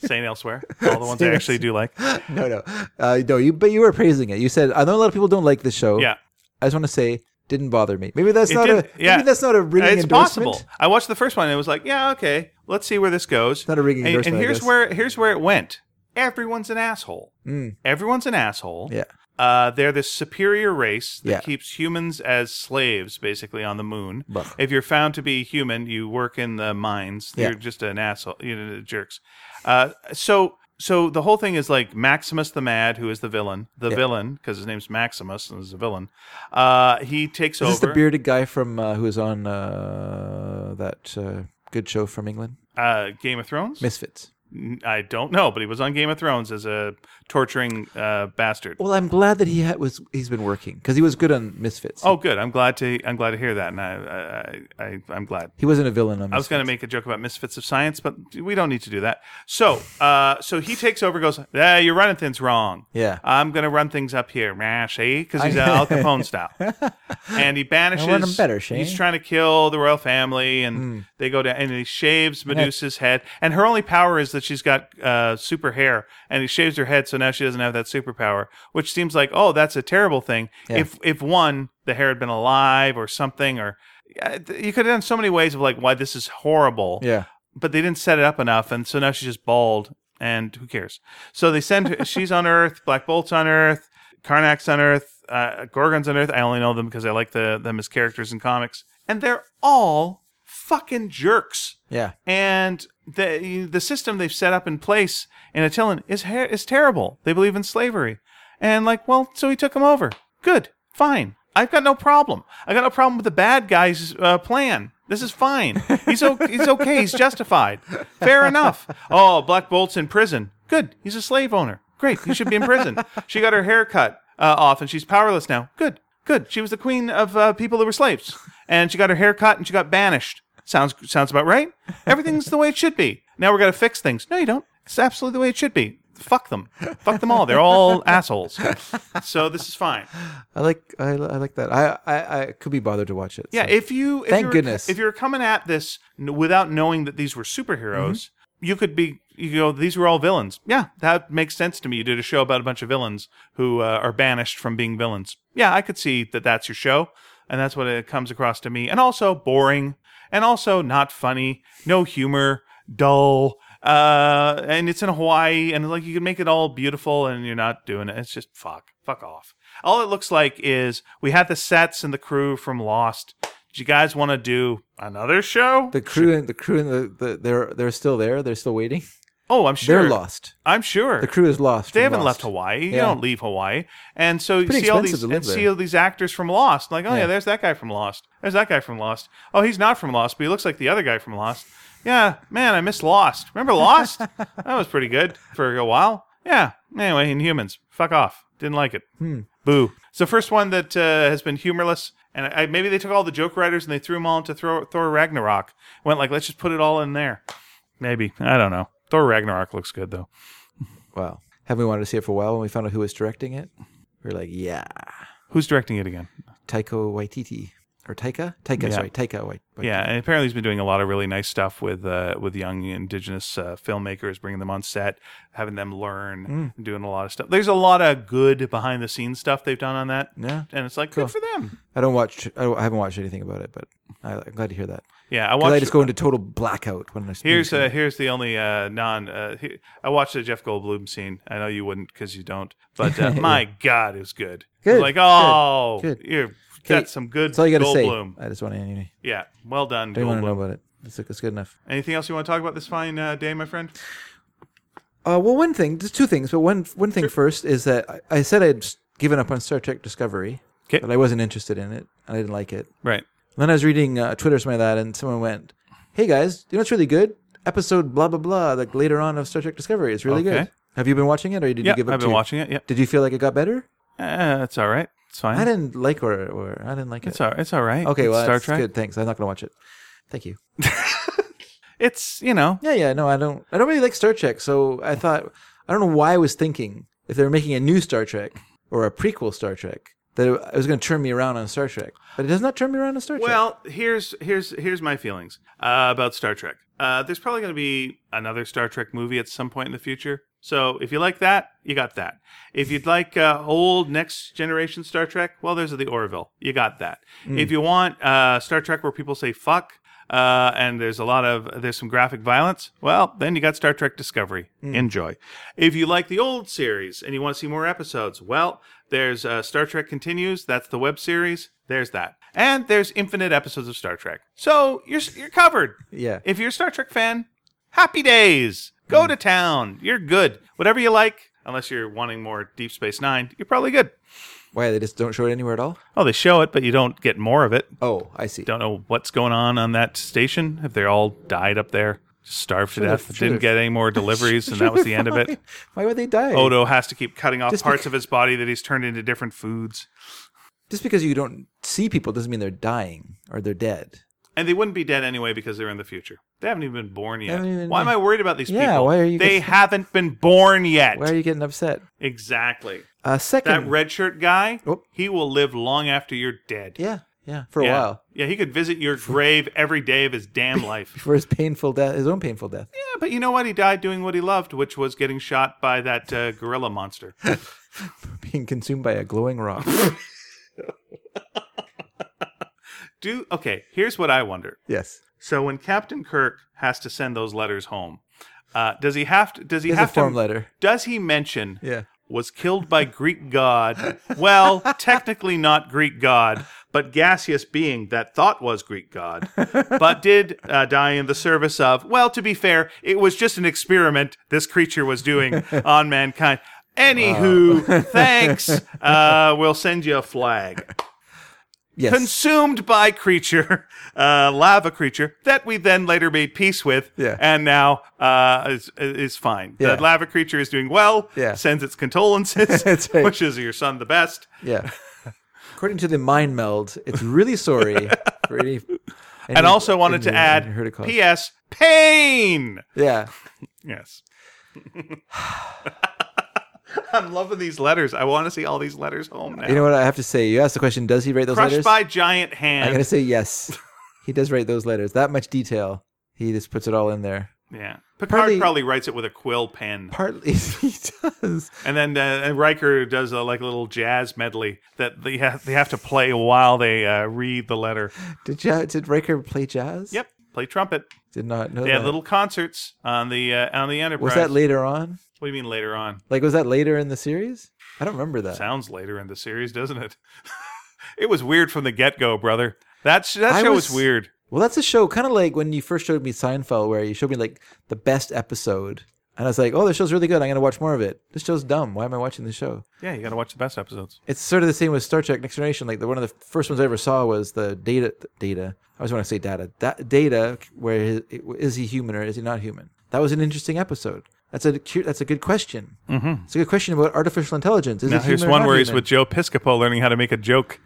S2: Saying elsewhere. All the ones I
S1: Saying
S2: actually do like.
S1: no, no, uh, no. You but you were praising it. You said I know a lot of people don't like this show.
S2: Yeah.
S1: I just want to say didn't bother me. Maybe that's not
S2: didn't-
S1: a
S2: yeah. Uh,
S1: maybe that's not a ringing
S2: It's
S1: endorsement.
S2: possible. I watched the first one and it was like, yeah, okay. let's see where this goes.
S1: not a ringing
S2: and,
S1: endorsement,
S2: and
S1: I
S2: here's
S1: guess.
S2: where here's where it went. Everyone's an asshole.
S1: Mm.
S2: Everyone's an asshole.
S1: Yeah.
S2: Uh, they're this superior race that
S1: Yeah.
S2: keeps humans as slaves, basically, on the moon.
S1: Bah.
S2: If you're found to be human, you work in the mines.
S1: Yeah.
S2: You're just an asshole. You know, jerks. Uh, so, so the whole thing is like Maximus the Mad, who is the villain. The
S1: Yeah.
S2: villain, because his name's Maximus and he's a villain. Uh, he takes
S1: Is this
S2: over.
S1: the bearded guy from uh, who was on uh, that uh, good show from England,
S2: uh, Game of Thrones.
S1: Misfits?
S2: N- I don't know, but he was on Game of Thrones as a torturing uh, bastard.
S1: Well, I'm glad that he had, was he's been working because he was good on Misfits.
S2: Oh, good. I'm glad to. I'm glad to hear that, and I, I, I I'm glad.
S1: he wasn't a villain on. Misfits.
S2: I was going to make a joke about misfits of science, but we don't need to do that. So, uh, so he takes over, goes, ah, you're running things wrong.
S1: Yeah.
S2: I'm going to run things up here, nah,
S1: (laughs)
S2: see? Because he's Al Capone style. And he banishes.
S1: I want 'em better, Shay.
S2: he's trying to kill the royal family, and
S1: Hmm.
S2: they go down, and he shaves Medusa's head. And her only power is that she's got uh, super hair, and he shaves her head, so now she doesn't have that superpower, which seems like, oh, that's a terrible thing.
S1: Yeah.
S2: If, if one, the hair had been alive or something, or. uh, th- You could have done so many ways of like why this is horrible
S1: Yeah.
S2: but they didn't set it up enough, and so now she's just bald, and who cares? So they send her. she's on Earth. Black Bolt's on Earth. Karnak's on Earth. Uh, Gorgon's on Earth. I only know them because I like the them as characters in comics, and they're all fucking jerks.
S1: Yeah.
S2: And the the system they've set up in place in Attilan is her- is terrible. They believe in slavery, and like, well, so he took them over. Good, fine. I've got no problem. I got no problem with the bad guy's uh, plan. This is fine. He's o- he's okay. He's justified. Fair enough. Oh, Black Bolt's in prison. Good. He's a slave owner. Great. He should be in prison. She got her hair cut uh, off, and she's powerless now. Good. Good. She was the queen of uh, people that were slaves, and she got her hair cut, and she got banished. Sounds sounds about
S1: (laughs)
S2: right. Everything's the way it should be. Now we're gonna fix things. No, you don't. It's absolutely the way it should be. Fuck them. Fuck them all.
S1: (laughs)
S2: They're all assholes. So this is fine.
S1: I like I, I like that. I, I I could be bothered to watch it.
S2: Yeah.
S1: so.
S2: If you if
S1: Thank
S2: you were,
S1: goodness.
S2: if you're coming at this n- without knowing that these were superheroes,
S1: Mm-hmm.
S2: you could be you go these were all villains. Yeah, that makes sense to me. You did a show about a bunch of villains who uh, are banished from being villains. Yeah, I could see that. That's your show, and that's what it comes across to me. And also boring, and also not funny, no humor, dull. Uh, and it's in Hawaii, and like you can make it all beautiful, and you're not doing it. It's just fuck, fuck off. All it looks like is we had the sets and the crew from Lost. Do you guys want to do another show?
S1: the crew and the crew and the, the they're they're still there. They're still waiting.
S2: oh, I'm (laughs) sure.
S1: They're lost.
S2: I'm sure.
S1: The crew is lost.
S2: they
S1: from
S2: haven't left
S1: Lost.
S2: Hawaii. You
S1: Yeah.
S2: don't leave Hawaii, and so you
S1: pretty
S2: see all
S1: expensive
S2: these
S1: to
S2: and
S1: live
S2: see
S1: there.
S2: all these actors from Lost. Like, oh yeah.
S1: Yeah.
S2: there's that guy from Lost. There's that guy from Lost. Oh, he's not from Lost, but he looks like the other guy from Lost. Yeah, man, I miss Lost. Remember Lost?
S1: (laughs)
S2: that was pretty good for a while. Yeah. Anyway, Inhumans. Fuck off. Didn't like it.
S1: Hmm.
S2: Boo. It's the first one that uh, has been humorless. And I, maybe they took all the joke writers and they threw them all into Thor, Thor Ragnarok. Went like, let's just put it all in there. Maybe. I don't know. Thor Ragnarok looks good, though.
S1: Wow. Haven't we wanted to see it for a while? When we found out who was directing it, we were like, yeah,
S2: Who's directing it again?
S1: Taiko Waititi or Taika. Taika.
S2: Yeah.
S1: Sorry, Taika Wait.
S2: Yeah, and apparently he's been doing a lot of really nice stuff with uh, with young indigenous uh, filmmakers, bringing them on set, having them learn,
S1: Hmm.
S2: doing a lot of stuff. There's a lot of good behind the scenes stuff they've done on that,
S1: Yeah.
S2: and it's like good for them.
S1: I don't watch. I, don't- I haven't watched anything about it, but I, I'm glad to hear that.
S2: Yeah, I
S1: 'Cause
S2: watched.
S1: I just go into total blackout when I
S2: here's
S1: a
S2: uh, here's the only uh, non. Uh, he, I watched the Jeff Goldblum scene. I know you wouldn't because you don't,
S1: (laughs)
S2: but uh, my God, it was good. It was
S1: Good,
S2: like
S1: good,
S2: oh,
S1: good.
S2: you're
S1: Okay,
S2: got some good
S1: That's all you got to say.
S2: Goldblum.
S1: I just want to. Anyway.
S2: Yeah, well done,
S1: Don't want to know
S2: Goldblum.
S1: about it. It's, it's good enough.
S2: Anything else you want to talk about this fine uh, day, my friend?
S1: Uh, well, one thing, there's two things, but one one thing first is that I, I said I'd s- given up on Star Trek Discovery,
S2: 'Kay.
S1: but I wasn't interested in it and I didn't like it.
S2: Right.
S1: And then I was reading uh, Twitter or something like that, and someone went, "Hey guys, you know what's really good? Episode blah blah blah, like later on of Star Trek Discovery. It's really
S2: Okay.
S1: good. Have you been watching it, or did
S2: Yeah,
S1: you give up?
S2: I've been
S1: too?
S2: watching it. Yeah.
S1: Did you feel like it got better?
S2: Uh, it's all right. It's fine.
S1: I didn't like or, or I didn't like it.
S2: it's all. It's all right.
S1: okay,
S2: It's
S1: well,
S2: Star
S1: that's
S2: Trek.
S1: good. Thanks. I'm not gonna watch it. Thank you.
S2: It's you know.
S1: Yeah, yeah, no, I don't. I don't really like Star Trek, so I thought I don't know why I was thinking if they were making a new Star Trek or a prequel Star Trek that it was going to turn me around on Star Trek, but it does not turn me around on Star Trek.
S2: Well, here's here's here's my feelings uh, about Star Trek. Uh, there's probably going to be another Star Trek movie at some point in the future. So if you like that, you got that. If you'd like uh, old next generation Star Trek, well, there's the Orville. You got that. If you want uh, Star Trek where people say fuck, uh, and there's a lot of there's some graphic violence. Well, then you got Star Trek Discovery. Enjoy. If you like the old series and you want to see more episodes, well, there's uh, Star Trek Continues. That's the web series. There's that, and there's infinite episodes of Star Trek. So you're you're covered.
S1: Yeah.
S2: If you're a Star Trek fan, happy days.
S1: Mm.
S2: Go to town. You're good. Whatever you like, unless you're wanting more Deep Space Nine, you're probably good.
S1: Why they just don't show it anywhere at all?
S2: Oh, they show it, but you don't get more of it.
S1: Oh, I see.
S2: Don't know what's going on on that station. If they all died up there, just starved to
S1: they're-
S2: death,
S1: sure
S2: didn't
S1: they're-
S2: get
S1: (laughs)
S2: any more deliveries, and that was the end of it.
S1: Why would they die?
S2: Odo has to keep cutting off
S1: Just
S2: parts
S1: bec-
S2: of his body that he's turned into different foods.
S1: Just because you don't see people doesn't mean they're dying or they're dead.
S2: And they wouldn't be dead anyway because they're in the future. They haven't even been born yet.
S1: haven't even-
S2: Why am I worried about these
S1: Yeah,
S2: people?
S1: why are you
S2: they
S1: guys-
S2: haven't been born yet.
S1: Why are you getting upset?
S2: Exactly.
S1: Uh, (clears throat)
S2: That
S1: second,
S2: red shirt guy,
S1: Oop.
S2: he will live long after you're dead.
S1: Oh. yeah, yeah, for a
S2: yeah.
S1: while
S2: Yeah, he could visit your grave every day of
S1: (laughs)
S2: his damn life.
S1: before his painful death, his own painful death.
S2: Yeah, but you know what? He died doing what he loved, which was getting shot by that uh, gorilla
S1: (laughs)
S2: monster.
S1: being consumed by a glowing
S2: (laughs)
S1: rock.
S2: Do okay. Here's what I wonder.
S1: yes.
S2: So when Captain Kirk has to send those letters home, uh, does he have to? Does he
S1: It's a
S2: have to?
S1: form letter.
S2: Does he mention?
S1: Yeah.
S2: Was killed by Greek god. Well, technically not Greek god, but gaseous being that thought was Greek god, but did uh, die in the service of. Well, to be fair, it was just an experiment this creature was doing on mankind. Anywho, thanks. Uh, we'll send you a flag
S1: Yes.
S2: consumed by creature, (laughs) uh, lava creature that we then later made peace with,
S1: Yeah.
S2: and now uh, is is fine.
S1: Yeah.
S2: The lava creature is doing well.
S1: Yeah.
S2: sends its condolences,
S1: (laughs) That's right.
S2: wishes your son the best.
S1: yeah. (laughs) According to the mind meld, it's really sorry for any.
S2: And also wanted to add,
S1: P-
S2: P.S. Pain.
S1: yeah. (laughs)
S2: Yes. I'm loving these letters. I want to see all these letters home now.
S1: You know what I have to say? You asked the question, does he write those
S2: Crushed
S1: letters?
S2: by giant
S1: I'm going to
S2: hand.
S1: say yes. He does write those letters. That much detail. He just puts it all in there.
S2: Yeah. Picard
S1: Partly-
S2: probably writes it with a quill pen.
S1: Partly (laughs) he does.
S2: And then uh, and Riker does a, like a little jazz medley that they have, they have to play while they uh, read the letter.
S1: Did, ja- did Riker play jazz?
S2: Yep, play trumpet.
S1: Did not know
S2: They
S1: that.
S2: had little concerts on the uh, on the Enterprise.
S1: was that later on?
S2: What do you mean later on?
S1: Like, was that later in the series? I don't remember that.
S2: Sounds later in the series, doesn't it? (laughs) it was weird from the get go, brother. That sh- that
S1: I
S2: show was,
S1: was-
S2: weird.
S1: Well, that's a show kind of like when you first showed me Seinfeld, where you showed me like the best episode, and I was like, "Oh, this show's really good. I'm gonna watch more of it." This show's dumb. Why am I watching this show?
S2: Yeah, you got to watch the best episodes.
S1: It's sort of the same with Star Trek: Next Generation. Like the one of the first ones I ever saw was the Data. Data. I always want to say Data. That Data. Where is, is he human or is he not human? That was an interesting episode. That's a cu- that's a good question. Mm-hmm. It's a good question about artificial intelligence. Is
S2: Now
S1: it
S2: here's
S1: human or
S2: one
S1: not
S2: where he's
S1: human?
S2: with Joe Piscopo learning how to make a joke.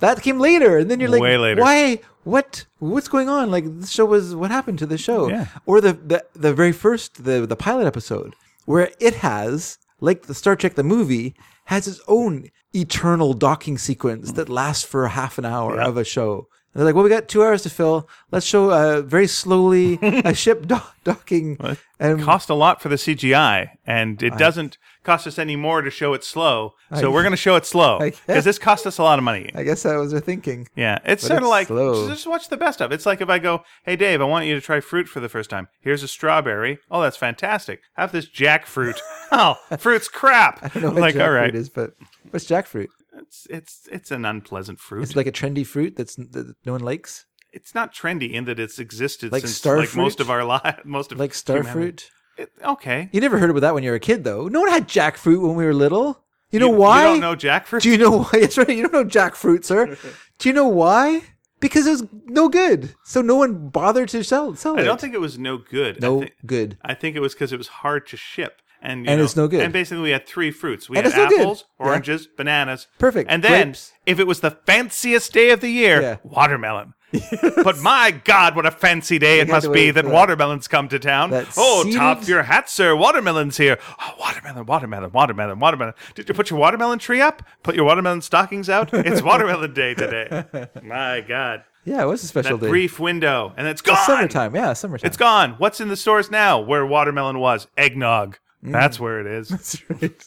S1: That came later, and then you're like,
S2: Way later.
S1: Why? What? What's going on? Like this show was what happened to the show?
S2: Yeah.
S1: Or the, the the very first the the pilot episode where it has like the Star Trek the movie has its own eternal docking sequence that lasts for half an hour of a show. And they're like, well, we got two hours to fill. Let's show uh, very
S2: (laughs)
S1: slowly a ship dock- docking. and
S2: cost a lot for the CGI, and it doesn't cost us any more to show it slow. So we're going to show it slow
S1: (laughs) I guess-
S2: because this cost us a lot of money.
S1: I guess that was their thinking.
S2: Yeah, it's sort of
S1: it's
S2: like
S1: slow.
S2: just watch the best of. It's like if I go, "Hey Dave, I want you to try fruit for the first time. Here's a strawberry. Oh, that's fantastic. Have
S1: (laughs)
S2: this jackfruit. oh, fruit's crap.
S1: I don't know what
S2: like,
S1: jackfruit
S2: all right,
S1: is, but what's jackfruit?
S2: it's it's it's an unpleasant fruit.
S1: It's
S2: It's,
S1: like a trendy fruit that's that no one likes.
S2: not trendy in that it's existed
S1: Like
S2: since
S1: star
S2: like
S1: fruit?
S2: most of our lives. (laughs) Most of
S1: Like
S2: humanity.
S1: starfruit.
S2: It- okay,
S1: You never heard about that when you were a kid, though. No one had jackfruit when we were little. You know
S2: You-
S1: why?
S2: You don't know jackfruit.
S1: Do you know (laughs) why? That's right. You don't know jackfruit, sir.
S2: (laughs)
S1: Do you know why? Because it was no good. So no one bothered to sell, sell it.
S2: I don't think it was no good. I
S1: no
S2: thi-
S1: good.
S2: I think it was because it was hard to ship. And, you
S1: And
S2: know,
S1: it's no good.
S2: And basically, we had three fruits. We
S1: And
S2: had
S1: it's no good.
S2: apples,
S1: Yeah.
S2: oranges, bananas.
S1: Perfect.
S2: And then,
S1: Grapes.
S2: if it was the fanciest day of the year,
S1: Yeah. (laughs)
S2: watermelon. but my God, what a fancy day it
S1: had
S2: must
S1: to
S2: be
S1: wait
S2: that
S1: for that-
S2: watermelons come to town.
S1: that
S2: oh,
S1: seeded-
S2: top your hat, sir. Watermelon's here. Oh, watermelon, watermelon, watermelon, watermelon. Did you put your watermelon tree up? Put your watermelon stockings out?
S1: (laughs)
S2: It's watermelon day today. my God.
S1: Yeah, it was a special
S2: That
S1: day.
S2: brief window, and it's gone.
S1: Summertime. Yeah, summertime.
S2: It's gone. What's in the stores now? Where watermelon was eggnog.
S1: Mm.
S2: That's where
S1: (laughs)
S2: it is. That's
S1: That's right.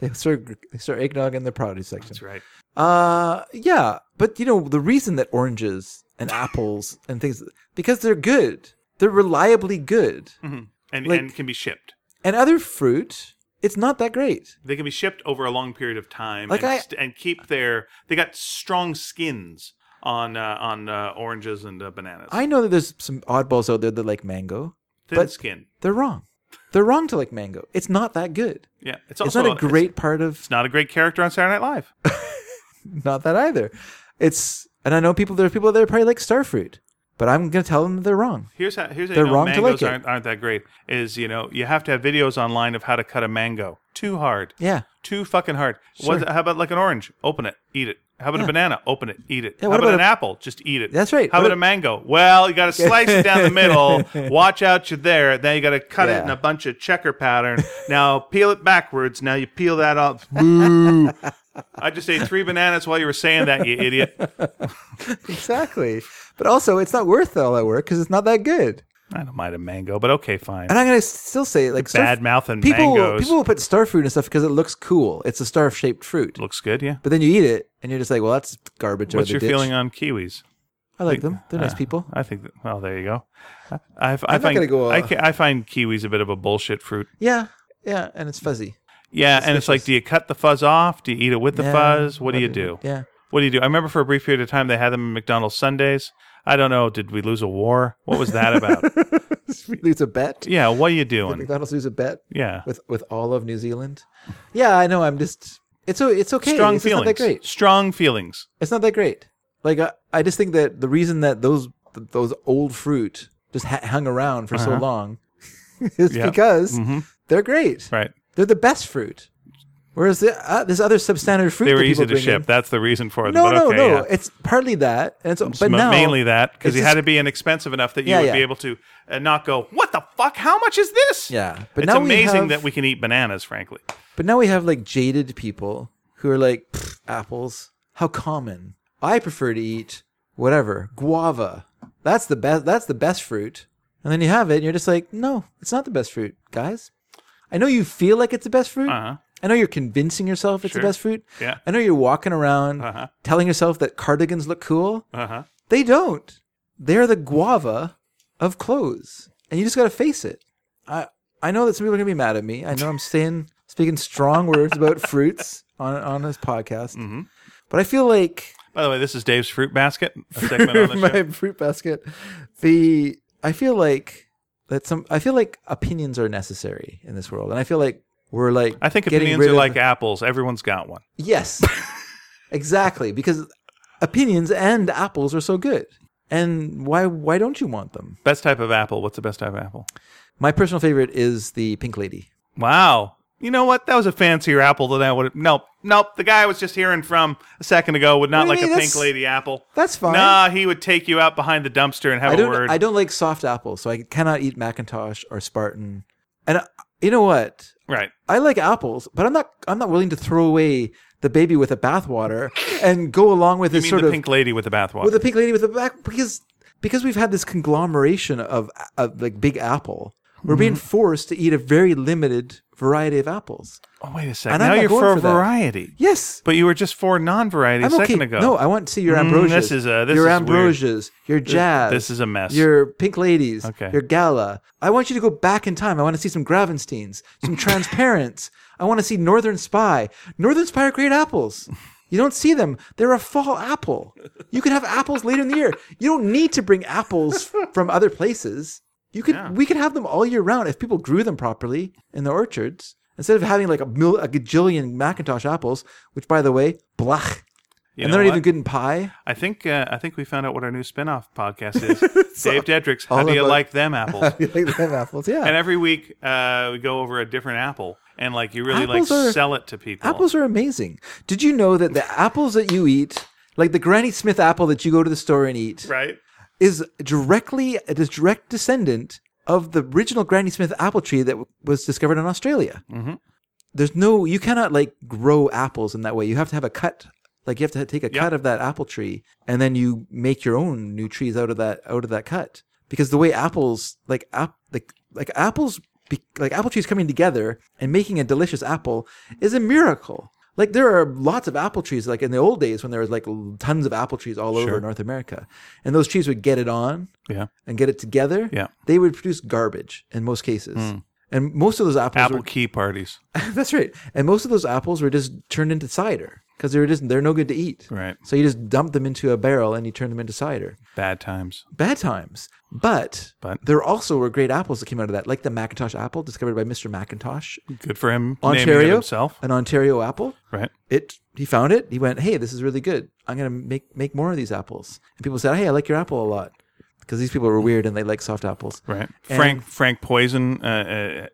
S1: They serve, they serve eggnog in the produce section.
S2: right.
S1: Uh, yeah, but you know the reason that oranges and apples and things because they're good. They're reliably good.
S2: Mm-hmm. and
S1: Like-
S2: and can be shipped.
S1: And other fruit, it's not that great.
S2: They can be shipped over a long period of time,
S1: Like
S2: and,
S1: I-
S2: st- and keep their they got strong skins on uh, on uh, oranges and uh, bananas.
S1: I know that there's some oddballs out there that like mango.
S2: Thin
S1: but-
S2: skin.
S1: They're wrong. They're wrong to like mango. It's not that good.
S2: Yeah,
S1: It's
S2: it's also
S1: not a
S2: it's-
S1: great part of
S2: It's not a great character on Saturday Night Live.
S1: not that either. It's and I know people. There are people that are probably like starfruit, but I'm gonna tell them that they're wrong.
S2: Here's how here's how
S1: They're
S2: you know
S1: wrong to
S2: mangoes
S1: like it.
S2: aren't, aren't that great. Is you know you have to have videos online of how to cut a mango. Too hard.
S1: Yeah.
S2: Too fucking hard. What, how about like an orange? Open it, eat it. How about a banana? Open it, eat it.
S1: Yeah,
S2: how
S1: what
S2: about,
S1: about
S2: an
S1: a-
S2: apple? Just eat it.
S1: That's right.
S2: How
S1: What
S2: about
S1: a-
S2: a mango? Well, you got to slice it
S1: (laughs)
S2: down the middle. Watch out, you're there. Then you got to cut it
S1: Yeah.
S2: in a bunch of checker pattern.
S1: (laughs)
S2: now peel it backwards. Now you peel that off. Boo. I just ate three bananas while you were saying that, you idiot.
S1: Exactly. (laughs) but also, it's not worth all that work because it's not that good.
S2: I don't mind a mango, but okay, fine.
S1: And I'm gonna still say like starf-
S2: Bad mouth and
S1: people.
S2: mangoes
S1: People will put starfruit and stuff because it looks cool. It's a star shaped fruit.
S2: looks good, yeah.
S1: But then you eat it and you're just like, well, that's garbage. out of
S2: What's
S1: the
S2: your
S1: ditch.
S2: feeling on kiwis?
S1: I like them. They're nice people.
S2: I think. That, well, there you go. I, I, I
S1: not
S2: find
S1: gonna go, uh,
S2: I, ca- I find kiwis a bit of a bullshit fruit.
S1: Yeah. Yeah. And it's fuzzy.
S2: Yeah, and it's like, do you cut the fuzz off? Do you eat it with the
S1: Yeah.
S2: fuzz? What do you do?
S1: (laughs) Yeah.
S2: What do you do? I remember for a brief period of time they had them in McDonald's Sundays. I don't know. Did we lose a war? What was
S1: (laughs)
S2: that about?
S1: Lose a bet.
S2: yeah, what are you doing?
S1: McDonald's lose a bet.
S2: Yeah,
S1: with with all of New Zealand. Yeah, I know. I'm just it's o- it's okay.
S2: strong
S1: it's just
S2: feelings.
S1: Not that great.
S2: Strong feelings.
S1: It's not that great. Like I, I just think that the reason that those th- those old fruit just ha- hung around for so long (laughs) is
S2: Uh-huh. Yeah.
S1: because
S2: Mhm.
S1: they're great.
S2: Right.
S1: They're the best fruit. Whereas the, uh, this other substandard fruit
S2: They were
S1: that people
S2: easy to
S1: bring
S2: ship.
S1: in-
S2: That's the reason for it.
S1: no,
S2: but
S1: no,
S2: okay,
S1: no.
S2: yeah.
S1: It's partly that, and it's
S2: It's
S1: but
S2: ma-
S1: now
S2: mainly that because
S1: it's
S2: you
S1: just-
S2: had to be inexpensive enough that you
S1: Yeah,
S2: would
S1: yeah.
S2: be able to uh, not go. What the fuck? How much is this?
S1: Yeah, but
S2: it's
S1: now we
S2: amazing
S1: have-
S2: that we can eat bananas. Frankly,
S1: But now we have like jaded people who are like, "Pfft, apples, how common. I prefer to eat whatever, guava. That's the best that's the best fruit. And then you have it and you're just like, no, it's not the best fruit, guys. I know you feel like it's the best fruit.
S2: uh huh.
S1: I know you're convincing yourself it's
S2: Sure.
S1: the best fruit.
S2: Yeah.
S1: I know you're walking around
S2: Uh-huh.
S1: telling yourself that cardigans look cool.
S2: Uh huh.
S1: They don't. They're the guava of clothes, and you just gotta face it. I I know that some people are gonna be mad at me. I know I'm saying speaking strong words
S2: (laughs)
S1: about fruits on on this podcast,
S2: Mm-hmm.
S1: but I feel like
S2: By the way, this is Dave's fruit basket.
S1: (laughs)
S2: A segment on the show.
S1: my fruit basket. The I feel like that some I feel like opinions are necessary in this world, and I feel like we're like
S2: I think
S1: getting
S2: opinions
S1: rid
S2: are
S1: of-
S2: like apples. Everyone's got one.
S1: (laughs) Yes, exactly. Because opinions and apples are so good, and why why don't you want them?
S2: Best type of apple. What's the best type of apple?
S1: My personal favorite is the Pink Lady.
S2: Wow. You know what? That was a fancier apple than I would have. Nope. Nope. The guy I was just hearing from a second ago would not
S1: What do you
S2: like a
S1: mean?
S2: pink
S1: That's-
S2: lady apple.
S1: That's fine.
S2: Nah, he would take you out behind the dumpster and have
S1: I
S2: a
S1: don't.
S2: word.
S1: I don't like soft apples, so I cannot eat Macintosh or Spartan. And I, you know what?
S2: right.
S1: I like apples, but I'm not. I'm not willing to throw away the baby with the bathwater and go along with
S2: You
S1: this
S2: mean
S1: sort
S2: the
S1: of
S2: pink lady with the bathwater?
S1: with the pink lady with the back because because we've had this conglomeration of of like Big Apple. We're being forced to eat a very limited variety of apples.
S2: oh, wait a second.
S1: And I'm
S2: Now
S1: not
S2: you're
S1: going
S2: for,
S1: for that.
S2: variety.
S1: Yes,
S2: But you were just for non-variety a
S1: I'm
S2: second
S1: okay.
S2: ago.
S1: No, I want to see your
S2: Mm,
S1: ambrosias.
S2: this is a- this
S1: your
S2: is weird.
S1: ambrosias, your jazz.
S2: this is a mess.
S1: Your pink ladies.
S2: Okay.
S1: Your gala. I want you to go back in time. I want to see some Gravensteins, some Transparents. I want to see Northern Spy. Northern Spy are great apples. You don't see them. They're a fall apple. You can have apples later in the year. You don't need to bring apples from other places. You could
S2: Yeah.
S1: we could have them all year round if people grew them properly in the orchards instead of having like a mil, a gajillion Macintosh apples, which by the way, blach
S2: You
S1: and
S2: know
S1: they're not
S2: what?
S1: even good in pie.
S2: I think uh, I think we found out what our new spin-off podcast
S1: (laughs)
S2: is. Dave Dedricks, how
S1: all
S2: do you
S1: about-
S2: like
S1: (laughs)
S2: them apples?
S1: you like them apples, yeah.
S2: and every week uh, we go over a different apple and like you really
S1: Apples
S2: like
S1: are-
S2: sell it to people.
S1: apples are amazing. Did you know that the apples that you eat, like the Granny Smith apple that you go to the store and eat,
S2: right?
S1: is directly a direct descendant of the original Granny Smith apple tree that w- was discovered in Australia.
S2: Mhm.
S1: There's no, you cannot like grow apples in that way. You have to have a cut, like you have to take a
S2: Yeah.
S1: cut of that apple tree, and then you make your own new trees out of that out of that cut. Because the way apples, like app, like like apples, be, like apple trees coming together and making a delicious apple is a miracle. Like there are lots of apple trees. Like in the old days when there was like l- tons of apple trees all
S2: Sure.
S1: over North America, and those trees would get it on
S2: Yeah.
S1: and get it together.
S2: Yeah. Hmm.
S1: they would produce garbage in most cases. And most of those apples
S2: Apple
S1: were
S2: key parties.
S1: (laughs) that's right. And most of those apples were just turned into cider because they were just they're no good to eat.
S2: Right.
S1: So you just dump them into a barrel and you turn them into cider.
S2: Bad times.
S1: Bad times, but
S2: But-
S1: there also were great apples that came out of that, like the Macintosh apple discovered by Mr. Macintosh,
S2: Good for him. Naming it
S1: Ontario,
S2: himself.
S1: an Ontario apple.
S2: Right.
S1: It he found it. He went, hey, this is really good. I'm gonna make make more of these apples. And people said, hey, I like your apple a lot because these people were weird and they like soft apples.
S2: Right.
S1: And-
S2: Frank Frank Poison. Uh,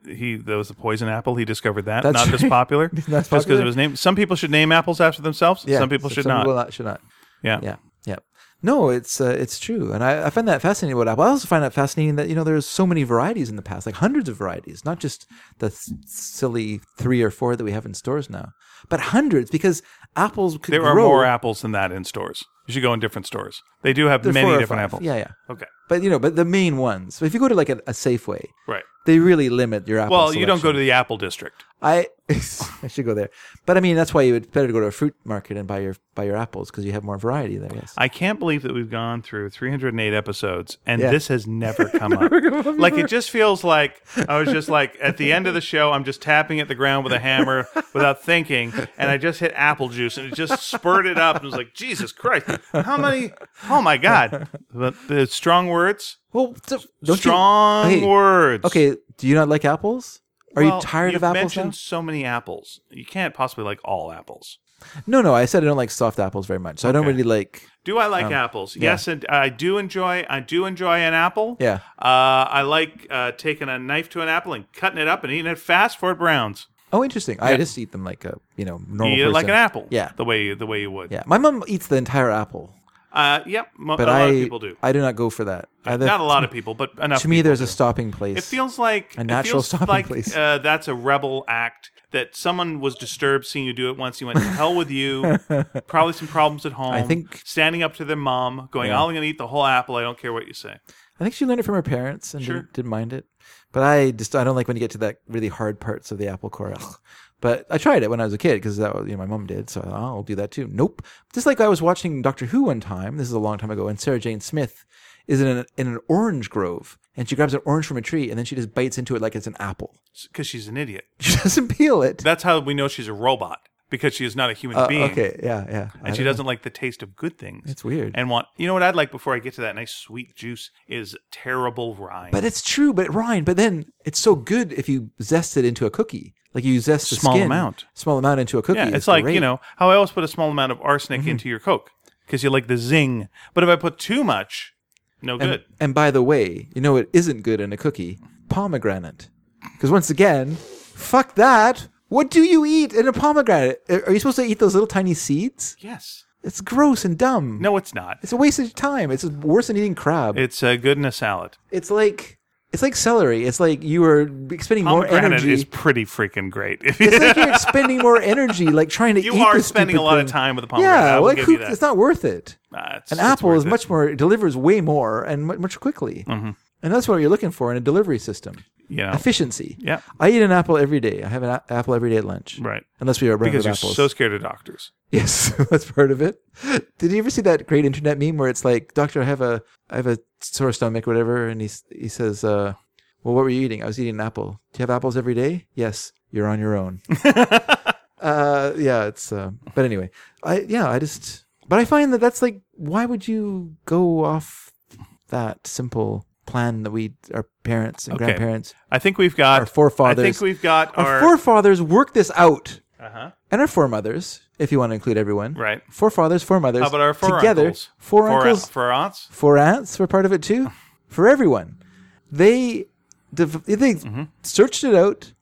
S2: uh, he that was the poison apple. He discovered that.
S1: That's
S2: Not just
S1: right. (laughs)
S2: popular.
S1: That's
S2: just because
S1: popular.
S2: it was named. Some people should name apples after themselves. some people
S1: so
S2: should not.
S1: people should not.
S2: yeah.
S1: yeah yeah no it's uh, it's true and I, I find that fascinating what apple i also find that fascinating that you know there's so many varieties in the past like hundreds of varieties not just the s- silly three or four that we have in stores now but hundreds because apples could
S2: There
S1: grow
S2: are more apples than that in stores. You should go in different stores. They do have
S1: They're
S2: many
S1: four or
S2: different
S1: five.
S2: apples.
S1: yeah yeah
S2: Okay.
S1: but you know but the main ones if you go to like a, a safeway
S2: Right.
S1: they really limit your apple
S2: Well, you don't go
S1: selection.
S2: to the apple district.
S1: I (laughs) I should go there, but I mean that's why you would better to go to a fruit market and buy your buy your apples because you have more variety there. Yes,
S2: I can't believe that we've gone through 308 episodes and
S1: Yeah.
S2: this has never come up. (laughs) like it just feels like I was just like at the end of the show, I'm just tapping at the ground with
S1: (laughs)
S2: a hammer without thinking, and I just hit apple juice and it just spurted up and was like, Jesus Christ, how many? Oh my God! But the strong words,
S1: (laughs) well, so- don't you-
S2: strong
S1: okay,
S2: words.
S1: Okay, do you not like apples? Are
S2: Well,
S1: you tired of
S2: you've
S1: apples?
S2: Mentioned
S1: now?
S2: so many apples. You can't possibly like all apples.
S1: No, no. I said I don't like soft apples very much. So I don't
S2: Okay.
S1: really like.
S2: Do I
S1: Oh,
S2: like apples? Yes, and I do enjoy. I do enjoy an apple.
S1: Yeah.
S2: Uh, I like uh, taking a knife to an apple and cutting it up and eating it fast for it browns.
S1: Oh, interesting. I just eat them like a you know normal.
S2: you eat it like an
S1: person.
S2: apple.
S1: Oh, Yeah.
S2: the way you, the way you would.
S1: Yeah, my mom eats the entire apple,
S2: Uh, yep. Mo-
S1: but
S2: a lot
S1: I
S2: of people do.
S1: I do not go for that. I,
S2: Not a
S1: (laughs)
S2: lot of people, but enough.
S1: To me,
S2: people
S1: there's a
S2: do.
S1: stopping place.
S2: It feels like
S1: a natural
S2: it feels
S1: stopping
S2: like,
S1: place.
S2: Uh, that's a rebel act. That someone was disturbed seeing you do it once. You went to hell with
S1: (laughs)
S2: you. Probably some problems at home. I
S1: think-
S2: standing up to their mom, going,
S1: Yeah.
S2: "I'm going to eat the whole apple. I don't care what you say."
S1: I think she learned it from her parents and
S2: Sure.
S1: didn't, didn't mind it. But I just I don't like when you get to that really hard parts of the apple core. Ugh. But I tried it when I was a kid because that was, you know my mom did, so oh, I'll do that too. Nope. Just like I was watching Doctor Who one time. This is a long time ago, and Sarah Jane Smith is in an, in an orange grove, and she grabs an orange from a tree, and then she just bites into it like it's an apple. (laughs)
S2: Because she's an idiot.
S1: She doesn't peel it.
S2: That's how we know she's a robot because she is not a human
S1: Uh,
S2: being.
S1: okay, yeah, yeah. I
S2: and she
S1: don't know.
S2: doesn't like the taste of good things.
S1: It's weird.
S2: And want you know what I'd like before I get to that nice sweet juice is terrible rind.
S1: But it's true. But Ryan, but then it's so good if you zest it into a cookie, like you zest the
S2: Small
S1: skin,
S2: amount.
S1: small amount into a cookie.
S2: yeah, it's like
S1: great. Mm-hmm.
S2: you know how I always put a small amount of arsenic into your Coke because you like the zing. But if I put too much, no
S1: And,
S2: good.
S1: and by the way, you know it isn't good in a cookie? Pomegranate. Because once again, fuck that. What do you eat in a pomegranate? Are are you supposed to eat those little tiny seeds?
S2: Yes.
S1: It's gross and dumb.
S2: No, it's not.
S1: It's a waste of time. It's worse than eating crab.
S2: It's uh, good in a salad.
S1: it's like it's like celery. It's like you are expending more
S2: Pomegranate
S1: energy.
S2: is pretty freaking great. (laughs)
S1: it's like you're expending more energy, like trying to
S2: You
S1: eat
S2: are
S1: this
S2: spending
S1: stupid
S2: a lot of
S1: thing.
S2: time with a pomegranate. I
S1: Yeah,
S2: will
S1: like
S2: give
S1: who,
S2: you that.
S1: it's not worth it.
S2: Nah, it's-
S1: An
S2: it's
S1: apple
S2: worth
S1: is
S2: it. Mm-hmm.
S1: much more it delivers way more and mu- much quickly, and that's what you're looking for in a delivery system.
S2: You know,
S1: Efficiency.
S2: Oh. Yeah.
S1: I eat an apple every day. I have an a- apple every day at lunch.
S2: Right.
S1: Unless we are running
S2: because
S1: out
S2: you're
S1: of apples.
S2: so scared of doctors.
S1: (laughs) yes, (laughs) that's part of it. Did you ever see that great internet meme where it's like, "Doctor, I have a I have a sore stomach, whatever," and he s- he says, uh, "Well, what were you eating? I was eating an apple. Do you have apples every day? Yes. You're on your
S2: (laughs)
S1: own." uh, yeah, it's. Uh, but anyway, I yeah, I just. But I find that that's like, why would you go off that simple plan that we our parents and
S2: Okay.
S1: grandparents,
S2: I think we've got
S1: our forefathers,
S2: I think we've got
S1: our,
S2: our,
S1: forefathers worked this out,
S2: uh-huh.
S1: and our foremothers, if you want to include everyone,
S2: Right.
S1: Forefathers, foremothers,
S2: How about our four
S1: together,
S2: uncles?
S1: four
S2: Four
S1: uncles,
S2: four aunts.
S1: four aunts were part of it
S2: (sighs)
S1: too, for everyone. They div- they
S2: Mm-hmm.
S1: searched it out.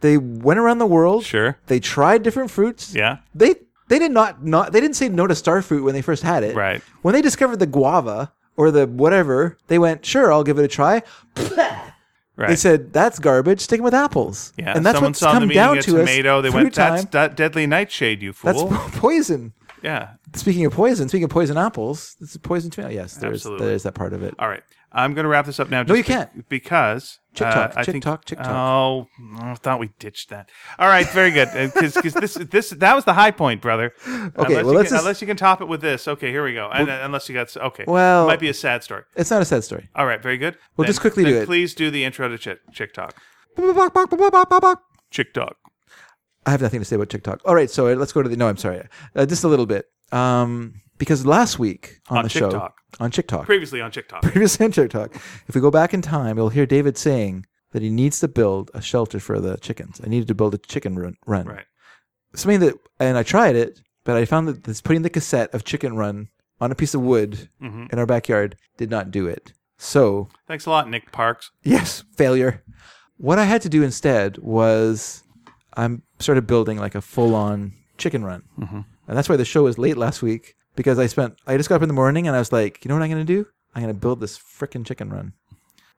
S1: They went around the world.
S2: Sure.
S1: They tried different fruits.
S2: Yeah.
S1: They they did not not they didn't say no to starfruit when they first had it.
S2: Right.
S1: When they discovered the guava or the whatever, they went, "Sure, I'll give it a try."
S2: Right.
S1: They said, "That's garbage. Stick 'em with apples."
S2: yeah.
S1: And that's
S2: Someone
S1: what's
S2: saw
S1: come
S2: them
S1: down
S2: eating
S1: to
S2: a tomato.
S1: us
S2: They
S1: through
S2: went,
S1: time. (laughs)
S2: "That's that deadly nightshade, you
S1: That's
S2: fool."
S1: poison.
S2: Yeah.
S1: Speaking of poison, speaking of poison apples, it's a poison tomato. Yes, there's
S2: Absolutely.
S1: there's that part of it.
S2: All right. I'm going to wrap this up now. Just
S1: you
S2: be-
S1: can't.
S2: Because.
S1: Chick
S2: uh,
S1: talk,
S2: I
S1: chick
S2: think,
S1: talk, chick talk.
S2: Oh, I thought we ditched that. All right, very good. Because this, this, that was the high
S1: (laughs)
S2: point, brother. Okay, unless
S1: well,
S2: you
S1: let's
S2: can,
S1: just-
S2: unless you can top it with this. Okay, here we go. And, uh, unless you got s- okay,
S1: Well-
S2: might be a sad story.
S1: It's not a sad story.
S2: All right, very good.
S1: Well, just quickly
S2: then
S1: do it.
S2: Please do the intro to chick, chick talk.
S1: I
S2: Chick talk.
S1: have nothing to say about TikTok. All right, so uh, let's go to the. No, I'm sorry. Uh, just a little bit, um, because last week on,
S2: On
S1: the show
S2: TikTok.
S1: on TikTok,
S2: Previously
S1: (laughs)
S2: on TikTok.
S1: previous on TikTok, if we go back in time, you'll hear David saying that he needs to build a shelter for the chickens. I needed to build a chicken run. run.
S2: Right.
S1: Something that, and I tried it, but I found that this putting the cassette of Chicken Run on a piece of wood
S2: hmm
S1: in our backyard did not do it. So
S2: Thanks a lot, Nick Parks.
S1: Yes, failure. What I had to do instead was I'm sort of building like a full on chicken run. And that's why the show was late last week because I spent, I just got up in the morning and I was like, you know what I'm going to do? I'm going to build this frickin' chicken run.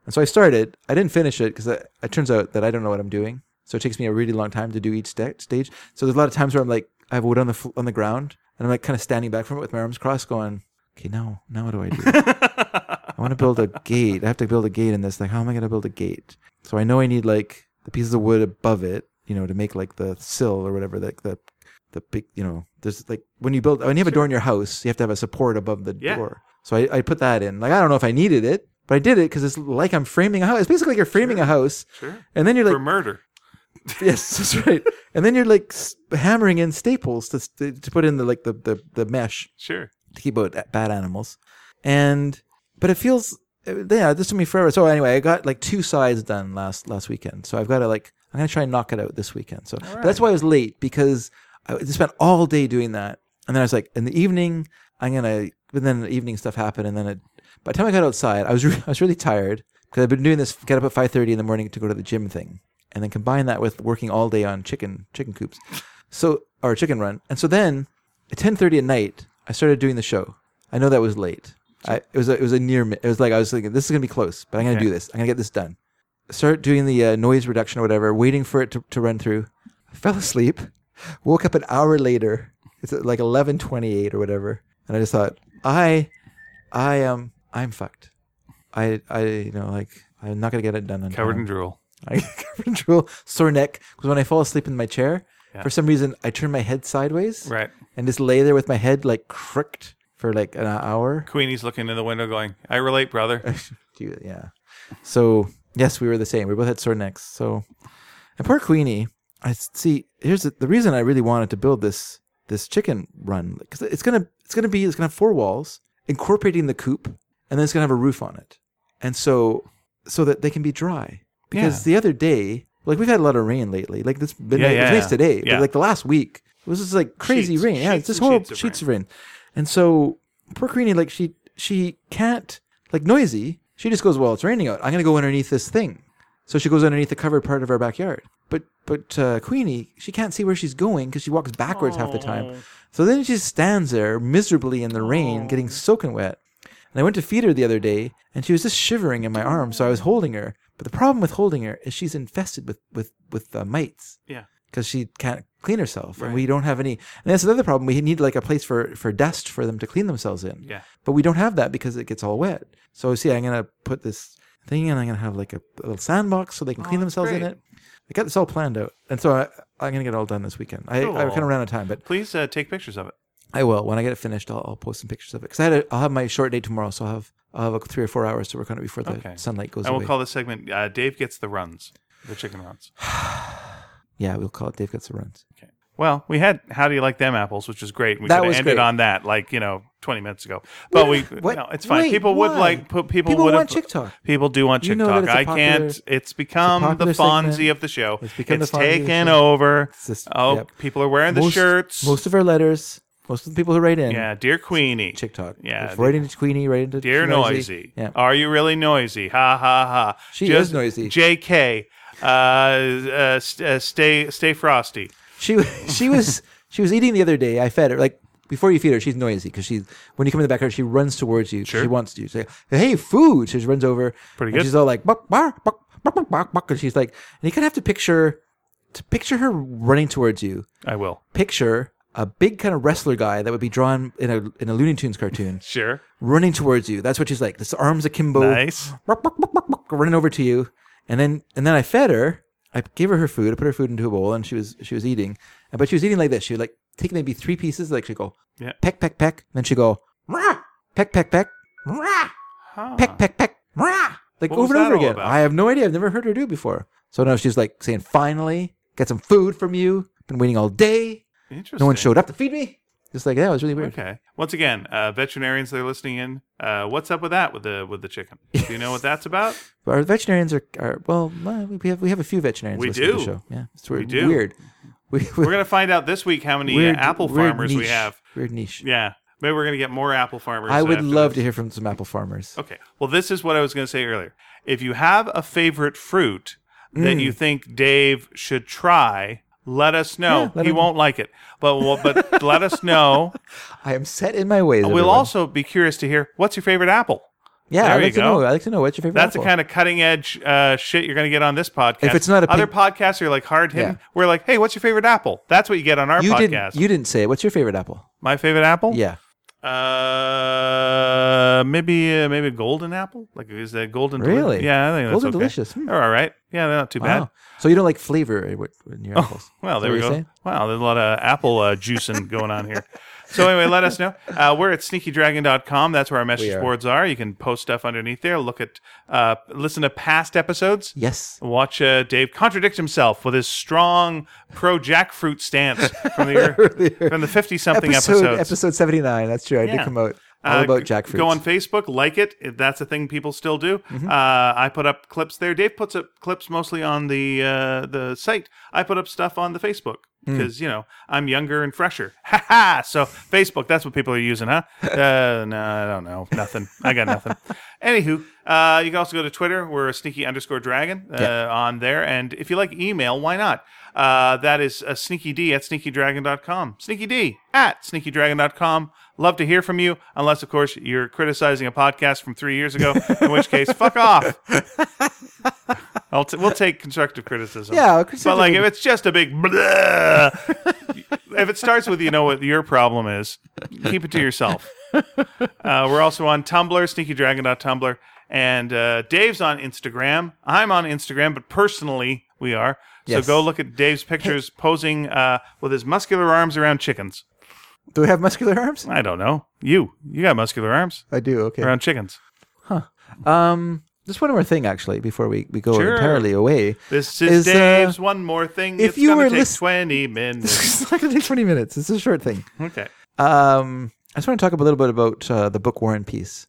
S1: And so I started. I didn't finish it because it turns out that I don't know what I'm doing. So it takes me a really long time to do each sta- stage. So there's a lot of times where I'm like, I have wood on the, fl- on the ground and I'm like kind of standing back from it with my arms crossed going, okay, now, now what do I do? I want to build
S2: (laughs)
S1: a gate. I have to build a gate in this. Like, how am I going to build a gate? So I know I need like the pieces of wood above it, you know, to make like the sill or whatever, like the the big, you know, there's like when you build when you have a door in your house, you have to have a support above the
S2: Yeah.
S1: door. So I, I put that in. Like, I don't know if I needed it, but I did it because it's like I'm framing a house. It's basically like you're framing a house,
S2: Sure.
S1: and then you're
S2: For
S1: like,
S2: murder.
S1: (laughs)
S2: (laughs)
S1: yes, that's right. And then you're like s- hammering in staples to to to put in the like the the, the mesh
S2: Sure.
S1: to keep out bad animals. And but it feels uh, yeah, this took me forever. So anyway, I got like two sides done last last weekend. So I've got to like I'm gonna try and knock it out this weekend. So but that's why I was late because I just spent all day doing that, and then I was like in the evening I'm gonna. But then the evening stuff happened, and then it, by the time I got outside, I was (laughs) re- I was really tired because I've been doing this get up at five thirty in the morning to go to the gym thing, and then combine that with working all day on chicken chicken coops, so or chicken run, and so then at ten thirty at night, I started doing the show. I know that was late. I, it was a, it was a near. mi- It was like I was thinking this is gonna be close, but I'm gonna
S2: Okay.
S1: do this. I'm gonna get this done. Start doing the uh, noise reduction or whatever. Waiting for it to, to run through. Fell asleep. Woke up an hour later. It's at like eleven twenty eight or whatever. And I just thought I, I am um, I'm fucked. I I you know like I'm not gonna get it done. On
S2: Covered
S1: time.
S2: in drool.
S1: (laughs) I covered in drool, sore neck. Because when I fall asleep in my chair,
S2: Yeah.
S1: for some reason I turn my head sideways
S2: Right.
S1: and just lay there with my head like crooked for like an hour.
S2: Queenie's looking in the window going, I
S1: (laughs)
S2: relate, brother.
S1: Do you- yeah. So yes, we were the same. We both had sore necks. So, and poor Queenie. I s- see. Here's the, the reason I really wanted to build this this chicken run because it's gonna it's gonna be it's gonna have four walls incorporating the coop, and then it's gonna have a roof on it, and so so that they can be dry. Because the other day, like we've had a lot of rain lately. Like this midnight,
S2: yeah,
S1: it was nice
S2: yeah.
S1: today,
S2: Yeah.
S1: but like the last week, it was just like crazy
S2: Sheets-
S1: rain. yeah,
S2: sheets
S1: it's just
S2: and
S1: horrible
S2: sheets of
S1: sheets, of rain. And so poor Queenie, like she she can't like noisy. She just goes, well, it's raining out. I'm gonna go underneath this thing. So she goes underneath the covered part of our backyard. But but uh, Queenie, she can't see where she's going because she walks backwards half the time. So then she stands there miserably in the rain,
S2: Oh.
S1: getting soaking wet. And I went to feed her the other day, and she was just shivering in my arm, so I was holding her. But the problem with holding her is she's infested with with with uh, mites
S2: Yeah.
S1: because she can't clean herself,
S2: Right.
S1: and we don't have any. And that's another problem. We need like a place for for dust for them to clean themselves in.
S2: Yeah.
S1: But we don't have that because it gets all wet. So see, I'm gonna put this thing in. I'm gonna have like a little sandbox so they can clean
S2: that's
S1: themselves in
S2: great.
S1: it. I got this all planned out, and so I, I'm gonna get it all done this weekend. I, I
S2: Cool.
S1: kind of ran out of time, but
S2: Please uh, take pictures of it.
S1: I will. When I get it finished, I'll, I'll post some pictures of it because I had a, I'll have my short day tomorrow, so I'll have I'll have a three or four hours to work on it before the
S2: Okay.
S1: sunlight goes
S2: And
S1: away.
S2: we'll call this segment uh, Dave Gets the Runs, the chicken runs.
S1: yeah, we'll call it. Dave gets the runs.
S2: Okay. Well, we had How Do You Like Them Apples, which is great. We
S1: That
S2: could have
S1: was
S2: ended
S1: great.
S2: on that like, you know, 20 minutes ago. But we,
S1: (laughs) What?
S2: no, it's fine.
S1: Wait,
S2: people would
S1: why?
S2: like, pu- people,
S1: People
S2: would
S1: want
S2: have-
S1: TikTok.
S2: People do want
S1: You know
S2: TikTok.
S1: that it's a
S2: I can't,
S1: popular-
S2: it's become the
S1: popular
S2: Fonzie
S1: segment.
S2: of the show. It's,
S1: It's become the Fonzie of the
S2: taken
S1: show.
S2: over.
S1: just-
S2: oh,
S1: yep.
S2: people are wearing the
S1: most,
S2: shirts.
S1: Most of our letters, most of the people who write in,
S2: yeah, Dear Queenie.
S1: TikTok.
S2: Yeah,
S1: It's right into Queenie, right into
S2: Dear noisy.
S1: Yeah.
S2: Are you really noisy? Ha ha ha.
S1: She is noisy.
S2: JK. Uh, uh, st- uh, stay stay frosty.
S1: She (laughs) she
S2: (laughs)
S1: was she was eating the other day. I fed her like before you feed her. She's noisy because she when you come in the backyard, she runs towards you. She wants you. She's like, hey, food. She just runs over.
S2: Pretty
S1: and
S2: good.
S1: She's all like, buck, bark, buck, buck, buck, buck, buck, and she's like, and you kind of have to picture to picture her running towards you.
S2: I will.
S1: Picture a big kind of wrestler guy that would be drawn in a in a Looney Tunes
S2: (laughs)
S1: cartoon
S2: Sure.
S1: running towards you. That's what she's like. This arms akimbo,
S2: Nice.
S1: running over to you. And then and then I fed her. I gave her her food. I put her food into a bowl, and she was she was eating. And- But she was eating like this. She would like take maybe three pieces. Like she'd go
S2: Yeah.
S1: peck peck peck. And then she'd go rah, peck peck peck rah,
S2: Huh.
S1: peck peck peck rah. Like
S2: What was
S1: over and
S2: that
S1: over
S2: all
S1: again.
S2: about?
S1: I have no idea. I've never heard her do it before. So now she's like saying, "Finally, got some food from you. Been waiting all day.
S2: Interesting.
S1: No one showed up to feed me." Just like that it was really weird.
S2: Okay. Once again, uh, veterinarians that are listening in, uh, what's up with that with the with the chicken? Do you know what that's
S1: (laughs)
S2: about?
S1: Our veterinarians are, are well. uh, We have we have a few veterinarians.
S2: We
S1: listening to
S2: do.
S1: the show. Yeah, it's weird.
S2: do.
S1: Weird. We,
S2: We're gonna find out this week how many uh, apple farmers we have.
S1: Weird niche.
S2: Yeah, maybe we're gonna get more apple farmers. uh,
S1: I would
S2: after
S1: love
S2: this. Oh.
S1: to hear from some apple farmers.
S2: Okay. Well, this is what I was going to say earlier. If you have a favorite fruit that
S1: Mm.
S2: you think Dave should try, let us know.
S1: Yeah, let
S2: he
S1: him-
S2: won't like it, but well,
S1: (laughs)
S2: but let us know.
S1: I am set in my ways.
S2: Oh, We'll
S1: everyone.
S2: also be curious to hear what's your favorite apple.
S1: yeah.
S2: there
S1: I
S2: you
S1: like to
S2: go.
S1: know. I like to know what's your favorite.
S2: That's
S1: apple.
S2: the kind of cutting edge uh, shit you're going to get on this podcast.
S1: If it's not a
S2: other
S1: pink-
S2: podcasts are like hard hitting.
S1: Yeah.
S2: We're like, hey, what's your favorite apple? That's what you get on our
S1: you
S2: podcast. Oh.
S1: didn't. You didn't say it. What's your favorite apple?
S2: My favorite apple?
S1: Yeah.
S2: Uh, maybe uh, maybe a golden apple. Like is that golden? deli-
S1: Really?
S2: yeah, I think
S1: Golden
S2: that's okay.
S1: delicious. Hmm.
S2: They're all right. Yeah, they're not too bad.
S1: Wow. Oh. So you don't like flavor in what- in your apples?
S2: Oh, Well,
S1: Is
S2: there
S1: that
S2: we
S1: what
S2: go.
S1: you're saying?
S2: Wow, there's a lot of apple uh, juicing going on here. So anyway, let
S1: (laughs)
S2: us know. Uh, we're at sneakydragon.com. That's where our message
S1: are.
S2: boards are. You can post stuff underneath there. Look at, uh, listen to past episodes.
S1: Yes.
S2: Watch uh, Dave contradict himself with his strong pro jackfruit
S1: (laughs)
S2: stance from the from the fifty something
S1: Episode
S2: episodes.
S1: episode seventy nine. That's true. I did
S2: Yeah.
S1: come out all
S2: Uh,
S1: about
S2: g-
S1: jackfruit.
S2: Go on Facebook, like it. If That's a thing people still do.
S1: Mm-hmm.
S2: Uh, I put up clips there. Dave puts up clips mostly on the uh, the site. I put up stuff on the Facebook
S1: Hmm.
S2: because you know I'm younger and fresher. (laughs) Ha ha! So Facebook, that's what people are
S1: (laughs)
S2: using, huh? uh, no, I don't know. Nothing. I got nothing. Anywho, uh, you can also go to Twitter. We're sneaky underscore dragon uh,
S1: Yeah.
S2: on there. And if you like email, why not? Uh, that is uh, sneakyd at sneakydragon.com. Sneakyd at sneakydragon.com. Love to hear from you, unless, of course, you're criticizing a podcast from three years ago, in which case,
S1: (laughs)
S2: fuck off. I'll t- we'll take constructive criticism.
S1: Yeah,
S2: But
S1: constructive-
S2: like, if it's just a big blah, if it starts with you know what your problem is, keep it to yourself. Uh, we're also on Tumblr, sneakydragon.tumblr, and uh, Dave's on Instagram. I'm on Instagram, but personally, we are. So
S1: Yes.
S2: go look at Dave's pictures posing uh, with his muscular arms around chickens.
S1: Do we have muscular arms?
S2: I don't know. You, you got muscular arms
S1: I do. Okay.
S2: around chickens.
S1: Um, just one more thing, actually, before we, we go
S2: Sure.
S1: entirely away. (laughs)
S2: This is,
S1: Is, uh,
S2: Dave's one more thing.
S1: if
S2: it's
S1: you
S2: gonna
S1: were
S2: take
S1: lis- (laughs)
S2: twenty minutes.
S1: it's not going to take 20 minutes. It's a short thing.
S2: okay.
S1: Um, I just want to talk a little bit about uh, the book War and
S2: (laughs)
S1: Peace.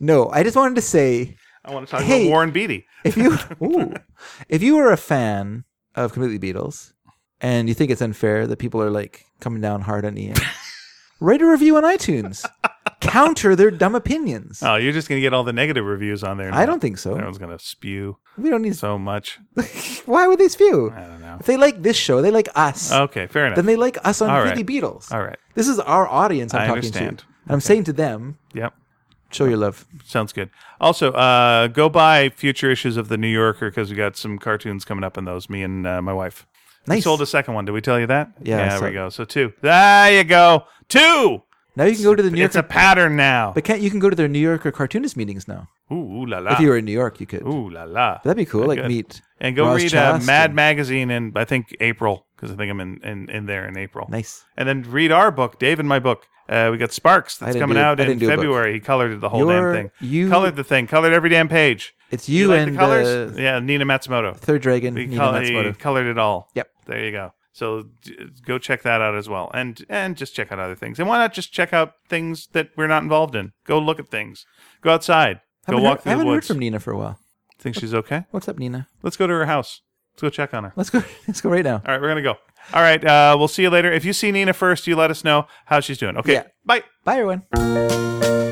S1: no, I just wanted to say
S2: I want to talk
S1: Hey.
S2: about Warren Beatty.
S1: if you ooh, if you were a fan of Completely Beatles and you think it's unfair that people are like coming down hard on
S2: (laughs)
S1: Ian, write a review on iTunes. Counter their dumb opinions.
S2: Oh, you're just gonna get all the negative reviews on there.
S1: I
S2: now.
S1: don't think so.
S2: Everyone's gonna spew
S1: We don't need.
S2: so much.
S1: Why would they spew?
S2: I don't know. Oh,
S1: If they like this show, they like us.
S2: Okay, fair enough.
S1: then they like us on
S2: All
S1: Completely Beatles.
S2: All right.
S1: This is our audience I'm
S2: I
S1: talking
S2: understand.
S1: to. And I'm saying to them,
S2: Yep.
S1: show your love.
S2: Sounds good. Also, uh, go buy future issues of the New Yorker because we got some cartoons coming up in those. Me and uh, my wife. We
S1: Nice.
S2: sold a second one. Did we tell you that?
S1: Yeah, I
S2: there
S1: saw-
S2: we go. So two. There you go. Two.
S1: now you can go to the New
S2: It's
S1: Yorker.
S2: a pattern now.
S1: but can't you can go to their New Yorker cartoonist meetings now?
S2: Ooh, ooh la la.
S1: If you were in New York, you could.
S2: Ooh la la.
S1: That'd be cool. Like
S2: good.
S1: meet
S2: And go
S1: Ross
S2: read uh,
S1: Chast
S2: Mad
S1: and-
S2: Magazine in I think April because I think I'm in, in, in there in April.
S1: Nice.
S2: And then read our book, Dave and my book. Uh, we got Sparks that's
S1: didn't
S2: coming
S1: do-
S2: out
S1: I didn't
S2: in
S1: do a book.
S2: February. He colored the whole
S1: You're-
S2: damn thing.
S1: you-
S2: colored the thing. Colored every damn page.
S1: It's you,
S2: like
S1: and
S2: the colors?
S1: uh,
S2: yeah, Nina Matsumoto.
S1: Third Dragon.
S2: He,
S1: Nina
S2: col- he
S1: Matsumoto.
S2: colored it all.
S1: Yep.
S2: There you go. So d- go check that out as well, and and just check out other things. And why not just check out things that we're not involved in? Go look at things. Go outside. Go
S1: Haven't
S2: walk
S1: heard,
S2: through the
S1: haven't heard
S2: woods.
S1: from Nina for a while.
S2: Think she's okay?
S1: What's up, Nina?
S2: Let's go to her house. Let's go check on her.
S1: Let's go. (laughs) Let's go right now.
S2: All right, we're gonna go. All right, uh, we'll see you later. If you see Nina first, you let us know how she's doing. Okay,
S1: Yeah.
S2: bye.
S1: Bye, everyone.